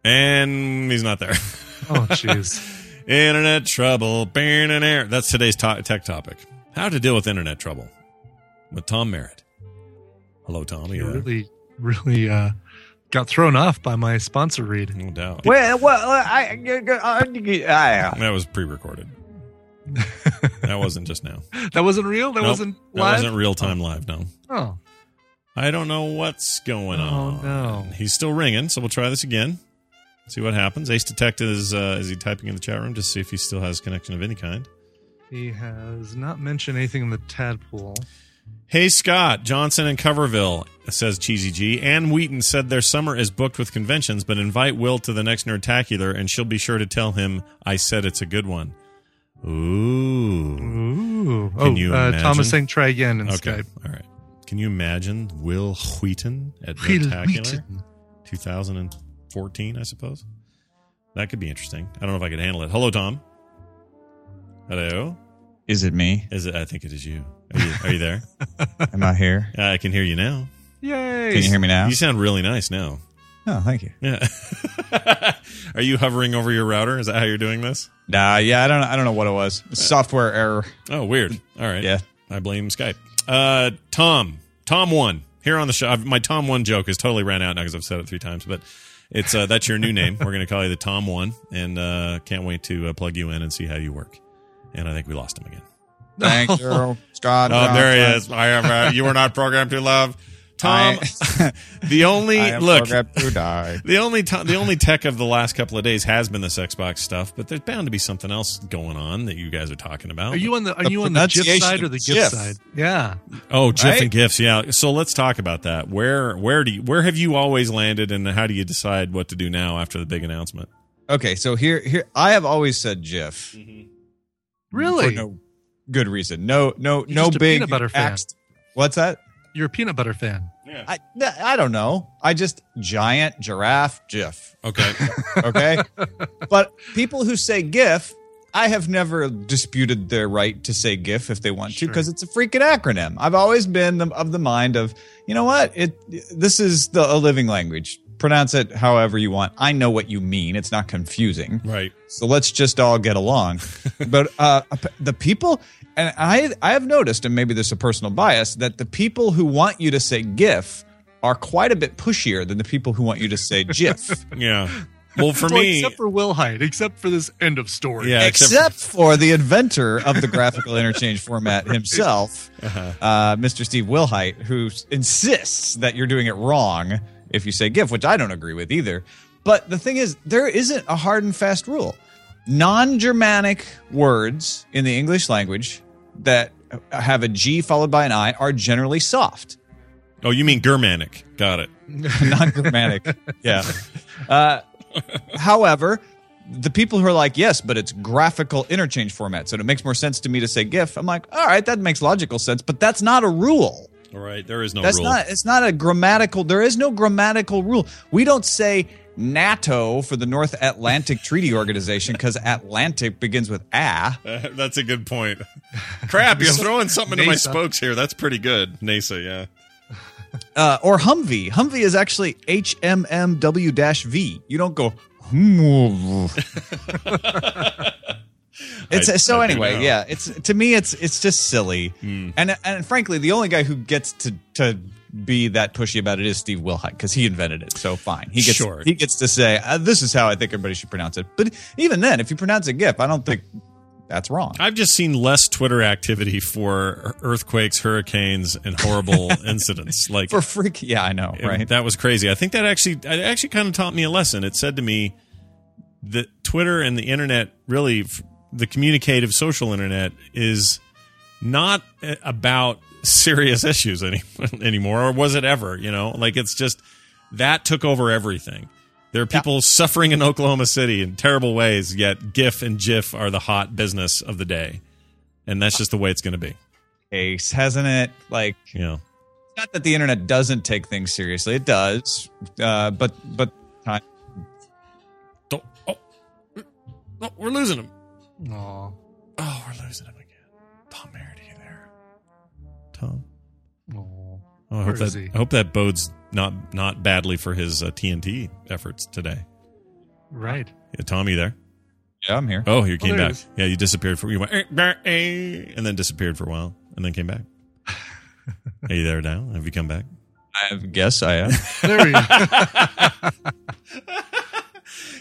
[SPEAKER 1] And he's not there. <laughs>
[SPEAKER 2] Oh, jeez.
[SPEAKER 1] internet trouble. Ba-na-na. That's today's to- tech topic. How to deal with internet trouble with Tom Merritt. Hello, Tom. Are you
[SPEAKER 2] You
[SPEAKER 1] there?
[SPEAKER 2] really, really uh, got thrown off by my sponsor read.
[SPEAKER 1] No doubt.
[SPEAKER 9] Well, well, uh, I, I, I,
[SPEAKER 1] That was pre-recorded. that wasn't just now.
[SPEAKER 2] That wasn't real? That
[SPEAKER 1] Nope.
[SPEAKER 2] wasn't
[SPEAKER 1] That
[SPEAKER 2] live?
[SPEAKER 1] wasn't real time live. No.
[SPEAKER 2] Oh.
[SPEAKER 1] I don't know what's going on. no. He's still ringing, so we'll try this again. See what happens. Ace Detective is uh, is he typing in the chat room to see if he still has connection of any kind?
[SPEAKER 2] He has not mentioned anything in the tadpole.
[SPEAKER 1] Hey Scott, Johnson and Coverville says Cheesy G. Ann Wheaton said their summer is booked with conventions, but invite Will to the next Nerdtacular, and she'll be sure to tell him I said it's a good one. Ooh. Ooh.
[SPEAKER 2] Oh, uh, Thomas saying try again in
[SPEAKER 1] okay.
[SPEAKER 2] Skype.
[SPEAKER 1] All right. Can you imagine Will Wheaton at
[SPEAKER 2] Will
[SPEAKER 1] Nerdtacular?
[SPEAKER 2] Wheaton.
[SPEAKER 1] 2014, I suppose. That could be interesting. I don't know if I could handle it. Hello, Tom. Hello.
[SPEAKER 10] Is it me?
[SPEAKER 1] Is it? I think it is you. Are you, are you
[SPEAKER 2] <laughs>
[SPEAKER 1] there?
[SPEAKER 10] Am
[SPEAKER 9] <laughs>
[SPEAKER 10] I here?
[SPEAKER 1] I can hear you now.
[SPEAKER 2] Yay.
[SPEAKER 10] Can you hear me now?
[SPEAKER 1] You sound really nice now.
[SPEAKER 10] Oh, thank you.
[SPEAKER 1] Yeah. <laughs> Are you hovering over your router? Is that how you're doing this?
[SPEAKER 10] Nah, yeah, I don't, I don't know what it was. Software error.
[SPEAKER 1] Oh, weird. All right.
[SPEAKER 10] <laughs> Yeah.
[SPEAKER 1] I blame Skype. Uh, Tom, Tom one here on the show. I've- My Tom one joke has totally ran out now because I've said it three times, but it's uh, that's your new name. We're going to call you the Tom one, and uh, can't wait to uh, plug you in and see how you work. And I think we lost him again.
[SPEAKER 10] Thank you, Scott.
[SPEAKER 1] Oh, there he is. I am. Uh, you were not programmed to love. Tom, <laughs>
[SPEAKER 10] <laughs>
[SPEAKER 1] the only
[SPEAKER 10] I am
[SPEAKER 1] look
[SPEAKER 10] programmed to die.
[SPEAKER 1] the only to- the only tech of the last couple of days has been this Xbox stuff, but there's bound to be something else going on that you guys are talking about.
[SPEAKER 2] Are you on the are you on the GIF side or the GIF, side? Yeah.
[SPEAKER 1] Oh, GIF
[SPEAKER 2] Right?
[SPEAKER 1] and GIFs, yeah. So let's talk about that. Where where do you, where have you always landed, and how do you decide what to do now after the big announcement?
[SPEAKER 10] Okay, so here, here, I have always said GIF.
[SPEAKER 2] Mm-hmm. Really?
[SPEAKER 10] For no good reason. No, no,
[SPEAKER 2] You're
[SPEAKER 10] no
[SPEAKER 2] just a
[SPEAKER 10] big
[SPEAKER 2] peanut butter fan.
[SPEAKER 10] axe- What's that?
[SPEAKER 2] You're a peanut butter fan.
[SPEAKER 10] I, th- I don't know. I just giant giraffe GIF.
[SPEAKER 1] <laughs> Okay.
[SPEAKER 10] okay. But people who say GIF, I have never disputed their right to say GIF if they want to because it's a freaking acronym. I've always been the, of the mind of, you know what? It this is the a living language. Pronounce it however you want. I know what you mean. It's not confusing.
[SPEAKER 1] Right.
[SPEAKER 10] So let's just all get along. but uh, the people, and I, I have noticed, and maybe there's a personal bias, that the people who want you to say GIF are quite a bit pushier than the people who want you to say GIF.
[SPEAKER 1] yeah. Well, for me,
[SPEAKER 2] except for Will Hyde, except for this end of story.
[SPEAKER 1] Yeah,
[SPEAKER 10] except, for the inventor of the graphical interchange format himself, uh Mr. Steve Wilhite, who s- insists that you're doing it wrong if you say GIF, which I don't agree with either. But the thing is, there isn't a hard and fast rule. Non Germanic words in the English language that have a G followed by an I are generally soft. <laughs>
[SPEAKER 1] Oh, you mean Germanic. Got it.
[SPEAKER 10] non Germanic. yeah. Uh, however, the people who are like, yes, but it's graphical interchange format, so it makes more sense to me to say GIF. I'm like, all right, that makes logical sense, but that's not a rule.
[SPEAKER 1] <laughs> All right, there is no
[SPEAKER 10] that's
[SPEAKER 1] rule.
[SPEAKER 10] not. It's not a grammatical. There is no grammatical rule. We don't say NATO for the North Atlantic Treaty Organization because Atlantic begins with ah.
[SPEAKER 1] Uh, <laughs> that's a good point. Crap, you're throwing something into my
[SPEAKER 10] NASA.
[SPEAKER 1] spokes here. That's pretty good. NASA, yeah.
[SPEAKER 10] uh, or Humvee. Humvee is actually HMMW-V. You don't go. "Hmm." it's
[SPEAKER 1] I-
[SPEAKER 10] so
[SPEAKER 1] I do
[SPEAKER 10] anyway,
[SPEAKER 1] now.
[SPEAKER 10] yeah. It's to me, it's it's just silly,
[SPEAKER 1] Hmm.
[SPEAKER 10] and and frankly, the only guy who gets to to be that pushy about it is Steve Wilhite because he invented it. So fine, he gets
[SPEAKER 1] Sure.
[SPEAKER 10] he gets to say uh, this is how I think everybody should pronounce it. But even then, if you pronounce it GIF, I don't think that's wrong.
[SPEAKER 1] I've just seen less Twitter activity for earthquakes, hurricanes, and <laughs> horrible incidents. Like
[SPEAKER 10] For freak, yeah, I know,
[SPEAKER 1] it-
[SPEAKER 10] right?
[SPEAKER 1] That was crazy. I think that actually it actually kind of taught me a lesson. It said to me that Twitter and the internet really f- the communicative social internet is not a- about serious <laughs> issues any, anymore or was it ever, you know? Like it's just that took over everything. There are people suffering in Oklahoma City in terrible ways, yet GIF and JIF are the hot business of the day. And that's just the way it's going to be.
[SPEAKER 10] Ace, hasn't it? Like,
[SPEAKER 1] Yeah.
[SPEAKER 10] It's not that the internet doesn't take things seriously; it does. Uh, but but time.
[SPEAKER 1] Don't, oh, oh, we're losing him.
[SPEAKER 2] Aw.
[SPEAKER 1] Oh, we're losing him again. Tom Merritt, are you there? Tom. Oh, I hope
[SPEAKER 2] Where is
[SPEAKER 1] that
[SPEAKER 2] he?
[SPEAKER 1] I hope that bodes not not badly for his uh, TNT efforts today.
[SPEAKER 2] Right.
[SPEAKER 1] Yeah, Tom, you there?
[SPEAKER 10] Yeah, I'm here.
[SPEAKER 1] Oh, you
[SPEAKER 2] Oh,
[SPEAKER 1] came
[SPEAKER 2] there
[SPEAKER 1] back.
[SPEAKER 2] it is.
[SPEAKER 1] Yeah, you disappeared for you went "Eh, bah, eh," and then disappeared for a while and then <laughs> came back. Are you there now? Have you come back?
[SPEAKER 10] I guess I
[SPEAKER 1] <laughs>
[SPEAKER 10] am.
[SPEAKER 2] There we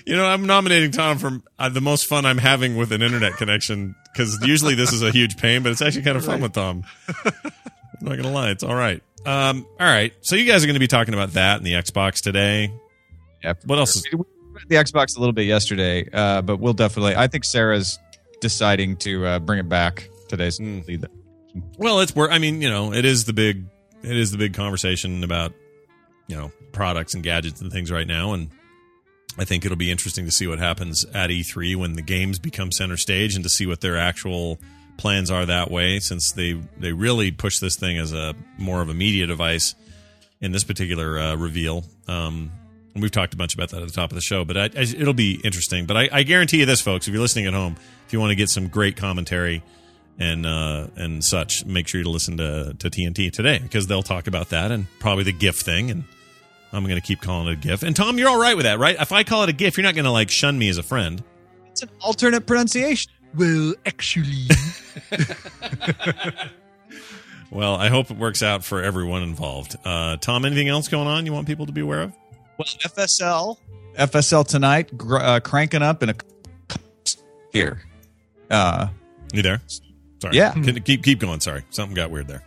[SPEAKER 1] You know, I'm nominating Tom for uh, the most fun I'm having with an internet connection because usually this is a huge pain, but it's actually kind of fun with <laughs> Tom. I'm not gonna lie, it's all right. Um, all right, so you guys are going to be talking about that and the Xbox today.
[SPEAKER 10] Yep.
[SPEAKER 1] What else? Is-
[SPEAKER 10] the Xbox a little bit yesterday, uh,
[SPEAKER 1] Hmm.
[SPEAKER 10] but we'll definitely. I think Sarah's deciding to uh, bring it back today's lead.
[SPEAKER 1] Well, it's where I mean, you know, it is the big it is the big conversation about you know products and gadgets and things right now, and I think it'll be interesting to see what happens at E3 when the games become center stage and to see what their actual plans are that way, since they they really push this thing as a more of a media device in this particular uh, reveal. Um, and we've talked a bunch about that at the top of the show, but I, I, it'll be interesting. But I, I guarantee you this, folks, if you're listening at home, if you want to get some great commentary and uh, and such, make sure you listen to to TNT today because they'll talk about that and probably the GIF thing. And I'm going to keep calling it a GIF. And Tom, you're all right with that, right? If I call it a GIF, you're not going to like shun me as a friend.
[SPEAKER 10] It's an alternate pronunciation.
[SPEAKER 2] Well, actually,
[SPEAKER 1] Well, I hope it works out for everyone involved. Uh, Tom, anything else going on you want people to be aware of?
[SPEAKER 10] Well, FSL. FSL tonight, gr- uh, cranking up in a here. Uh,
[SPEAKER 1] you there? Sorry.
[SPEAKER 10] Yeah.
[SPEAKER 1] Can- Keep keep going. Sorry, something got weird there.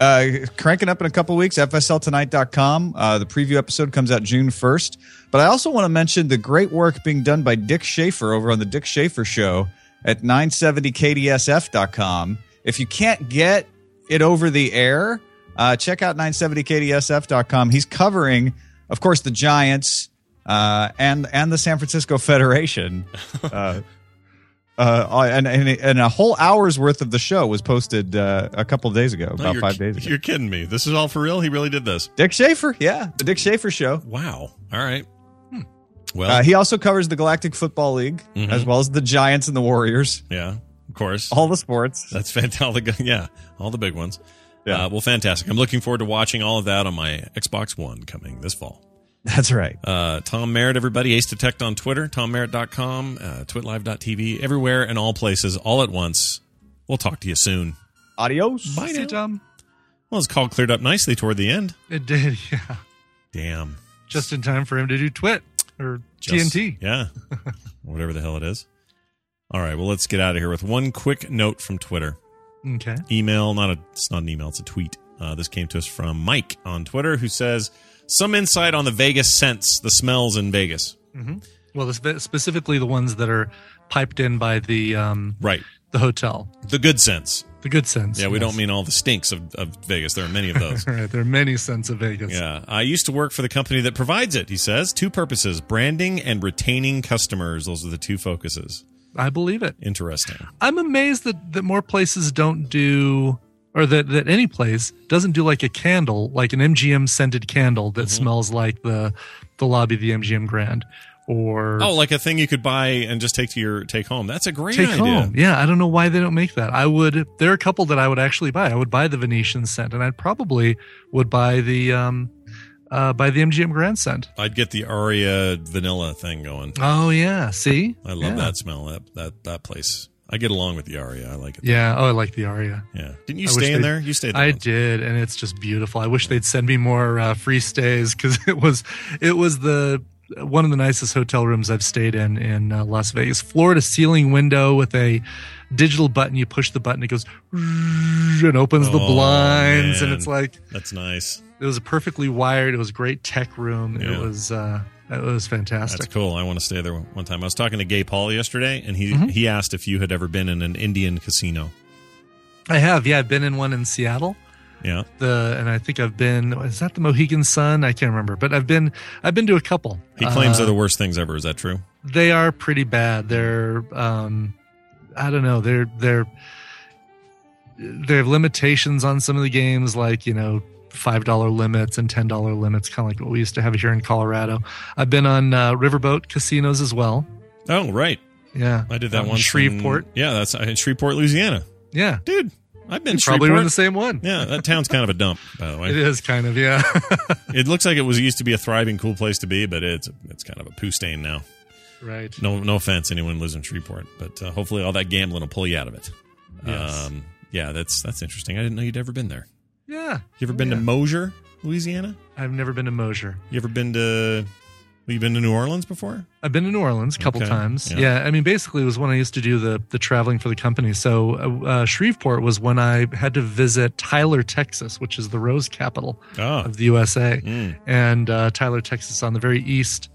[SPEAKER 10] uh, cranking up in a couple weeks. FSLtonight.com. Uh, the preview episode comes out June 1st. But I also want to mention the great work being done by Dick Schaefer over on The Dick Schaefer Show at 970kdsf.com. If you can't get it over the air, uh, check out 970kdsf.com. He's covering, of course, the Giants uh, and, and the San
[SPEAKER 1] <laughs>
[SPEAKER 10] Francisco Federation. Uh, Uh, and, and and a whole hour's worth of the show was posted uh, a couple of days ago,
[SPEAKER 1] No,
[SPEAKER 10] about
[SPEAKER 1] you're
[SPEAKER 10] five
[SPEAKER 1] ki-
[SPEAKER 10] days ago.
[SPEAKER 1] You're kidding me. This is all for real. He really did this.
[SPEAKER 10] Dick Schaefer, yeah, the Dick Schaefer Show.
[SPEAKER 1] Wow. All right. Well,
[SPEAKER 10] Uh, he also covers the Galactic Football League
[SPEAKER 1] Mhm.
[SPEAKER 10] as well as the Giants and the Warriors.
[SPEAKER 1] Yeah, of course.
[SPEAKER 10] All the sports.
[SPEAKER 1] That's fantastic. Yeah, all the big ones. Yeah. Uh, well, fantastic. I'm looking forward to watching all of that on my Xbox One coming this fall.
[SPEAKER 10] That's right.
[SPEAKER 1] Uh, Tom Merritt, everybody. Ace Detect on Twitter, tommerritt.com, uh, twitlive.tv, everywhere and all places, all at once. We'll talk to you soon.
[SPEAKER 10] Adios.
[SPEAKER 1] Bye
[SPEAKER 2] See,
[SPEAKER 1] now.
[SPEAKER 2] Tom.
[SPEAKER 1] Well, his call cleared up nicely toward the end.
[SPEAKER 2] It did, yeah.
[SPEAKER 1] Damn.
[SPEAKER 2] Just in time for him to do Twit or
[SPEAKER 1] Just-
[SPEAKER 2] TNT.
[SPEAKER 1] Yeah. Whatever the hell it is. All right. Well, let's get out of here with one quick note from Twitter.
[SPEAKER 2] Okay.
[SPEAKER 1] email not a it's not an email it's a tweet uh, this came to us from mike on twitter who says some insight on the vegas scents the smells in vegas
[SPEAKER 2] hmm Well, the spe- specifically the ones that are piped in by the um,
[SPEAKER 1] right
[SPEAKER 2] the hotel,
[SPEAKER 1] the good scents
[SPEAKER 2] the good sense.
[SPEAKER 1] yeah we
[SPEAKER 2] yes.
[SPEAKER 1] don't mean all the stinks of, of vegas there are many of
[SPEAKER 2] <laughs>
[SPEAKER 1] those
[SPEAKER 2] All right, there are many scents of Vegas.
[SPEAKER 1] yeah i used to work for the company that provides it he says two purposes branding and retaining customers those are the two focuses
[SPEAKER 2] I believe it.
[SPEAKER 1] interesting
[SPEAKER 2] I'm amazed that that more places don't do, or that that any place doesn't do like a candle, like an MGM scented candle that
[SPEAKER 1] Mm-hmm.
[SPEAKER 2] smells like the the lobby of the MGM Grand, or
[SPEAKER 1] oh like a thing you could buy and just take to your take home that's a great
[SPEAKER 2] take
[SPEAKER 1] idea
[SPEAKER 2] home. Yeah, I don't know why they don't make that. I would. There are a couple that I would actually buy. I would buy the Venetian scent, and I probably would buy the um, uh, buy the MGM Grand scent.
[SPEAKER 1] i'd get the aria vanilla thing going
[SPEAKER 2] Oh yeah, see,
[SPEAKER 1] I love
[SPEAKER 2] Yeah.
[SPEAKER 1] that smell. That that that place. I get along with the Aria. I like it.
[SPEAKER 2] Yeah. Oh, I like the Aria.
[SPEAKER 1] Yeah. Didn't you
[SPEAKER 2] I wish
[SPEAKER 1] stay in
[SPEAKER 2] they-
[SPEAKER 1] there? You stayed. There
[SPEAKER 2] I
[SPEAKER 1] once.
[SPEAKER 2] did, and it's just beautiful. I wish they'd send me more uh, free stays because <laughs> it was it was the one of the nicest hotel rooms I've stayed in in uh, Las Vegas. Floor to ceiling window with a digital button. You push the button, it goes <laughs> and opens the
[SPEAKER 1] Oh,
[SPEAKER 2] blinds, and it's
[SPEAKER 1] man.
[SPEAKER 2] like
[SPEAKER 1] That's nice.
[SPEAKER 2] it was perfectly wired. It was a great tech room.
[SPEAKER 1] Yeah.
[SPEAKER 2] It was uh, it was fantastic.
[SPEAKER 1] That's cool. I want to stay there one one time. I was talking to Gay Paul yesterday, and he
[SPEAKER 2] Mhm.
[SPEAKER 1] he asked if you had ever been in an Indian casino.
[SPEAKER 2] I have, yeah, I've been in one in Seattle.
[SPEAKER 1] Yeah.
[SPEAKER 2] The and I think I've been is that the Mohegan Sun? I can't remember, but I've been I've been to a couple.
[SPEAKER 1] He claims
[SPEAKER 2] Uh,
[SPEAKER 1] they're the worst things ever. Is that true?
[SPEAKER 2] They are pretty bad. They're um, I don't know. They're they're they have limitations on some of the games, like you know five dollar limits and ten dollar limits, kind of like what we used to have here in Colorado. I've been on uh, riverboat casinos as well.
[SPEAKER 1] Oh, right.
[SPEAKER 2] Yeah,
[SPEAKER 1] I did
[SPEAKER 2] Out
[SPEAKER 1] that once.
[SPEAKER 2] in
[SPEAKER 1] in-
[SPEAKER 2] Um, Shreveport.
[SPEAKER 1] yeah, that's in Shreveport, Louisiana.
[SPEAKER 2] Yeah,
[SPEAKER 1] dude, I've been
[SPEAKER 2] You probably were in
[SPEAKER 1] Shreveport.
[SPEAKER 2] the same one.
[SPEAKER 1] Yeah, that town's kind of a dump, by the way.
[SPEAKER 2] <laughs> It is kind of yeah.
[SPEAKER 1] It looks like it was it used to be a thriving, cool place to be, but it's it's kind of a poo stain now.
[SPEAKER 2] Right.
[SPEAKER 1] No, no offense, anyone lives in Shreveport, but uh, hopefully all that gambling will pull you out of it.
[SPEAKER 2] Yes.
[SPEAKER 1] Um, yeah, that's that's interesting. I didn't know you'd ever been there.
[SPEAKER 2] Yeah.
[SPEAKER 1] You ever been to
[SPEAKER 2] Yeah.
[SPEAKER 1] Mosier, Louisiana?
[SPEAKER 2] I've never been to Mosier.
[SPEAKER 1] You ever been to? Well, you been to New Orleans before?
[SPEAKER 2] I've been to New Orleans a couple
[SPEAKER 1] Okay,
[SPEAKER 2] times.
[SPEAKER 1] yeah.
[SPEAKER 2] Yeah. I mean, basically, it was when I used to do the the traveling for the company. So uh, uh, Shreveport was when I had to visit Tyler, Texas, which is the rose capital
[SPEAKER 1] Ah.
[SPEAKER 2] of the USA, and uh, Tyler, Texas, on the very east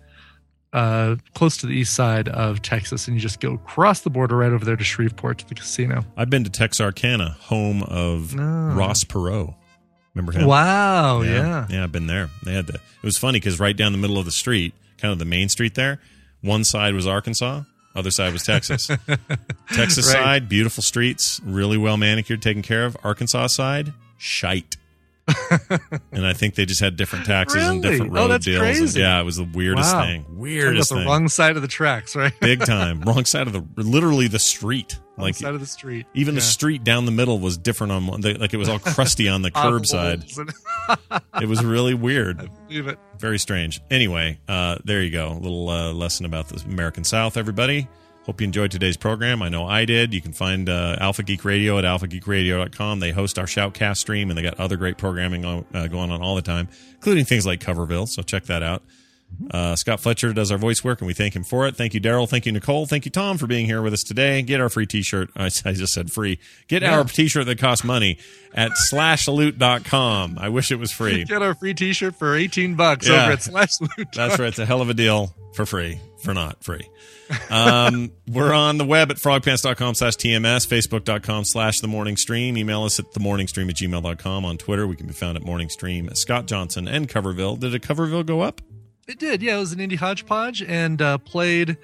[SPEAKER 2] uh, close to the east side of Texas, and you just go across the border right over there to Shreveport to the casino.
[SPEAKER 1] I've been to Texarkana, home of
[SPEAKER 2] Ah.
[SPEAKER 1] Ross Perot. Remember him?
[SPEAKER 2] Wow,
[SPEAKER 1] yeah.
[SPEAKER 2] Oh, yeah.
[SPEAKER 1] I've been there. They had the. It was funny because right down the middle of the street, kind of the main street there, one side was Arkansas, other side was
[SPEAKER 2] <laughs>
[SPEAKER 1] Texas. Texas
[SPEAKER 2] Right.
[SPEAKER 1] side, beautiful streets, really well manicured, taken care of. Arkansas side, shite.
[SPEAKER 2] <laughs>
[SPEAKER 1] and I think they just had different taxes and
[SPEAKER 2] Really?
[SPEAKER 1] different road
[SPEAKER 2] Oh, that's
[SPEAKER 1] deals.
[SPEAKER 2] crazy.
[SPEAKER 1] Yeah, it was the weirdest
[SPEAKER 2] Wow.
[SPEAKER 1] thing.
[SPEAKER 2] Talking
[SPEAKER 1] Weirdest
[SPEAKER 2] about the
[SPEAKER 1] thing.
[SPEAKER 2] wrong side of the tracks,
[SPEAKER 1] <laughs>
[SPEAKER 2] right? <laughs>
[SPEAKER 1] Big time. Wrong side of the literally the street.
[SPEAKER 2] Wrong
[SPEAKER 1] like
[SPEAKER 2] side of the street.
[SPEAKER 1] Even the
[SPEAKER 2] Yeah.
[SPEAKER 1] street down the middle was different on one. they- Like it was all crusty
[SPEAKER 2] <laughs>
[SPEAKER 1] on the
[SPEAKER 2] Odd
[SPEAKER 1] curb side.
[SPEAKER 2] walls and-
[SPEAKER 1] It was really weird.
[SPEAKER 2] <laughs> Leave it.
[SPEAKER 1] Very strange. Anyway, uh, there you go. A little uh, lesson about the American South, everybody. Hope you enjoyed today's program. I know I did. You can find uh, Alpha Geek Radio at alphageekradio.com. They host our Shoutcast stream, and they got other great programming on, uh, going on all the time, including things like Coverville. So check that out. Uh, Scott Fletcher does our voice work, and we thank him for it. Thank you, Daryl. Thank you, Nicole. Thank you, Tom, for being here with us today. Get our free T-shirt. I, I just said free. Get
[SPEAKER 2] Yeah.
[SPEAKER 1] our T-shirt that costs money at slashalute.com. I wish it was
[SPEAKER 2] <laughs>
[SPEAKER 1] free.
[SPEAKER 2] Get our free T-shirt for eighteen bucks
[SPEAKER 1] Yeah.
[SPEAKER 2] over at Slash Loot.
[SPEAKER 1] That's right. It's a hell of a deal for free, for not free.
[SPEAKER 2] <laughs>
[SPEAKER 1] Um, we're on the web at frogpants.com slash TMS, facebook.com slash the morning stream. Email us at the morning stream at gmail.com. On Twitter, we can be found at morning stream. Scott Johnson and Coverville. Did a Coverville go up?
[SPEAKER 2] It did. Yeah, it was an indie hodgepodge and uh, played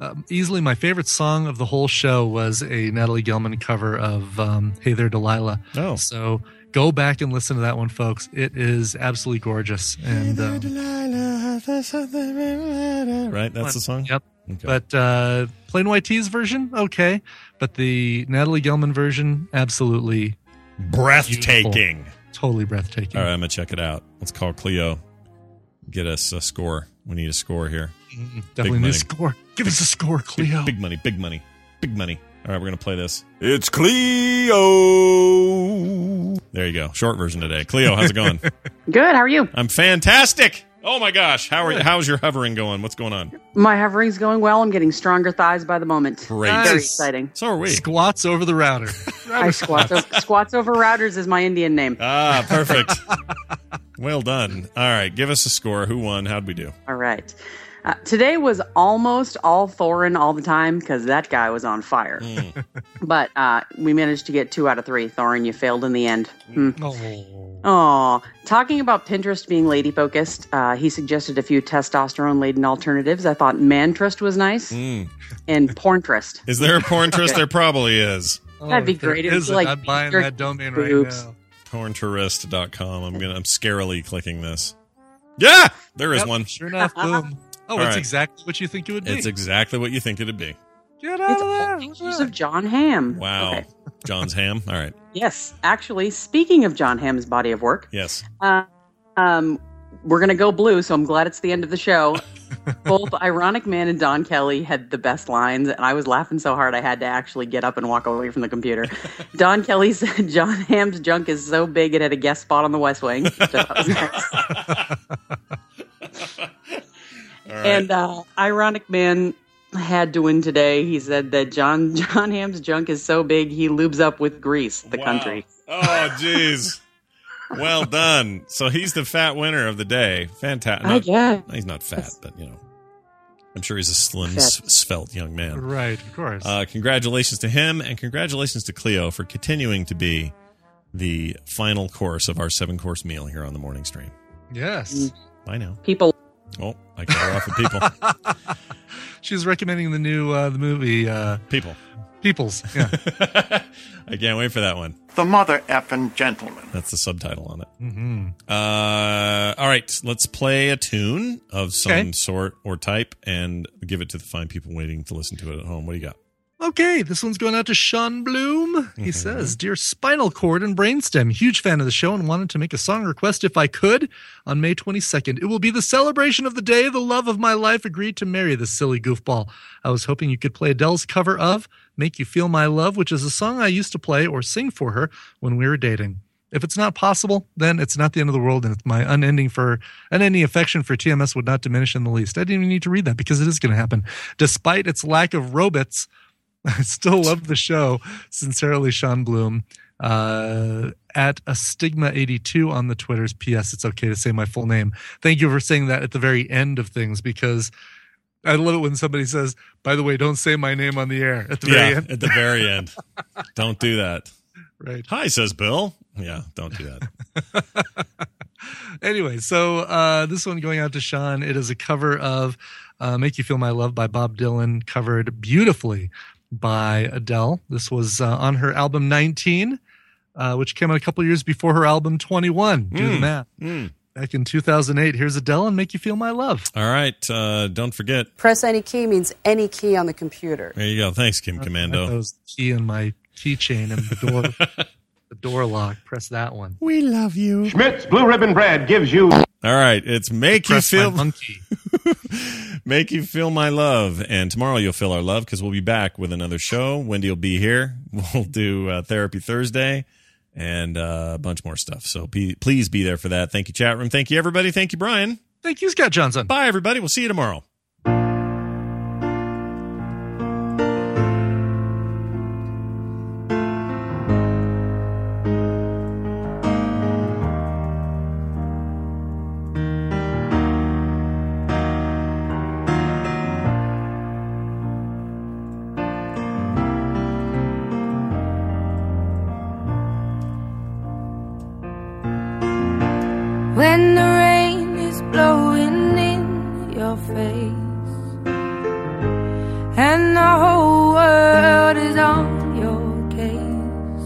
[SPEAKER 2] um, easily my favorite song of the whole show was a Natalie Gilman cover of um, Hey There Delilah.
[SPEAKER 1] Oh.
[SPEAKER 2] So go back and listen to that one, folks. It is absolutely gorgeous. And um,
[SPEAKER 1] Right? That's the song?
[SPEAKER 2] Yep. But uh, Plain White Tee's version, okay. But the Natalie Gelman version, absolutely
[SPEAKER 1] Breathtaking.
[SPEAKER 2] beautiful. Totally breathtaking.
[SPEAKER 1] All right, I'm going to check it out. Let's call Cleo. Get us a score. We need a score here.
[SPEAKER 2] Mm,
[SPEAKER 1] Big
[SPEAKER 2] Definitely
[SPEAKER 1] money.
[SPEAKER 2] new score. Give us a score, Cleo.
[SPEAKER 1] Big money, big money, big money. All right, we're going to play this.
[SPEAKER 22] It's Cleo.
[SPEAKER 1] There you go. Short version today. Cleo, how's it going?
[SPEAKER 16] Good. How are you?
[SPEAKER 1] I'm fantastic. Oh my gosh. How are you, how's your hovering going? What's going on?
[SPEAKER 16] My hovering's going well. I'm getting stronger thighs by the
[SPEAKER 1] <laughs>
[SPEAKER 16] moment.
[SPEAKER 1] Great.
[SPEAKER 16] Very
[SPEAKER 1] Nice.
[SPEAKER 16] exciting.
[SPEAKER 1] So are we.
[SPEAKER 2] Squats over the router.
[SPEAKER 16] I squats over, squats over routers is my Indian name.
[SPEAKER 1] Ah, perfect. <laughs> well done. All right, give us a score. Who won? How'd we do?
[SPEAKER 16] All right. Uh, today was almost all Thorin all the time because that guy was on fire.
[SPEAKER 1] Mm.
[SPEAKER 16] <laughs> but uh, we managed to get two out of three. Thorin, you failed in the end.
[SPEAKER 1] Mm.
[SPEAKER 16] Hmm. Oh, talking about Pinterest being lady focused, uh, he suggested a few testosterone laden alternatives. I thought Mantrist was nice
[SPEAKER 1] Mm.
[SPEAKER 16] and Porntrist.
[SPEAKER 1] Is there a Pornterist? there probably is.
[SPEAKER 2] Oh,
[SPEAKER 16] That'd be great. It was like
[SPEAKER 2] I'm buying
[SPEAKER 16] jerky
[SPEAKER 2] that domain right
[SPEAKER 16] boobs.
[SPEAKER 2] now.
[SPEAKER 1] Pornterist.com. I'm gonna I'm scarily clicking this. Yeah, there is
[SPEAKER 2] Yep,
[SPEAKER 1] one.
[SPEAKER 2] Sure enough,
[SPEAKER 16] <laughs>
[SPEAKER 2] boom. Oh,
[SPEAKER 1] All
[SPEAKER 2] it's
[SPEAKER 1] right.
[SPEAKER 2] exactly what you think it would be.
[SPEAKER 1] It's exactly what you think it'd be.
[SPEAKER 16] Get out it's all pictures of John Hamm.
[SPEAKER 1] Wow. John's ham. All right.
[SPEAKER 16] Yes, actually, speaking of John Hamm's body of work,
[SPEAKER 1] Yes.
[SPEAKER 16] uh, um, we're going to go blue, so I'm glad it's the end of the show. Both Ironic Man and Don Kelly had the best lines, and I was laughing so hard I had to actually get up and walk away from the computer. Don Kelly said, John Hamm's junk is so big it had a guest spot on the West Wing. which I thought was nice. And uh, Ironic Man had to win today. He said that John <laughs> John Hamm's junk is so big he lubes up with grease, the
[SPEAKER 1] Wow.
[SPEAKER 16] country.
[SPEAKER 1] Oh, jeez. well done. So he's the fat winner of the day. Fantastic.
[SPEAKER 16] I guess.
[SPEAKER 1] He's not fat, but you know, I'm sure he's a slim, s- svelte young man.
[SPEAKER 2] Right, of course.
[SPEAKER 1] Uh, congratulations to him, and congratulations to Cleo for continuing to be the final course of our seven course meal here on the morning stream.
[SPEAKER 16] Mm.
[SPEAKER 2] yes.
[SPEAKER 1] Bye now.
[SPEAKER 16] People.
[SPEAKER 1] Oh, I cut her off with
[SPEAKER 16] <laughs>
[SPEAKER 1] people.
[SPEAKER 2] She was recommending the new uh, the movie uh,
[SPEAKER 1] People. <laughs>
[SPEAKER 2] Peoples. Yeah.
[SPEAKER 1] I can't wait for that one.
[SPEAKER 3] The mother effing gentleman.
[SPEAKER 1] That's the subtitle on it.
[SPEAKER 3] Mm-hmm.
[SPEAKER 1] Uh, all right, let's play a tune of some
[SPEAKER 2] Okay.
[SPEAKER 1] sort or type and give it to the fine people waiting to listen to it at home. What do you got?
[SPEAKER 2] Okay, this one's going out to Sean Bloom. He says, Dear Spinal Cord and Brainstem, huge fan of the show and wanted to make a song request if I could. On May 22nd, it will be the celebration of the day the love of my life agreed to marry this silly goofball. I was hoping you could play Adele's cover of Make You Feel My Love, which is a song I used to play or sing for her when we were dating. If it's not possible, then it's not the end of the world, and my unending for unending affection for TMS would not diminish in the least. I didn't even need to read that because it is going to happen. Despite its lack of robots, <laughs> I still love the show. Sincerely, Sean Bloom. Uh, at a stigma 82 on the Twitter's PS, it's okay to say my full name. Thank you for saying that at the very end of things because I love it when somebody says, "By the way, don't say my name on the air." At the very
[SPEAKER 1] yeah,
[SPEAKER 2] end,
[SPEAKER 1] at the very end. <laughs> don't do that.
[SPEAKER 2] Right.
[SPEAKER 1] Hi, says Bill. Yeah, don't do
[SPEAKER 2] <laughs>
[SPEAKER 1] that.
[SPEAKER 2] anyway, so uh, this one going out to Sean. It is a cover of uh, "Make You Feel My Love" by Bob Dylan, covered beautifully by Adele. This was uh, on her album 19, uh, which came out a couple years before her album 21. Do the
[SPEAKER 1] Mm,
[SPEAKER 2] math. Back in 2008, here's Adele and "Make You Feel My Love."
[SPEAKER 1] All right. Uh, don't forget.
[SPEAKER 23] Press any key means any key on the computer.
[SPEAKER 1] There you go. Thanks,
[SPEAKER 2] Uh,
[SPEAKER 1] Kim Commando.
[SPEAKER 2] That was the key in my keychain and the door,
[SPEAKER 1] <laughs>
[SPEAKER 2] the door lock. Press that one.
[SPEAKER 24] We love you.
[SPEAKER 1] Schmidt's Blue Ribbon Bread gives you. All right, it's make
[SPEAKER 2] Press
[SPEAKER 1] you
[SPEAKER 2] my
[SPEAKER 1] feel
[SPEAKER 2] monkey.
[SPEAKER 1] <laughs> make you feel my love, and tomorrow you'll feel our love because we'll be back with another show. Wendy will be here. <laughs> We'll do uh, therapy Thursday and uh, a bunch more stuff. So be, please be there for that. Thank you, chat room. Thank you, everybody. Thank you, Brian.
[SPEAKER 2] Thank you, Scott Johnson.
[SPEAKER 1] Bye, everybody. We'll see you tomorrow.
[SPEAKER 16] when the rain is blowing in your face and the whole world is on your case.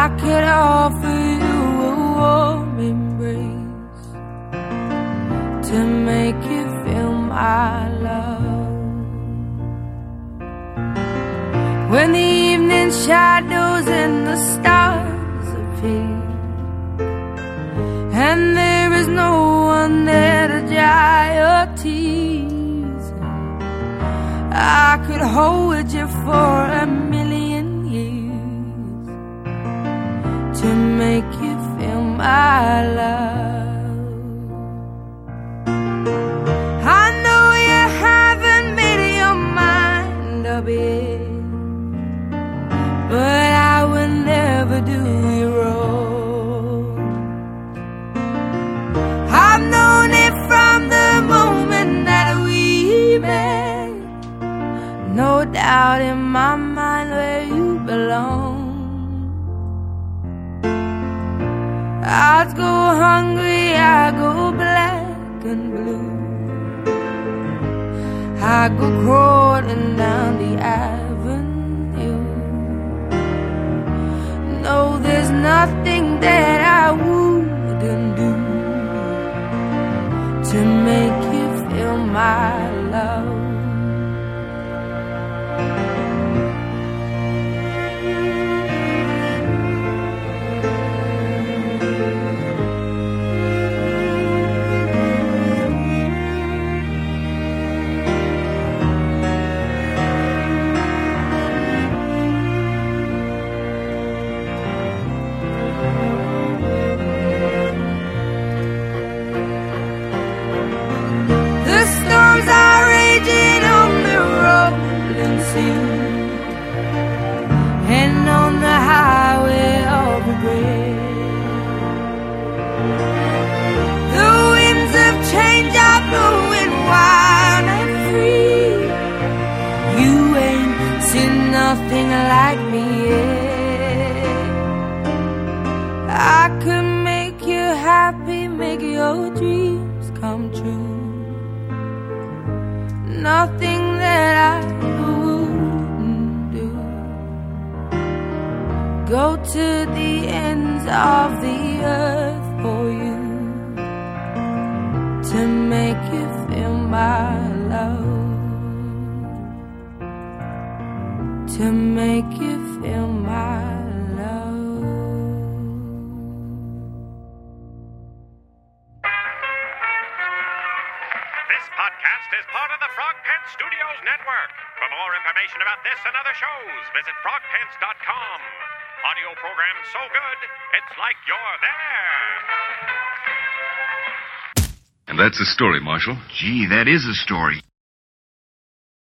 [SPEAKER 16] I could offer you a warm embrace to make you feel my love. When the evening shadows and the stars appear and there is no one there to dry your tears. I could hold you for a million years to make you feel my love. I know you haven't made your mind up yet, but I will never do you wrong. I've known it from the moment that we met. No doubt in my mind where you belong. I'd go hungry, I go black and blue. I go crawling down the avenue. No, there's nothing that I wouldn't do to make you feel my love. The storms are raging on the rolling sea and on the highway of regret. The winds of change are blowing wild and free. You ain't seen nothing like me yet. I could make you happy, make your dreams come true nothing that I wouldn't do. Go to the ends of the earth for you to make you feel my love, to make you feel my love.
[SPEAKER 7] This podcast is part of the Frog Pants Studios Network. For more information about this and other shows, visit frogpants.com. Audio program so good, it's like you're there.
[SPEAKER 4] And that's the story, Marshal. Gee, that is a story.